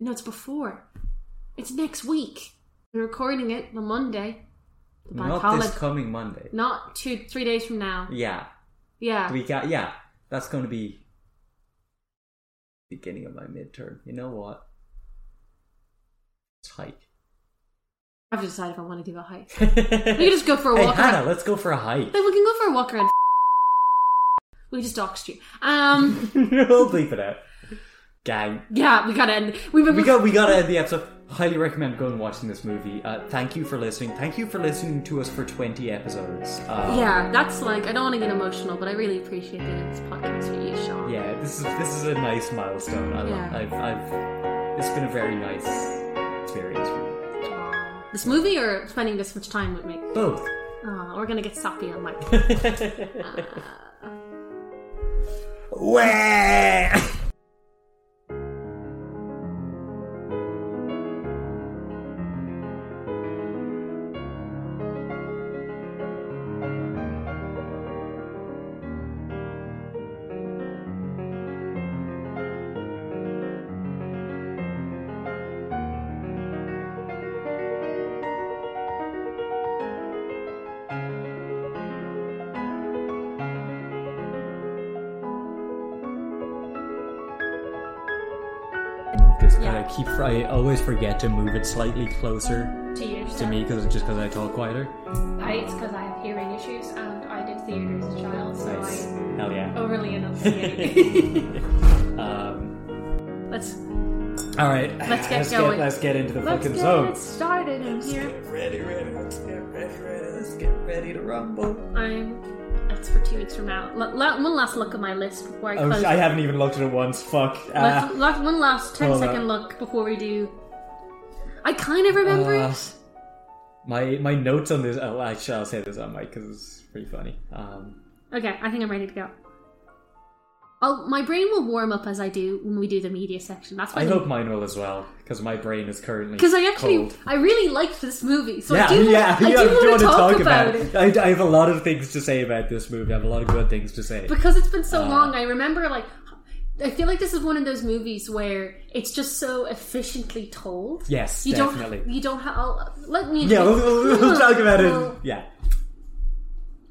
Speaker 6: no. It's before. It's next week. We're recording it on Monday. The bank
Speaker 7: not
Speaker 6: holiday.
Speaker 7: this coming Monday.
Speaker 6: not two, three days from now.
Speaker 7: Yeah,
Speaker 6: Yeah.
Speaker 7: we got yeah. That's going to be beginning of my midterm. You know what? It's hike.
Speaker 6: I've decided if I want to do a hike.
Speaker 7: we
Speaker 6: We
Speaker 7: can
Speaker 6: can just go for a
Speaker 7: hey,
Speaker 6: walk
Speaker 7: Hannah,
Speaker 6: around.
Speaker 7: let's go for a hike.
Speaker 6: Then we can go for a walk around. We just doxed you. Um.
Speaker 7: we'll bleep it out, gang.
Speaker 6: Yeah, we gotta end. We've been
Speaker 7: We got we got to end the episode. Highly recommend going and watching this movie. Uh, thank you for listening. Thank you for listening to us for twenty episodes. Uh,
Speaker 6: Yeah, that's like I don't want to get emotional, but I really appreciate doing this podcast for you, Sean.
Speaker 7: yeah. This is this is a nice milestone. I,
Speaker 6: Yeah.
Speaker 7: I've, I've it's been a very nice experience for me.
Speaker 6: This movie or spending this much time with me?
Speaker 7: Both.
Speaker 6: Oh, we're gonna get sappy on Mike.
Speaker 7: Wah! Just kind of keep. I always forget to move it slightly closer
Speaker 12: to you.
Speaker 7: to me because just because I talk quieter.
Speaker 12: I, it's because I have hearing issues and I did theatre as a child, so
Speaker 7: Nice.
Speaker 12: I
Speaker 7: Hell yeah.
Speaker 12: overly enunciate.
Speaker 6: Oh.
Speaker 7: Um,
Speaker 6: Let's
Speaker 7: all right.
Speaker 6: Let's get going.
Speaker 7: let's get into the
Speaker 6: let's
Speaker 7: fucking
Speaker 6: get
Speaker 7: zone.
Speaker 6: it started in here.
Speaker 7: ready, ready, let's get ready, ready, let's get ready to rumble.
Speaker 6: I'm. That's for two weeks from now. L- la- one last look at my list before I
Speaker 7: Oh,
Speaker 6: close.
Speaker 7: sh- I haven't even looked at it once. Fuck.
Speaker 6: Let's-
Speaker 7: Ah.
Speaker 6: la- one last ten
Speaker 7: Hold on.
Speaker 6: second look before we do. I kind of remember
Speaker 7: Uh,
Speaker 6: it.
Speaker 7: my my notes on this. Oh, I shall say this on mic because it's pretty funny. Um,
Speaker 6: Okay, I think I'm ready to go. Oh, my brain will warm up as I do when we do the media section. That's why
Speaker 7: I
Speaker 6: the-
Speaker 7: hope mine will as well because my brain is currently
Speaker 6: Because I actually,
Speaker 7: cold.
Speaker 6: I really liked this movie, so
Speaker 7: yeah,
Speaker 6: I do,
Speaker 7: yeah,
Speaker 6: I do
Speaker 7: yeah, I
Speaker 6: want to
Speaker 7: wanna
Speaker 6: talk, about, it.
Speaker 7: I, I have a lot of things to say about this movie. I have a lot of good things to say.
Speaker 6: because it's been so
Speaker 7: Uh,
Speaker 6: long. I remember, like, I feel like this is one of those movies where it's just so efficiently told.
Speaker 7: yes,
Speaker 6: you
Speaker 7: definitely.
Speaker 6: don't, you don't have. I'll, let me.
Speaker 7: yeah, we'll, we'll, we'll talk about it.
Speaker 6: Well,
Speaker 7: Yeah,